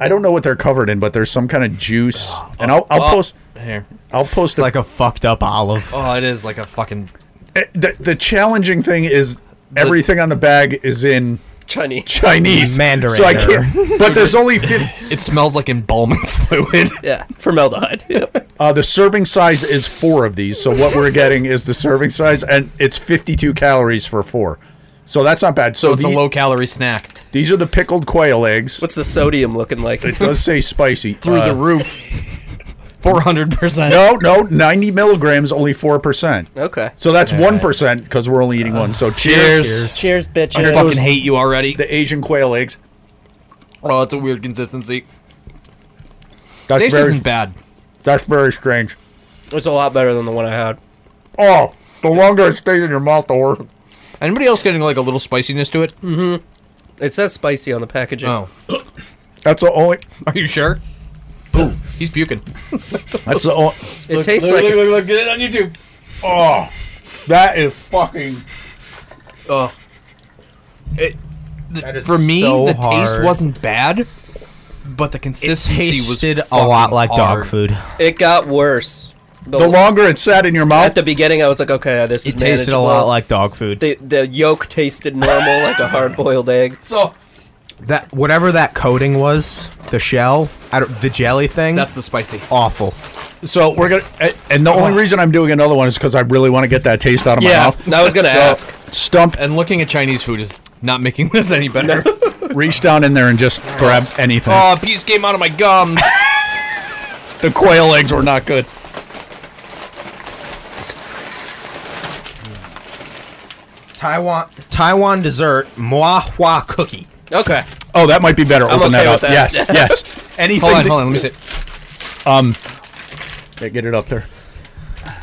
Speaker 2: I don't know what they're covered in, but there's some kind of juice, and I'll I'll post
Speaker 1: Here.
Speaker 2: I'll post a,
Speaker 3: Like a fucked up olive.
Speaker 1: Oh, it is like a fucking.
Speaker 2: eh, the the challenging thing is everything on the bag is in *laughs*
Speaker 4: Chinese.
Speaker 2: Chinese
Speaker 3: Mandarin
Speaker 2: so I
Speaker 3: or-
Speaker 2: can't. But there's only 50,
Speaker 1: It smells like embalming *laughs* fluid.
Speaker 4: Yeah, formaldehyde. Yep.
Speaker 2: uh, the serving size is four of these, so what we're getting is the serving size, and it's 52 calories for four. So that's not bad. So,
Speaker 1: So it's a
Speaker 2: the-
Speaker 1: low calorie snack
Speaker 2: these are the pickled quail eggs.
Speaker 4: *laughs* What's the sodium looking like?
Speaker 2: it does say
Speaker 1: *laughs*
Speaker 2: spicy
Speaker 1: through
Speaker 2: Uh,
Speaker 1: the roof. Four hundred percent.
Speaker 2: No, no, 90 milligrams, only four percent.
Speaker 4: *laughs* Okay.
Speaker 2: So that's one percent because we're only eating one. So cheers.
Speaker 1: Cheers.
Speaker 4: Cheers,
Speaker 1: I
Speaker 4: bitches.
Speaker 1: fucking hate you already.
Speaker 2: The Asian quail eggs.
Speaker 1: Oh, it's a weird consistency.
Speaker 2: That's
Speaker 1: Taste
Speaker 2: very
Speaker 1: isn't bad.
Speaker 2: that's very strange.
Speaker 4: It's a lot better than the one I had.
Speaker 2: Oh, the longer it stays in your mouth, the worse.
Speaker 1: Anybody else getting like a little spiciness to it?
Speaker 4: It says spicy on the packaging.
Speaker 1: Oh,
Speaker 2: That's the only.
Speaker 1: are you sure? Ooh, he's puking.
Speaker 2: That's the only.
Speaker 4: It tastes like
Speaker 1: get it on YouTube.
Speaker 2: Oh, that is fucking.
Speaker 1: Oh, it, the-
Speaker 3: That is
Speaker 1: for me,
Speaker 3: so
Speaker 1: the taste
Speaker 3: hard.
Speaker 1: wasn't bad, but the
Speaker 3: It
Speaker 1: consistency
Speaker 3: tasted
Speaker 1: was
Speaker 3: a lot
Speaker 1: fucking
Speaker 3: like
Speaker 1: hard.
Speaker 3: dog food.
Speaker 4: it got worse.
Speaker 2: The longer it sat in your
Speaker 4: at
Speaker 2: mouth,
Speaker 4: the beginning, I was like, okay, this
Speaker 3: It
Speaker 4: is
Speaker 3: tasted a
Speaker 4: manageable.
Speaker 3: lot like dog food.
Speaker 4: the the yolk tasted normal, like a hard boiled egg.
Speaker 3: that whatever that coating was, the shell, I don't, the jelly thing.
Speaker 1: That's the spicy.
Speaker 3: awful.
Speaker 2: so we're gonna. a- And the only reason I'm doing another one is because I really want to get that taste out of my
Speaker 4: Yeah,
Speaker 2: mouth.
Speaker 4: I was gonna
Speaker 2: So,
Speaker 4: ask.
Speaker 2: Stump
Speaker 1: And looking at Chinese food is not making *laughs* this any better.
Speaker 2: reach down in there and just grab anything.
Speaker 1: oh, a piece came out of my *laughs* gum.
Speaker 2: the quail eggs were not good.
Speaker 3: Taiwan Taiwan dessert, moi hua cookie.
Speaker 4: Okay,
Speaker 2: Oh, that might be better. Open
Speaker 4: okay
Speaker 2: that up.
Speaker 4: with that. *laughs*
Speaker 2: Yes, yes. Anything.
Speaker 1: hold on,
Speaker 2: that-
Speaker 1: hold on. Let me see.
Speaker 2: Yeah, Get it up there.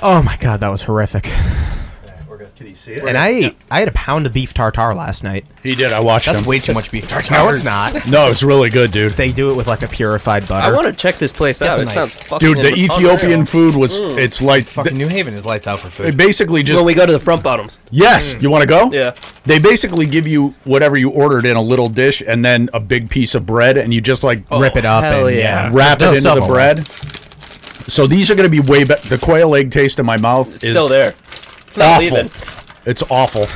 Speaker 3: Oh my god, that was horrific.
Speaker 10: Can you see it?
Speaker 3: And I ate, I ate a pound of beef tartare last night.
Speaker 2: He did. I watched
Speaker 1: That's
Speaker 2: him.
Speaker 1: way too much beef tartare.
Speaker 3: No, it's not.
Speaker 2: no, it's really good, dude.
Speaker 3: They do it with like a purified butter.
Speaker 4: I want to check this place out.
Speaker 1: the
Speaker 4: It
Speaker 1: knife.
Speaker 4: sounds fucking Mm.
Speaker 2: Dude, the
Speaker 4: unreal.
Speaker 2: Ethiopian food was it's like
Speaker 1: Fucking New Haven is lights out for
Speaker 2: they
Speaker 1: food.
Speaker 2: basically just
Speaker 4: When we go to the front bottoms,
Speaker 2: yes, you want to go?
Speaker 4: Mm. Yeah.
Speaker 2: They basically give you whatever you ordered in a little dish and then a big piece of bread and you just like
Speaker 4: Oh,
Speaker 3: rip it up
Speaker 4: hell
Speaker 3: and
Speaker 4: yeah.
Speaker 3: yeah,
Speaker 2: wrap
Speaker 3: Uh, There's
Speaker 2: it
Speaker 3: no
Speaker 2: into the
Speaker 3: supplement.
Speaker 2: bread. So these are going to be way better. The quail egg taste in my mouth
Speaker 4: it's
Speaker 2: is
Speaker 4: still there. It's
Speaker 2: Awful.
Speaker 4: not leaving.
Speaker 2: It's awful.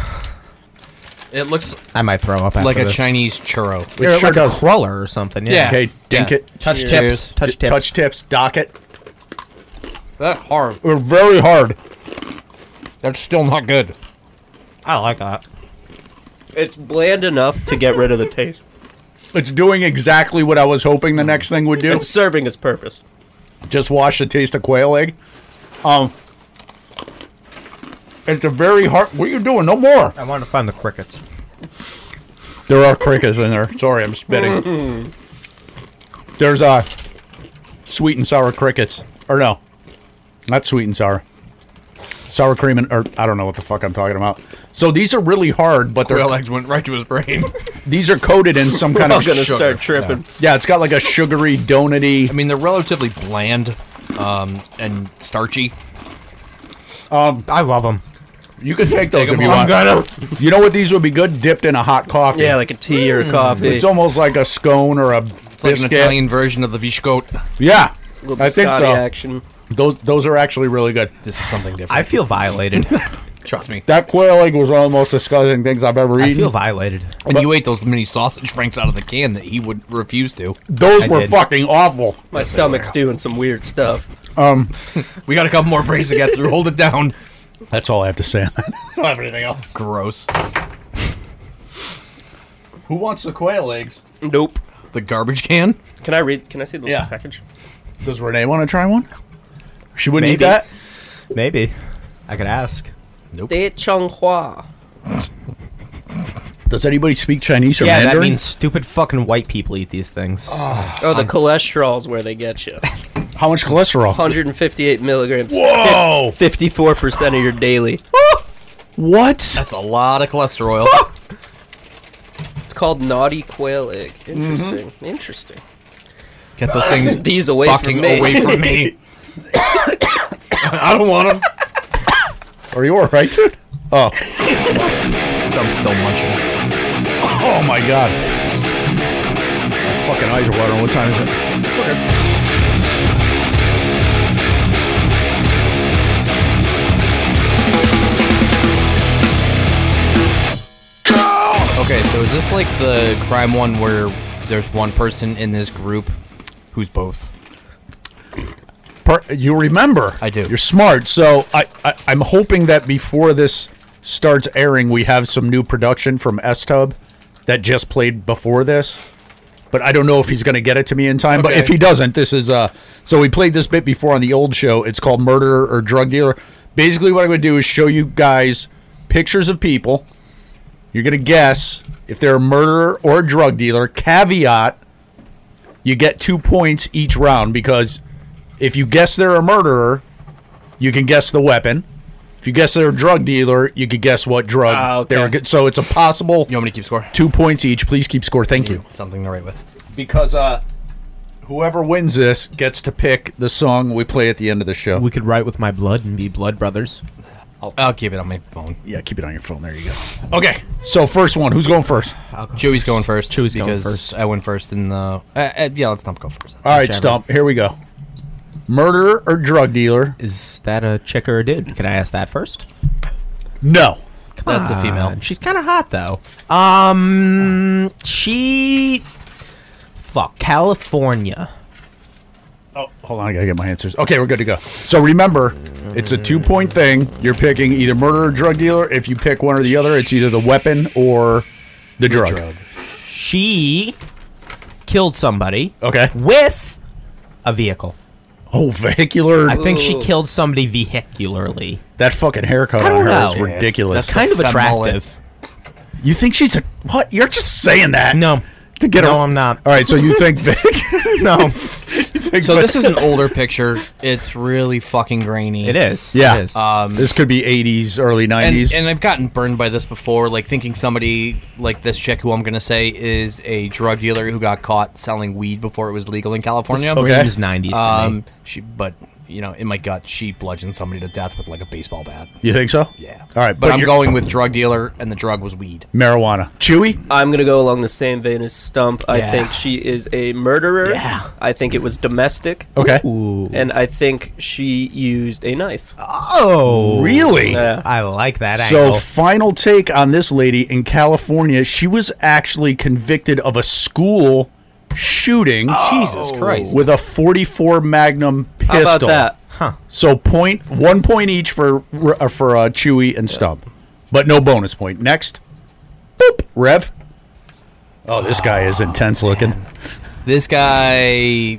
Speaker 1: It looks
Speaker 3: I might throw up after
Speaker 1: like a
Speaker 3: this.
Speaker 1: Chinese churro.
Speaker 2: It
Speaker 3: Or
Speaker 2: sure
Speaker 3: like
Speaker 2: does.
Speaker 3: a cruller or something. Yeah.
Speaker 1: Yeah.
Speaker 2: Okay, dink
Speaker 1: Yeah.
Speaker 2: it.
Speaker 3: Touch
Speaker 1: Cheers.
Speaker 3: tips. Touch
Speaker 2: D-
Speaker 3: tips.
Speaker 2: Touch tips. Dock it.
Speaker 1: That's hard.
Speaker 2: We're very hard.
Speaker 1: That's still not good.
Speaker 3: I like that.
Speaker 4: It's bland enough to get rid of
Speaker 1: *laughs*
Speaker 4: the taste.
Speaker 2: It's doing exactly what I was hoping the next thing would do.
Speaker 4: It's serving its purpose.
Speaker 2: just wash the taste of quail egg. Um, at the very heart. What are you doing? No more.
Speaker 3: I wanted to find the crickets.
Speaker 2: There are crickets in there. Sorry, I'm *laughs* spitting. There's uh, sweet and sour crickets, or no, not sweet and sour. Sour cream and or I don't know what the fuck I'm talking about. So these are really hard, but they're
Speaker 1: Quail eggs went right to his brain.
Speaker 2: these are coated in some *laughs*
Speaker 4: We're
Speaker 2: kind
Speaker 4: all
Speaker 2: of
Speaker 4: gonna
Speaker 2: sugar.
Speaker 4: start tripping.
Speaker 2: Yeah. it's got like a sugary donutty.
Speaker 1: I mean, they're relatively bland um, and starchy.
Speaker 2: Um,
Speaker 3: I love them.
Speaker 2: you can take those
Speaker 1: Take 'em
Speaker 2: if you
Speaker 1: home.
Speaker 2: want. You know what these would be good dipped in a hot coffee.
Speaker 4: Yeah, like a tea
Speaker 1: Mm.
Speaker 4: or a coffee.
Speaker 2: It's almost like a scone or a
Speaker 1: It's like an
Speaker 2: biscuit.
Speaker 1: Italian version of the Vishkote.
Speaker 2: yeah,
Speaker 4: little
Speaker 2: I think uh,
Speaker 4: biscotti
Speaker 2: so.
Speaker 4: action.
Speaker 2: Those those are actually really good.
Speaker 1: This is something different.
Speaker 3: I feel *laughs* violated.
Speaker 1: Trust me.
Speaker 2: That quail egg was one of the most disgusting things I've ever
Speaker 3: I
Speaker 2: eaten.
Speaker 3: feel violated.
Speaker 1: And you ate those mini sausage franks out of the can that he would refuse to.
Speaker 2: Those
Speaker 3: I
Speaker 2: were
Speaker 3: did.
Speaker 2: fucking awful.
Speaker 4: My stomach's doing some weird stuff.
Speaker 2: Um,
Speaker 1: We got a couple more breaks to get through. Hold it down.
Speaker 2: that's all I have to say.
Speaker 1: don't have anything else. Gross.
Speaker 2: Who wants the quail eggs?
Speaker 4: Nope.
Speaker 1: The garbage can?
Speaker 4: Can I read? Can I see the
Speaker 1: Yeah.
Speaker 4: package?
Speaker 2: Does Renee want to try one? She wouldn't eat
Speaker 3: Maybe.
Speaker 2: that.
Speaker 3: Maybe I could ask.
Speaker 4: De Changhua.
Speaker 2: Does anybody speak Chinese or
Speaker 3: yeah,
Speaker 2: Mandarin?
Speaker 3: that means stupid fucking white people eat these things.
Speaker 4: Oh,
Speaker 1: Um,
Speaker 4: the cholesterol's where they get you.
Speaker 2: How much cholesterol?
Speaker 4: 158 milligrams.
Speaker 2: Whoa!
Speaker 4: 54% of your daily.
Speaker 2: What?
Speaker 1: That's a lot of cholesterol.
Speaker 4: It's called naughty quail egg. Interesting.
Speaker 2: Mm-hmm.
Speaker 4: Interesting.
Speaker 1: Get those things
Speaker 4: These away
Speaker 1: fucking
Speaker 4: from me.
Speaker 1: away
Speaker 4: *laughs*
Speaker 1: from me. *coughs* I don't want them.
Speaker 2: Are you all right, dude? Oh,
Speaker 1: I'm still munching.
Speaker 2: oh my god! My fucking eyes are watering. What time is it?
Speaker 1: Okay, so is this like the crime one where there's one person in this group who's both?
Speaker 2: Per- you remember?
Speaker 1: I do.
Speaker 2: You're smart. So I, I I'm hoping that before this starts airing, we have some new production from S Tub that just played before this. But I don't know if he's going to get it to me in time. But
Speaker 1: Okay.
Speaker 2: if he doesn't, this is uh. So we played this bit before on the old show. It's called Murderer or Drug Dealer. Basically, what I'm going to do is show you guys pictures of people. You're going to guess if they're a murderer or a drug dealer. Caveat: You get two points each round because if you guess they're a murderer, you can guess the weapon. If you guess they're a drug dealer, you could guess what drug
Speaker 4: Ah, okay.
Speaker 2: they were. Get. So it's a possible
Speaker 1: You want me to keep score?
Speaker 2: two points each. Please keep score. Thank you.
Speaker 1: Something to write with.
Speaker 2: Because uh, whoever wins this gets to pick the song we play at the end of the show.
Speaker 3: We could write with my blood and be blood brothers.
Speaker 1: I'll, I'll keep it on my phone.
Speaker 2: yeah, keep it on your phone. There you go. Okay. So first one. Who's going first?
Speaker 1: Chewy's going first.
Speaker 3: Chewy's going
Speaker 1: because
Speaker 3: first.
Speaker 1: I went first in the. Uh, uh, yeah, let's not go first.
Speaker 2: All right, Stump. Here we go. Murderer or drug dealer?
Speaker 3: Is that a chick or a dude? Can I ask that first?
Speaker 2: No.
Speaker 1: That's a female.
Speaker 3: Uh, she's kind of hot though. Um, she. Fuck California.
Speaker 2: Oh, hold on. I gotta get my answers. Okay, we're good to go. So remember, it's a two-point thing. You're picking either murderer or drug dealer. If you pick one or the other, it's either the weapon or the drug.
Speaker 3: She killed somebody
Speaker 2: Okay.
Speaker 3: with a vehicle.
Speaker 2: *laughs* Oh, vehicular.
Speaker 3: I think she
Speaker 4: Ooh.
Speaker 3: killed somebody vehicularly.
Speaker 2: that fucking haircut
Speaker 3: I
Speaker 2: on
Speaker 3: don't
Speaker 2: her
Speaker 3: know.
Speaker 2: is
Speaker 3: Yeah, it's-
Speaker 2: ridiculous.
Speaker 1: that's
Speaker 3: Kind of
Speaker 1: Femme
Speaker 3: attractive.
Speaker 2: you think she's a what? You're just saying that.
Speaker 3: No.
Speaker 2: To get
Speaker 3: No,
Speaker 2: her-
Speaker 3: I'm not.
Speaker 2: All right. So you *laughs* think Vic?
Speaker 1: *laughs*
Speaker 3: No,
Speaker 1: So this is an older picture. It's really fucking grainy.
Speaker 3: it is.
Speaker 2: Yeah.
Speaker 3: It is.
Speaker 1: Um,
Speaker 2: this could be 80s, early 90s.
Speaker 1: and, and I've gotten burned by this before, like thinking somebody like this chick who I'm gonna say is a drug dealer who got caught selling weed before it was legal in California.
Speaker 2: okay.
Speaker 3: Screams 90s. to me.
Speaker 1: Um, she, but you know, in my gut, she bludgeoned somebody to death with like a baseball bat.
Speaker 2: you think so?
Speaker 1: Yeah.
Speaker 2: All right.
Speaker 1: but, I'm
Speaker 2: you're-
Speaker 1: going with drug dealer, and the drug was weed.
Speaker 2: marijuana. Chewy.
Speaker 4: I'm going to go along the same vein as Stump. I
Speaker 3: Yeah.
Speaker 4: think she is a murderer.
Speaker 3: Yeah.
Speaker 4: I think it was domestic.
Speaker 2: Okay.
Speaker 3: Ooh.
Speaker 4: And I think she used a knife.
Speaker 3: Oh,
Speaker 2: Really?
Speaker 4: Yeah.
Speaker 3: I like that
Speaker 2: So,
Speaker 3: angle.
Speaker 2: final take on this lady in California. She was actually convicted of a school shooting
Speaker 1: Jesus Christ!
Speaker 2: with a 44 Magnum pistol.
Speaker 4: How about that?
Speaker 2: So, point one point each for uh, for uh, Chewy and Stump, but no bonus point. Next, boop, Rev. Oh, this guy is intense looking.
Speaker 1: this guy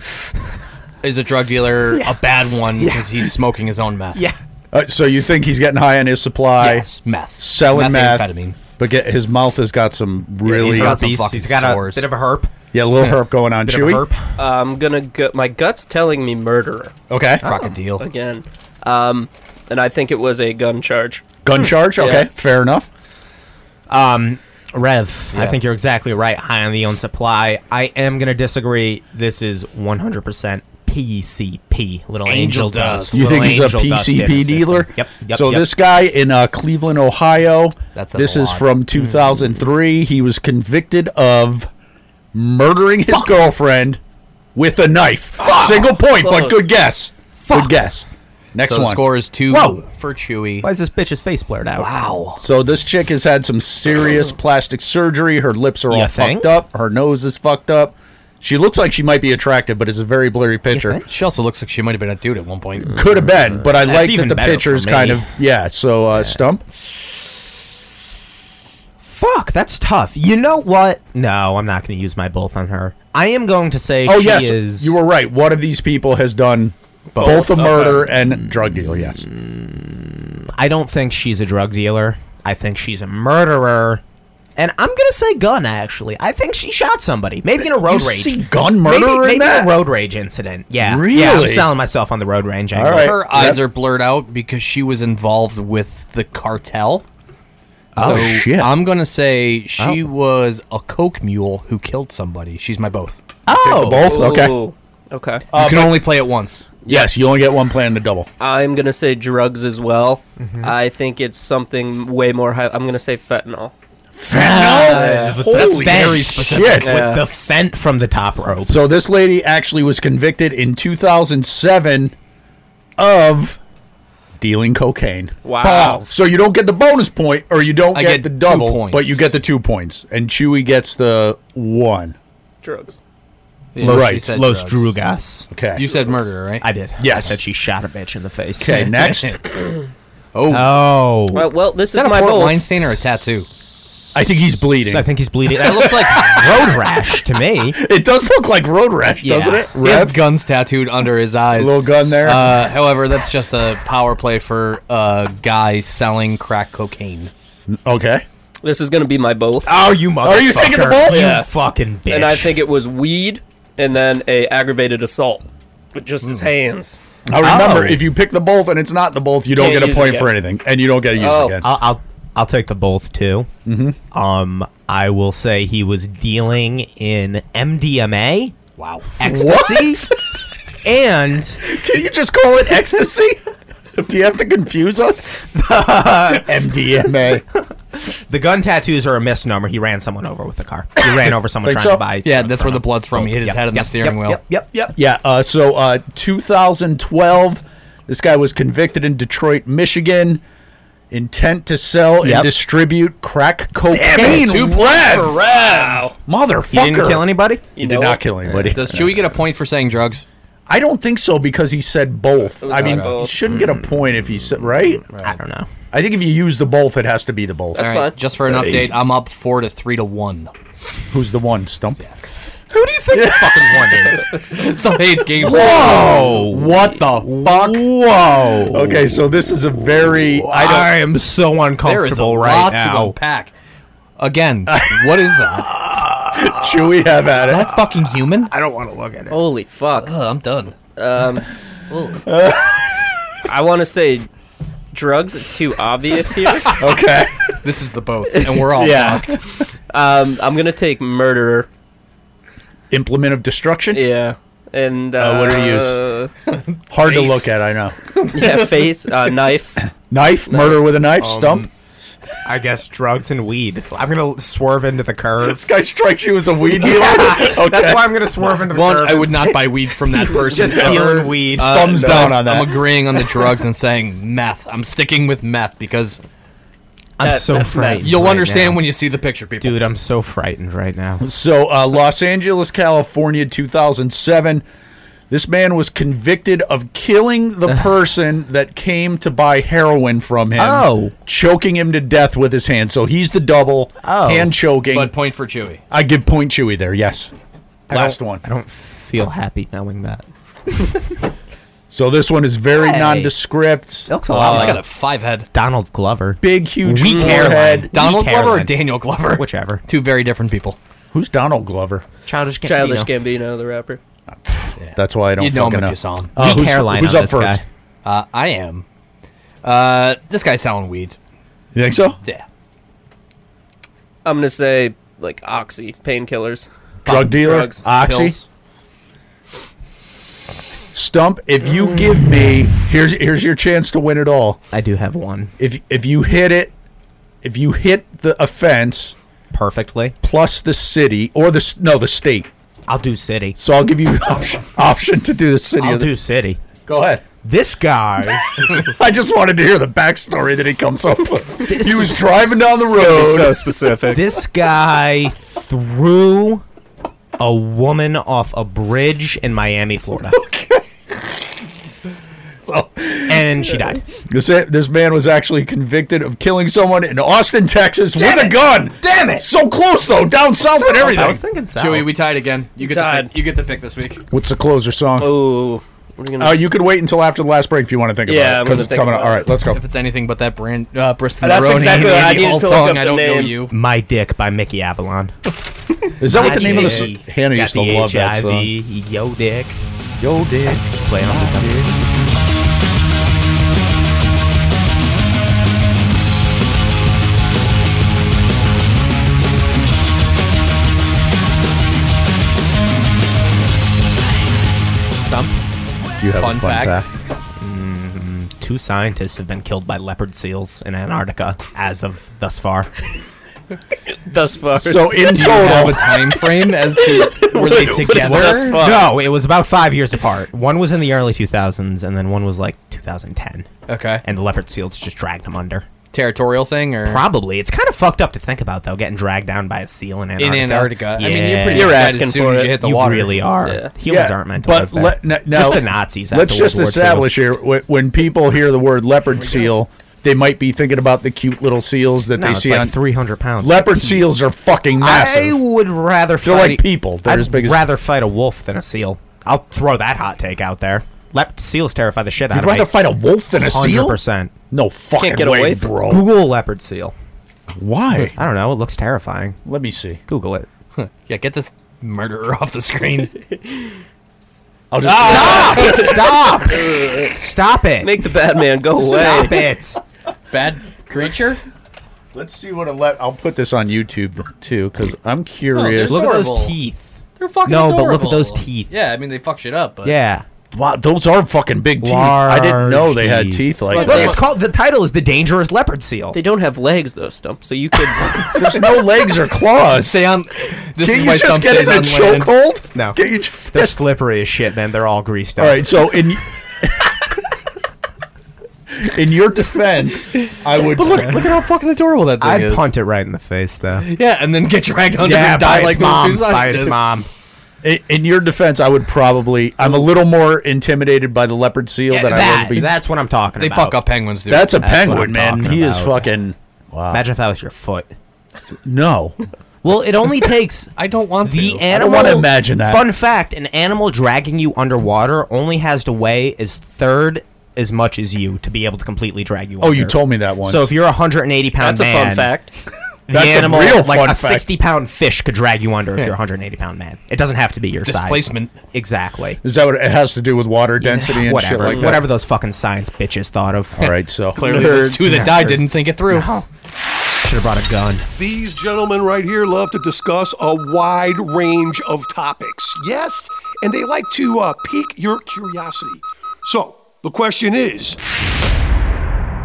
Speaker 1: is a drug dealer, a bad one because he's smoking his own meth.
Speaker 3: Yeah.
Speaker 2: Uh, so you think he's getting high on his supply?
Speaker 1: Yes, meth.
Speaker 2: Selling meth.
Speaker 1: Methamphetamine.
Speaker 2: But get, his mouth has got some really.
Speaker 1: he's got some
Speaker 3: He's-
Speaker 1: fucking
Speaker 3: he's got a
Speaker 1: sores.
Speaker 3: bit of a herp.
Speaker 2: yeah, a little herp going on.
Speaker 3: Bit of a
Speaker 2: Chewy.
Speaker 3: herp.
Speaker 4: I'm gonna go. My gut's telling me murderer
Speaker 2: Okay.
Speaker 1: crocodile.
Speaker 4: again, um, and I think it was a gun charge.
Speaker 2: Gun charge. Okay.
Speaker 4: Yeah.
Speaker 2: Fair enough.
Speaker 3: Um, Rev, I
Speaker 1: Yeah.
Speaker 3: think you're exactly right. High on the own supply. I am gonna disagree. This is 100 percent PCP. Little angel,
Speaker 1: Angel
Speaker 3: dust.
Speaker 1: dust.
Speaker 2: You
Speaker 3: Little
Speaker 2: think he's a
Speaker 3: angel dust in
Speaker 2: PCP
Speaker 3: his system.
Speaker 2: dealer?
Speaker 3: Yep. yep
Speaker 2: so
Speaker 3: yep.
Speaker 2: this guy in uh, Cleveland, Ohio.
Speaker 1: That says
Speaker 2: this
Speaker 1: a
Speaker 2: is
Speaker 1: lot.
Speaker 2: from 2003. He was convicted of murdering his girlfriend with a knife. Single point, but
Speaker 4: Close.
Speaker 2: good guess. Good guess. Next
Speaker 1: So the
Speaker 2: one.
Speaker 1: score is two
Speaker 2: Whoa.
Speaker 1: for Chewy.
Speaker 3: Why is this bitch's face blurred out?
Speaker 1: Wow.
Speaker 2: So this chick has had some serious plastic surgery. Her lips are
Speaker 3: You
Speaker 2: all
Speaker 3: think?
Speaker 2: fucked up. Her nose is fucked up. She looks like she might be attractive, but it's a very blurry picture.
Speaker 1: She also looks like she might have been a dude at one point.
Speaker 2: Could have been, but I
Speaker 3: That's
Speaker 2: like
Speaker 3: even
Speaker 2: that the
Speaker 3: better
Speaker 2: picture's
Speaker 3: for me.
Speaker 2: kind of yeah. So uh, stump.
Speaker 3: Fuck, that's tough. You know what? No, I'm not gonna use my both on her. I am going to say
Speaker 2: Oh
Speaker 3: she
Speaker 2: yes,
Speaker 3: is.
Speaker 2: you were right. One of these people has done both, a murder and drug deal. Yes,
Speaker 3: Mm. I don't think she's a drug dealer. I think she's a murderer. And I'm gonna say gun. Actually, I think she shot somebody. Maybe in a road
Speaker 2: You
Speaker 3: rage.
Speaker 2: see gun murder
Speaker 3: maybe,
Speaker 2: in
Speaker 3: maybe
Speaker 2: that?
Speaker 3: a road rage incident. Yeah. Yeah, I'm
Speaker 2: Really?
Speaker 3: selling myself on the road rage. Angle.
Speaker 2: All right.
Speaker 1: Her eyes
Speaker 2: Yep.
Speaker 1: are blurred out because she was involved with the cartel.
Speaker 2: Oh,
Speaker 1: so
Speaker 2: shit. Oh.
Speaker 1: I'm gonna say she was a coke mule who killed somebody. She's my both.
Speaker 3: Oh,
Speaker 2: both. Okay. Uh,
Speaker 4: Ooh, okay.
Speaker 1: You can only play it once.
Speaker 2: Yes, you only get one play in the double.
Speaker 4: I'm gonna say drugs as well. I think it's something way more high. I'm gonna say fentanyl.
Speaker 2: Fentanyl.
Speaker 3: that's
Speaker 2: Holy
Speaker 3: very
Speaker 2: shit.
Speaker 3: specific. With
Speaker 4: Yeah.
Speaker 3: the fent from the top rope.
Speaker 2: So this lady actually was convicted in 2007 of dealing cocaine.
Speaker 4: Wow.
Speaker 2: So you don't get the bonus point, or you don't
Speaker 1: I
Speaker 2: get,
Speaker 1: get
Speaker 2: the
Speaker 1: two
Speaker 2: double,
Speaker 1: points.
Speaker 2: but you get the two points, and Chewy gets the one.
Speaker 4: Drugs.
Speaker 1: Yeah,
Speaker 2: Los-
Speaker 1: she said
Speaker 3: Los
Speaker 1: drugs.
Speaker 3: Drugas.
Speaker 2: Okay.
Speaker 1: You said murderer, right?
Speaker 3: I did.
Speaker 2: Yes.
Speaker 3: I said she shot a bitch in the face.
Speaker 2: okay.
Speaker 3: *laughs*
Speaker 2: Next, Uh,
Speaker 1: oh,
Speaker 3: Oh.
Speaker 4: Well, well this
Speaker 1: is that
Speaker 4: is
Speaker 1: a
Speaker 4: my
Speaker 1: port
Speaker 4: both.
Speaker 1: wine stain or a tattoo?
Speaker 2: I think he's bleeding.
Speaker 3: I think he's bleeding. That
Speaker 2: *laughs*
Speaker 3: looks like road rash to me.
Speaker 2: It does look like road rash, doesn't
Speaker 3: Yeah.
Speaker 2: it?
Speaker 1: He has
Speaker 2: Rev?
Speaker 1: guns tattooed under his eyes.
Speaker 2: Little gun there.
Speaker 1: Uh, however, that's just a power play for a guy selling crack cocaine.
Speaker 2: Okay.
Speaker 4: This is gonna be my both.
Speaker 3: Oh, you motherfucker.
Speaker 2: Are you taking the ball?
Speaker 3: You
Speaker 4: Yeah.
Speaker 3: fucking bitch.
Speaker 4: and I think it was weed and then a aggravated assault with just his hands.
Speaker 2: Now remember, if you pick the both and it's not the both, you don't
Speaker 4: Can't
Speaker 2: get a
Speaker 4: use it
Speaker 2: point for
Speaker 4: again.
Speaker 2: anything, and you don't get to use
Speaker 4: Oh.
Speaker 2: it again.
Speaker 3: I'll, I'll I'll take the both too. Mm-hmm. Um, I will say he was dealing in MDMA,
Speaker 1: Wow.
Speaker 3: ecstasy, *laughs* and
Speaker 2: Can you just call it ecstasy? *laughs* Do you have to confuse us?
Speaker 3: *laughs*
Speaker 2: MDMA.
Speaker 3: the gun tattoos are a misnomer. He ran someone over with a car. He ran over someone
Speaker 2: Think so?
Speaker 3: trying to buy.
Speaker 1: Yeah, that's where the blood's from. He hit his head on the steering
Speaker 3: yep,
Speaker 1: wheel.
Speaker 3: Yep, yep, yep.
Speaker 2: Yeah. Uh, so, uh, 2012, this guy was convicted in Detroit, Michigan. Intent to sell
Speaker 3: Yep.
Speaker 2: and distribute crack
Speaker 1: Hey,
Speaker 2: cocaine.
Speaker 1: two points for
Speaker 2: Rev, Ah.
Speaker 1: Rev.
Speaker 2: motherfucker!
Speaker 3: You didn't kill anybody.
Speaker 2: He did not kill anybody.
Speaker 1: Does Chewy get a point for saying drugs?
Speaker 2: I don't think so because he said both.
Speaker 4: was
Speaker 2: I mean,
Speaker 4: both.
Speaker 2: you shouldn't get a point if he said Hmm. right.
Speaker 3: I don't know.
Speaker 2: I think if you use the both, it has to be the both.
Speaker 4: That's
Speaker 1: All right,
Speaker 4: fine.
Speaker 1: just for an update, I'm up four to three to
Speaker 2: *laughs*
Speaker 1: one.
Speaker 2: Who's the one? Stump.
Speaker 3: Who do you think the fucking one
Speaker 2: *laughs*
Speaker 3: is?
Speaker 1: Still hates game.
Speaker 2: Whoa! What the fuck?
Speaker 3: Whoa!
Speaker 2: Okay, so this is a very. I
Speaker 3: I am so
Speaker 1: There is a
Speaker 3: uncomfortable right
Speaker 1: lot to
Speaker 3: now.
Speaker 1: unpack. Again,
Speaker 2: *laughs*
Speaker 1: what is that?
Speaker 2: don't. Chewy, have at it.
Speaker 1: That fucking human? Ugh,
Speaker 3: I don't want to look at it.
Speaker 4: Holy fuck.
Speaker 1: I'm done.
Speaker 4: I want to say drugs is too obvious here.
Speaker 2: Okay.
Speaker 4: *laughs*
Speaker 1: This is the both, and we're all
Speaker 2: *laughs* Yeah.
Speaker 1: fucked.
Speaker 4: Um, I'm gonna take murderer.
Speaker 2: Implement of destruction.
Speaker 4: Yeah. And uh, *laughs*
Speaker 2: what do you use? Hard to look at. I
Speaker 3: *laughs*
Speaker 2: know.
Speaker 4: Yeah, face, uh, knife.
Speaker 2: Knife. Murder with a knife.
Speaker 3: Um,
Speaker 2: stump.
Speaker 3: I guess drugs and weed. I'm gonna swerve into the
Speaker 1: *laughs*
Speaker 3: curve.
Speaker 2: This guy strikes you as a weed dealer.
Speaker 3: *laughs*
Speaker 2: okay.
Speaker 3: That's why I'm gonna swerve into the
Speaker 1: One,
Speaker 3: curve.
Speaker 1: I
Speaker 3: and
Speaker 1: would
Speaker 3: say-
Speaker 1: not buy weed from that person.
Speaker 3: *laughs* just
Speaker 1: ever.
Speaker 3: stealing weed.
Speaker 1: Uh,
Speaker 2: Thumbs down on that.
Speaker 1: I'm agreeing on the drugs and saying meth. I'm sticking with meth because
Speaker 3: I'm
Speaker 4: That-
Speaker 3: so
Speaker 4: that's
Speaker 3: frightened.
Speaker 1: you'll
Speaker 3: right
Speaker 1: understand
Speaker 3: now.
Speaker 1: when you see the picture, people.
Speaker 3: Dude, I'm so frightened right now.
Speaker 2: So, uh, Los Angeles, California, 2007. This man was convicted of killing
Speaker 3: *laughs*
Speaker 2: the person that came to buy heroin from him.
Speaker 3: Oh.
Speaker 2: Choking him to death with his hand. So he's the double.
Speaker 3: Oh.
Speaker 2: Hand choking.
Speaker 1: But point for Chewy.
Speaker 2: I give point Chewy there, yes. Last one.
Speaker 3: I don't feel happy knowing that.
Speaker 2: So this one is very
Speaker 3: Hey.
Speaker 2: nondescript.
Speaker 3: Looks a lot
Speaker 1: He's
Speaker 3: like
Speaker 1: got a five head.
Speaker 3: Donald Glover.
Speaker 2: big, huge
Speaker 3: Weak hairline.
Speaker 2: forehead.
Speaker 3: Weak
Speaker 1: Donald Glover or
Speaker 3: hairline.
Speaker 1: Daniel Glover?
Speaker 3: Whichever.
Speaker 1: Two very different people.
Speaker 2: Who's Donald Glover?
Speaker 3: Childish Gambino.
Speaker 4: Childish Gambino, the rapper.
Speaker 2: That's why I don't
Speaker 1: You'd know him
Speaker 2: fucking
Speaker 1: if you saw him.
Speaker 2: Uh,
Speaker 3: Weak
Speaker 2: who's
Speaker 3: hairline
Speaker 2: who's
Speaker 3: on
Speaker 2: up
Speaker 3: this
Speaker 2: first?
Speaker 3: guy.
Speaker 1: Uh, I am. Uh, this guy's selling weed.
Speaker 2: You think so?
Speaker 1: Yeah.
Speaker 4: I'm gonna say like oxy painkillers.
Speaker 2: Drug dealer,
Speaker 4: drugs,
Speaker 2: Oxy.
Speaker 4: pills.
Speaker 2: Stump, if you
Speaker 3: Mm.
Speaker 2: give me here's here's your chance to win it all.
Speaker 3: I do have one
Speaker 2: If if you hit it, if you hit the offense
Speaker 3: perfectly.
Speaker 2: plus the city or the s- no the state.
Speaker 3: I'll do City.
Speaker 2: So I'll give you *laughs* an option option to do the city.
Speaker 3: I'll
Speaker 2: Or the,
Speaker 3: do City.
Speaker 2: go ahead.
Speaker 3: This guy.
Speaker 2: I just wanted to hear the backstory that he comes up with. *laughs*
Speaker 3: This
Speaker 2: he was
Speaker 3: is
Speaker 2: driving down the
Speaker 10: so
Speaker 2: road.
Speaker 10: specific.
Speaker 3: this guy threw a woman off a bridge in
Speaker 2: *laughs*
Speaker 3: Miami, Florida. and she died.
Speaker 2: This, this man was actually convicted of killing someone in Austin, Texas, with a gun.
Speaker 3: Damn it!
Speaker 2: So close though, down south and everything.
Speaker 3: I was thinking so.
Speaker 1: Chewy, we tied again. You get
Speaker 4: Tied.
Speaker 1: To pick, you get the pick this week.
Speaker 2: What's the closer song?
Speaker 4: Oh, we're gonna.
Speaker 2: Uh, you can wait until after the last break if you want to think
Speaker 4: Yeah,
Speaker 2: about
Speaker 4: I'm
Speaker 2: it because
Speaker 4: gonna
Speaker 2: it's
Speaker 4: think
Speaker 2: coming up.
Speaker 4: about
Speaker 2: All
Speaker 4: it.
Speaker 2: right, let's go.
Speaker 1: If it's anything but that brand, uh, Bristol
Speaker 4: That's
Speaker 1: Maroney,
Speaker 4: exactly what I
Speaker 1: Andy
Speaker 4: needed to look
Speaker 1: Allsong,
Speaker 4: up the
Speaker 1: I don't know
Speaker 4: name.
Speaker 1: you.
Speaker 3: My Dick by Mickey Avalon.
Speaker 2: Is that what the
Speaker 3: Got
Speaker 2: name of the
Speaker 3: the
Speaker 2: song? Hannah
Speaker 3: Got
Speaker 2: used to
Speaker 3: the
Speaker 2: love that
Speaker 3: HIV,
Speaker 2: song. Ah,
Speaker 3: Yo Dick. Yo Dick. Play on the
Speaker 1: Stump.
Speaker 2: Do you have
Speaker 1: Fun
Speaker 2: a fun fact?
Speaker 1: fact.
Speaker 3: Two scientists have been killed by leopard seals in Antarctica as of
Speaker 2: *laughs*
Speaker 3: thus far.
Speaker 4: thus far.
Speaker 2: So in
Speaker 3: *laughs*
Speaker 1: Do you have a
Speaker 2: total,
Speaker 1: time frame as to were they
Speaker 4: thus
Speaker 1: together?
Speaker 4: far?
Speaker 3: No, it was about five years apart. One was in the early 2000s, and then one was like 2010.
Speaker 1: Okay.
Speaker 3: And the leopard seals just dragged him under.
Speaker 1: Territorial thing or
Speaker 3: Probably. It's kind of fucked up to think about, though, getting dragged down by a seal in
Speaker 1: in
Speaker 3: Antarctica.
Speaker 1: Antarctica?
Speaker 3: Yeah.
Speaker 1: I mean, you're pretty
Speaker 4: You're
Speaker 1: much dead
Speaker 4: asking
Speaker 1: as soon
Speaker 4: for
Speaker 1: as
Speaker 4: it.
Speaker 1: you hit the
Speaker 3: You
Speaker 1: water.
Speaker 3: really are.
Speaker 4: Yeah.
Speaker 3: Humans
Speaker 2: Yeah,
Speaker 3: aren't meant to
Speaker 2: But
Speaker 3: live there.
Speaker 2: let, n- now,
Speaker 3: Just the Nazis. after
Speaker 2: Let's
Speaker 3: World
Speaker 2: just
Speaker 3: War II.
Speaker 2: establish here wh- when people hear the word leopard seal, they might be thinking about the cute little seals that
Speaker 3: No,
Speaker 2: they
Speaker 3: it's
Speaker 2: see
Speaker 3: like
Speaker 2: on
Speaker 3: 300 pounds.
Speaker 2: Leopard seals are fucking
Speaker 3: I
Speaker 2: massive.
Speaker 3: would rather
Speaker 2: They're
Speaker 3: fight
Speaker 2: like people. They're
Speaker 3: I'd
Speaker 2: as big as-
Speaker 3: rather fight a wolf than a seal. I'll throw that hot take out there. Leopard seals terrify the shit out
Speaker 2: You'd
Speaker 3: of me.
Speaker 2: rather fight a wolf than a seal?
Speaker 3: 100%.
Speaker 2: No fucking
Speaker 4: get
Speaker 2: way,
Speaker 4: away from-
Speaker 2: bro.
Speaker 3: Google leopard seal.
Speaker 2: Why?
Speaker 3: I don't know. It looks terrifying.
Speaker 2: Let me see.
Speaker 3: Google it.
Speaker 1: Yeah, get this murderer *laughs* off the screen. Ah!
Speaker 2: I'll just
Speaker 3: Stop! Stop it!
Speaker 4: *laughs* Make the bad man go away.
Speaker 3: Stop it!
Speaker 1: Bad creature.
Speaker 2: let's see what a le- I'll put this on YouTube too because I'm curious.
Speaker 3: Look at
Speaker 1: Adorable.
Speaker 3: those teeth.
Speaker 1: They're fucking
Speaker 3: No, but look at
Speaker 1: adorable.
Speaker 3: those teeth.
Speaker 1: Yeah, I mean they fuck shit up. But
Speaker 3: Yeah.
Speaker 2: wow, those are fucking big teeth. I didn't
Speaker 3: Large
Speaker 2: know they had
Speaker 3: teeth.
Speaker 2: teeth like
Speaker 4: Look,
Speaker 3: Look,
Speaker 2: that.
Speaker 3: it's called. The title is "The Dangerous Leopard Seal."
Speaker 4: They don't have legs though, Stump. So you could.
Speaker 3: Oh,
Speaker 2: There's no legs or claws.
Speaker 1: stay on. This
Speaker 2: Can't
Speaker 1: is
Speaker 2: you
Speaker 1: why
Speaker 2: just
Speaker 1: Stump
Speaker 2: get
Speaker 1: stays
Speaker 2: in a
Speaker 1: on land.
Speaker 2: chokehold?
Speaker 3: No.
Speaker 2: Can't you just?
Speaker 3: They're slippery as shit, man. They're all greased up.
Speaker 2: All right, so in *laughs* in your defense, I would.
Speaker 1: But look, look at how fucking adorable that thing
Speaker 3: I'd
Speaker 1: is.
Speaker 3: punt it right in the face,
Speaker 2: *laughs*
Speaker 3: though.
Speaker 1: Yeah, and then get dragged under and die like those two scientists.
Speaker 2: In, in your defense, I would probably. I'm a little more intimidated by the leopard seal
Speaker 3: Yeah,
Speaker 2: than I
Speaker 3: that,
Speaker 2: would be.
Speaker 3: that's what I'm talking
Speaker 1: They
Speaker 3: about.
Speaker 1: fuck up penguins, dude.
Speaker 2: that's a
Speaker 3: That's what
Speaker 2: penguin,
Speaker 3: I'm
Speaker 2: man.
Speaker 3: talking
Speaker 2: He is
Speaker 3: about.
Speaker 2: fucking.
Speaker 3: Imagine if that was your foot.
Speaker 2: No,
Speaker 3: Well,
Speaker 2: *laughs*
Speaker 3: it only takes
Speaker 1: I don't want
Speaker 3: the
Speaker 1: to.
Speaker 3: animal.
Speaker 2: wanna imagine that.
Speaker 3: Fun fact: an animal dragging you underwater only has to weigh as third as much as you to be able to completely drag you.
Speaker 2: Oh, you
Speaker 3: under.
Speaker 2: told me that once.
Speaker 3: So if you're a 180 pound
Speaker 4: that's a
Speaker 3: man,
Speaker 4: fun fact.
Speaker 3: the
Speaker 2: That's a
Speaker 3: animal,
Speaker 2: real
Speaker 3: like
Speaker 2: fun
Speaker 3: a
Speaker 2: fact.
Speaker 3: 60 pound fish, could drag you under if
Speaker 1: Yeah.
Speaker 3: you're a 180 pound man. It doesn't have to be your
Speaker 1: Displacement.
Speaker 3: size. Exactly.
Speaker 2: is that what it has to do with water density and
Speaker 3: whatever,
Speaker 2: shit like that?
Speaker 3: whatever those fucking science bitches thought of.
Speaker 2: All right, so
Speaker 1: Clearly, those
Speaker 3: Nerds.
Speaker 1: two that died didn't
Speaker 3: Nerds.
Speaker 1: think it through.
Speaker 3: Should have brought a gun.
Speaker 5: These gentlemen right here love to discuss a wide range of topics. Yes, and they like to uh, pique your curiosity. So, the question is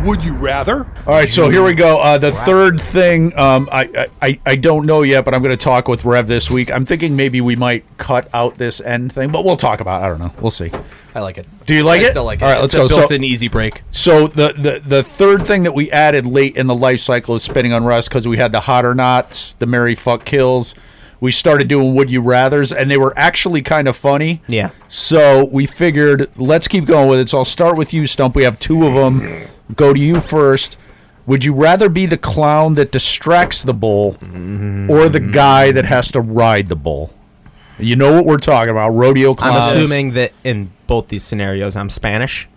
Speaker 5: Would you rather?
Speaker 2: *laughs* All right, so here we go. Uh, the third thing, um, I, I- I I don't know yet, but I'm going to talk with Rev this week. I'm thinking maybe we might cut out this end thing, but we'll talk about. it. I don't know. We'll see.
Speaker 1: I like it.
Speaker 2: Do you like
Speaker 1: I
Speaker 2: it?
Speaker 1: Still like it.
Speaker 2: All right,
Speaker 1: It's
Speaker 2: let's
Speaker 1: a
Speaker 2: go. So-
Speaker 1: Built-in easy break.
Speaker 2: So the, the the third thing that we added late in the life cycle of spinning on rust because we had the hot or nots, the merry fuck kills. We started doing would you rather's, and they were actually kind of funny.
Speaker 3: Yeah.
Speaker 2: So we figured let's keep going with it. So I'll start with you, Stump. We have two of them. Go to you first. Would you rather be the
Speaker 3: Mm-hmm.
Speaker 2: clown that distracts the bull, or the guy that has to ride the bull? You know what we're talking about. Rodeo clowns.
Speaker 3: I'm assuming that in both these scenarios, I'm Spanish.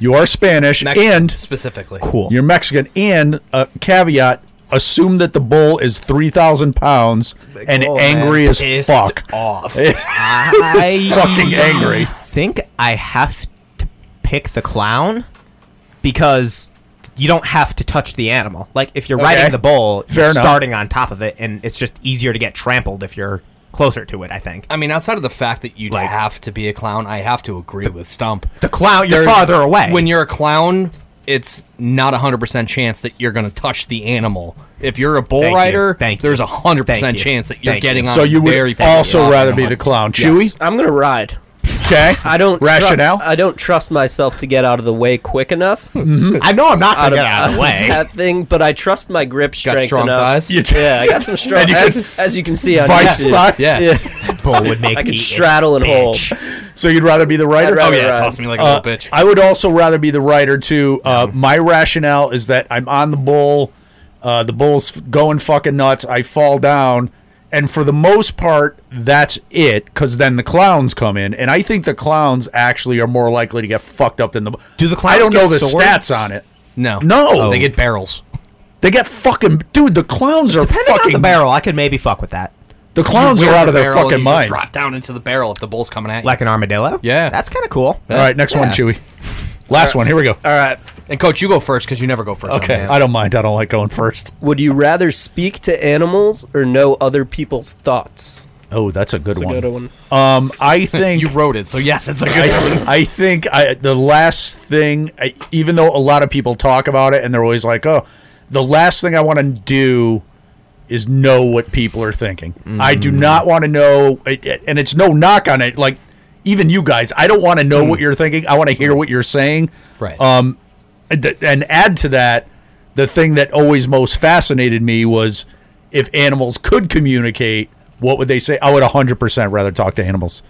Speaker 2: you are Spanish
Speaker 1: Mex-
Speaker 2: and
Speaker 1: specifically.
Speaker 3: Cool.
Speaker 2: you're Mexican. And a caveat: assume that the bull is three thousand pounds and
Speaker 3: bull,
Speaker 2: angry
Speaker 3: man.
Speaker 2: as
Speaker 1: Pissed
Speaker 2: fuck. *laughs*
Speaker 1: off.
Speaker 3: I
Speaker 2: fucking angry.
Speaker 3: think I have to pick the clown because you don't have to touch the animal. Like if you're
Speaker 2: Okay.
Speaker 3: riding the bull,
Speaker 2: Fair
Speaker 3: you're
Speaker 2: enough.
Speaker 3: starting on top of it, and it's just easier to get trampled if you're closer to it. I think
Speaker 1: I mean, outside of the fact that you
Speaker 3: Like-
Speaker 1: have to be a clown, I have to agree with Stump.
Speaker 3: the clown you're
Speaker 1: There-
Speaker 3: farther away.
Speaker 1: When you're a clown, it's not a 100% chance that you're going to touch the animal. If you're a bull
Speaker 3: Thank you.
Speaker 1: rider,
Speaker 3: Thank you.
Speaker 1: there's a 100%
Speaker 3: Thank you.
Speaker 1: chance that you're
Speaker 3: Thank you.
Speaker 1: getting on
Speaker 2: So you
Speaker 1: very
Speaker 2: would
Speaker 1: fast
Speaker 2: also
Speaker 1: off
Speaker 2: rather
Speaker 1: and
Speaker 2: be
Speaker 1: on.
Speaker 2: the clown,
Speaker 1: Yes.
Speaker 2: Chewy.
Speaker 4: I'm gonna ride.
Speaker 2: Okay.
Speaker 4: I don't tru-
Speaker 2: rationale.
Speaker 4: I don't trust myself to get out of the way quick enough.
Speaker 3: I know I'm not
Speaker 4: out
Speaker 3: gonna get out of the way.
Speaker 4: *laughs* that thing, but I trust my grip strength
Speaker 1: Got strong
Speaker 4: enough.
Speaker 1: thighs.
Speaker 2: You-
Speaker 4: Yeah, I got some strong.
Speaker 2: And you
Speaker 4: as,
Speaker 2: can-
Speaker 4: as you can see on
Speaker 2: Vice
Speaker 4: YouTube.
Speaker 2: thighs?
Speaker 1: Yeah.
Speaker 4: Yeah.
Speaker 3: bull would make
Speaker 4: I
Speaker 3: me
Speaker 4: could
Speaker 3: a
Speaker 4: straddle and hold.
Speaker 3: bitch.
Speaker 2: So you'd rather be the writer?
Speaker 4: uh, I'd rather
Speaker 1: Oh, yeah,
Speaker 4: ride.
Speaker 1: toss me like a
Speaker 2: Uh,
Speaker 1: little bitch.
Speaker 2: I would also rather be the writer too. Uh, My rationale is that I'm on the bull. Uh, the bull's f- going fucking nuts. I fall down, and for the most part, that's it. Because then the clowns come in, and I think the clowns actually are more likely to get fucked up than the.
Speaker 3: Do the
Speaker 2: I
Speaker 3: clowns
Speaker 2: don't know the
Speaker 3: get swords?
Speaker 2: stats on it.
Speaker 1: no.
Speaker 2: No.
Speaker 1: They get barrels.
Speaker 2: They get fucking dude. The clowns are
Speaker 3: Depending
Speaker 2: fucking.
Speaker 3: on the barrel, I could maybe fuck with that.
Speaker 2: the clowns are
Speaker 1: Wear
Speaker 2: out
Speaker 1: the
Speaker 2: of their
Speaker 1: barrel and
Speaker 2: fucking
Speaker 1: you just
Speaker 2: mind.
Speaker 1: Drop down into the barrel if the bull's coming at you.
Speaker 3: Like an armadillo.
Speaker 1: Yeah.
Speaker 3: that's kind of cool.
Speaker 2: All right, next one,
Speaker 3: Yeah.
Speaker 2: Chewy. *laughs* Last one. Here we go.
Speaker 4: All right.
Speaker 1: and coach, you go first because you never go first. on
Speaker 2: Okay,
Speaker 1: this.
Speaker 2: I don't mind. I don't like going first.
Speaker 4: Would you rather speak to animals or know other people's thoughts?
Speaker 2: Oh, that's a good
Speaker 4: That's a
Speaker 2: one.
Speaker 4: good one.
Speaker 2: Um, I think
Speaker 1: You wrote it, so yes, it's a good one.
Speaker 2: I, I think I, the last thing, I, even though a lot of people talk about it and they're always like, oh, the last thing I want to do is know what people are thinking. I do not want to know, it- it- and it's no knock on it. Like, even you guys, I don't want to know what you're thinking. I want to hear what you're saying.
Speaker 1: Right.
Speaker 2: Um, and, th- and add to that, the thing that always most fascinated me was if animals could communicate, what would they say? I would 100% rather talk to animals.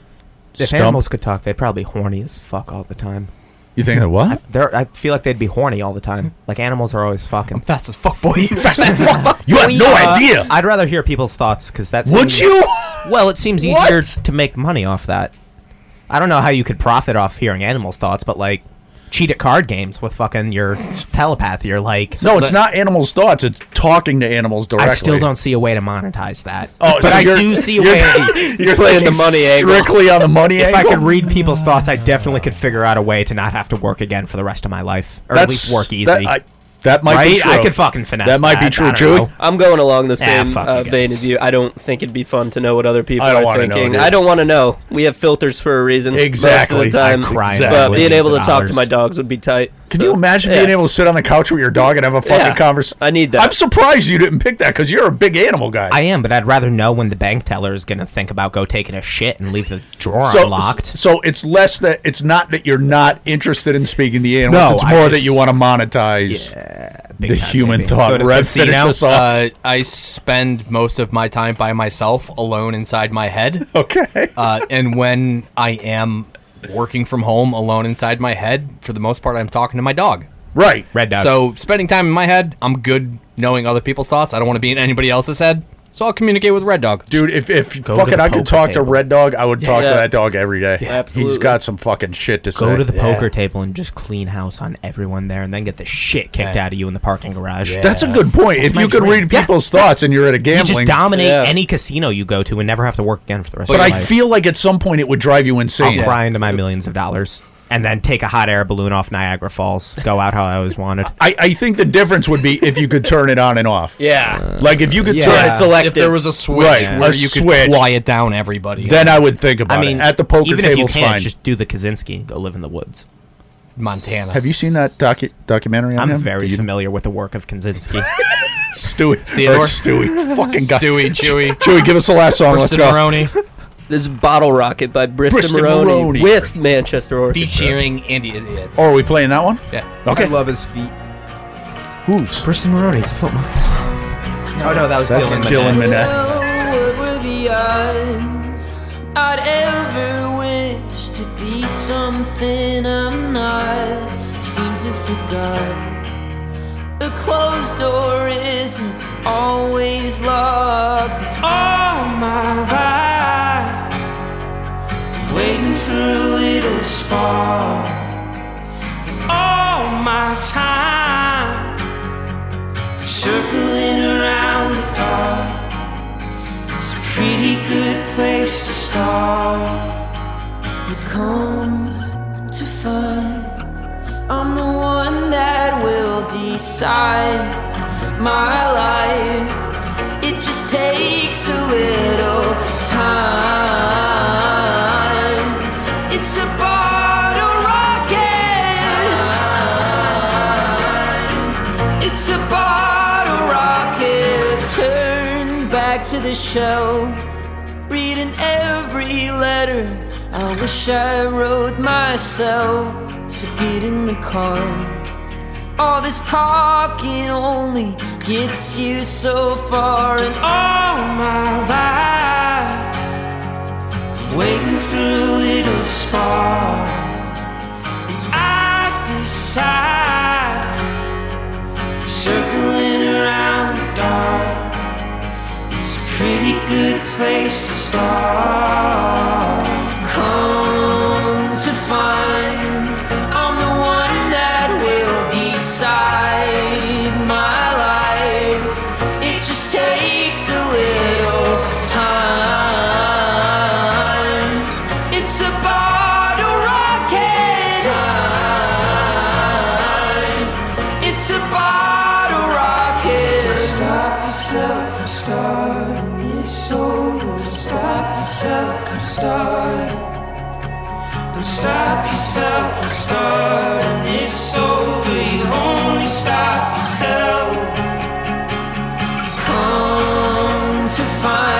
Speaker 3: If
Speaker 2: Stump?
Speaker 3: animals could talk, they'd probably be horny as fuck all the time.
Speaker 2: You think that what?
Speaker 3: They're, I feel like they'd be horny all
Speaker 2: *laughs*
Speaker 3: the time. Like animals are always fucking.
Speaker 1: Fast as fuck, boy. Fast *laughs*
Speaker 2: as fuck. You have no
Speaker 3: Uh,
Speaker 2: idea.
Speaker 3: I'd rather hear people's thoughts because that's.
Speaker 2: Would you?
Speaker 3: Well, it seems
Speaker 2: What?
Speaker 3: easier to make money off that. I don't know how you could profit off hearing animals' thoughts, but like, cheat at card games with fucking *laughs* your telepathy. You're like,
Speaker 2: No, it's not animals' thoughts. It's talking to animals directly.
Speaker 3: I still don't see a way to monetize that.
Speaker 2: Oh,
Speaker 3: but
Speaker 2: so
Speaker 3: I
Speaker 2: you're-
Speaker 3: do see a
Speaker 2: you're-
Speaker 3: *laughs* way.
Speaker 2: You're
Speaker 4: playing the
Speaker 2: thinking
Speaker 4: money angle.
Speaker 2: strictly on the money
Speaker 3: If I
Speaker 2: angle?
Speaker 3: could read people's thoughts, I definitely could figure out a way to not have to work again for the rest of my life, or at least work easy.
Speaker 2: That, I, that might be
Speaker 3: right?
Speaker 2: true.
Speaker 3: I could fucking finesse.
Speaker 2: That might be true,
Speaker 3: I don't
Speaker 2: Joey.
Speaker 3: know.
Speaker 4: I'm going along the same
Speaker 3: fuck you
Speaker 4: uh, vein
Speaker 3: guys.
Speaker 4: as you. I don't think it'd be fun to know what other people
Speaker 2: I don't
Speaker 4: are
Speaker 2: wanna know,
Speaker 4: thinking.
Speaker 2: dude.
Speaker 4: I don't want to know. We have filters for a reason. most of the
Speaker 2: Exactly. I
Speaker 4: time.
Speaker 3: cry
Speaker 2: Exactly.
Speaker 4: But
Speaker 3: about
Speaker 4: being
Speaker 3: millions
Speaker 4: able to
Speaker 3: of
Speaker 4: talk to
Speaker 3: dollars.
Speaker 4: my dogs would be tight.
Speaker 2: Can you imagine being able to sit on the couch with your dog and have a fucking
Speaker 4: Yeah.
Speaker 2: conversation?
Speaker 4: I need that.
Speaker 2: I'm surprised you didn't pick that because you're a big animal guy.
Speaker 3: I am, but I'd rather know when the bank teller is gonna think about go taking a shit and leave the drawer
Speaker 2: so,
Speaker 3: unlocked.
Speaker 2: so it's less that it's not that you're not interested in speaking to the animals.
Speaker 3: No,
Speaker 2: it's
Speaker 3: I
Speaker 2: more
Speaker 3: just-
Speaker 2: that you want to monetize
Speaker 3: Big
Speaker 2: the
Speaker 3: time,
Speaker 2: human
Speaker 3: baby. Go
Speaker 2: thought.
Speaker 3: to the
Speaker 2: Rev,
Speaker 3: casino.
Speaker 2: finish this off.
Speaker 1: Uh, I spend most of my time by myself, alone inside my head.
Speaker 2: okay.
Speaker 1: Uh, and when I am working from home, alone inside my head, for the most part, I'm talking to my dog.
Speaker 2: right.
Speaker 3: Red dog.
Speaker 1: So spending time in my head, I'm good knowing other people's thoughts. I don't want to be in anybody else's head, so I'll communicate with Red Dog.
Speaker 2: Dude, if, if
Speaker 3: to
Speaker 2: fucking
Speaker 3: the
Speaker 2: I could
Speaker 3: poker
Speaker 2: talk to
Speaker 3: table.
Speaker 2: Red Dog, I would talk to
Speaker 4: Yeah.
Speaker 2: that dog every day.
Speaker 4: absolutely.
Speaker 2: He's got some fucking shit to say.
Speaker 3: go to the poker table and just clean house on everyone there, and then get the shit kicked
Speaker 1: Yeah.
Speaker 3: out of you in the parking garage.
Speaker 2: That's a good point. if
Speaker 3: my
Speaker 2: you could
Speaker 3: dream.
Speaker 2: read people's thoughts and you're at a
Speaker 3: You
Speaker 2: gambling,
Speaker 3: just dominate
Speaker 4: Yeah.
Speaker 3: any casino you go to and never have to work again for the rest
Speaker 2: but
Speaker 3: of
Speaker 2: I
Speaker 3: your life.
Speaker 2: feel like at some point it would drive you
Speaker 3: I'll
Speaker 2: insane.
Speaker 3: cry into my millions of dollars and then take a hot air balloon off Niagara Falls. Go out how I
Speaker 2: *laughs*
Speaker 3: always wanted.
Speaker 2: I, I think the difference would be if you could turn it on and off.
Speaker 4: Yeah.
Speaker 2: Like if you could
Speaker 3: Yeah.
Speaker 2: turn
Speaker 4: It's
Speaker 2: it,
Speaker 1: If there
Speaker 4: selective.
Speaker 1: was a switch
Speaker 2: Right,
Speaker 1: where
Speaker 2: a
Speaker 1: you
Speaker 2: switch.
Speaker 1: could quiet down everybody,
Speaker 2: then I would think about
Speaker 3: I mean,
Speaker 2: it. At the poker
Speaker 3: even if you
Speaker 2: table's
Speaker 3: can't,
Speaker 2: fine.
Speaker 3: just do the Kaczynski and go live in the woods.
Speaker 1: Montana.
Speaker 2: Have you seen that docu- documentary on
Speaker 3: I'm
Speaker 2: him?
Speaker 3: very
Speaker 2: Did you-
Speaker 3: familiar with the work
Speaker 2: *laughs*
Speaker 3: of Kaczynski.
Speaker 2: Stewie.
Speaker 1: Theodore?
Speaker 2: Or Stewie. Fucking guy. Stewie.
Speaker 1: Stewie, Chewy,
Speaker 2: give us the last song.
Speaker 1: Kristen
Speaker 2: Let's go.
Speaker 1: Maroney,
Speaker 4: This Bottle Rocket by Bristol
Speaker 2: Bristol
Speaker 4: Maroney,
Speaker 2: Maroney.
Speaker 4: with Manchester Orchestra.
Speaker 1: featuring Andy Idiot.
Speaker 2: Oh, are we playing that one?
Speaker 1: Yeah.
Speaker 2: Okay.
Speaker 11: love his feet.
Speaker 2: Who's?
Speaker 3: Kristen Maroney, it's a foot Oh no, that was
Speaker 2: That's
Speaker 3: Dylan.
Speaker 2: Dylan Minnette.
Speaker 6: What were the odds I'd ever wish to be something I'm not? Seems to forgot. A closed door isn't always locked. All my vibes baseball all my time, circling around the dark. It's a pretty good place to start. You come to find I'm the one that will decide my life. It just takes a little time. It's a bottle rocket. It's a bottle rocket. Turn back to the show. Reading every letter. I wish I wrote myself. So get in the car. All this talking only gets you so far. And all my life, waiting for a little spark. I decide circling around the dark. It's a pretty good place to start. Come to find I'm the one that will decide my life. It just takes a little time. It's a bottle rocket time. It's a bottle rocket. Stop yourself from starting this over. Stop yourself from starting. Don't stop yourself from starting this over. You only stop yourself. Come to find.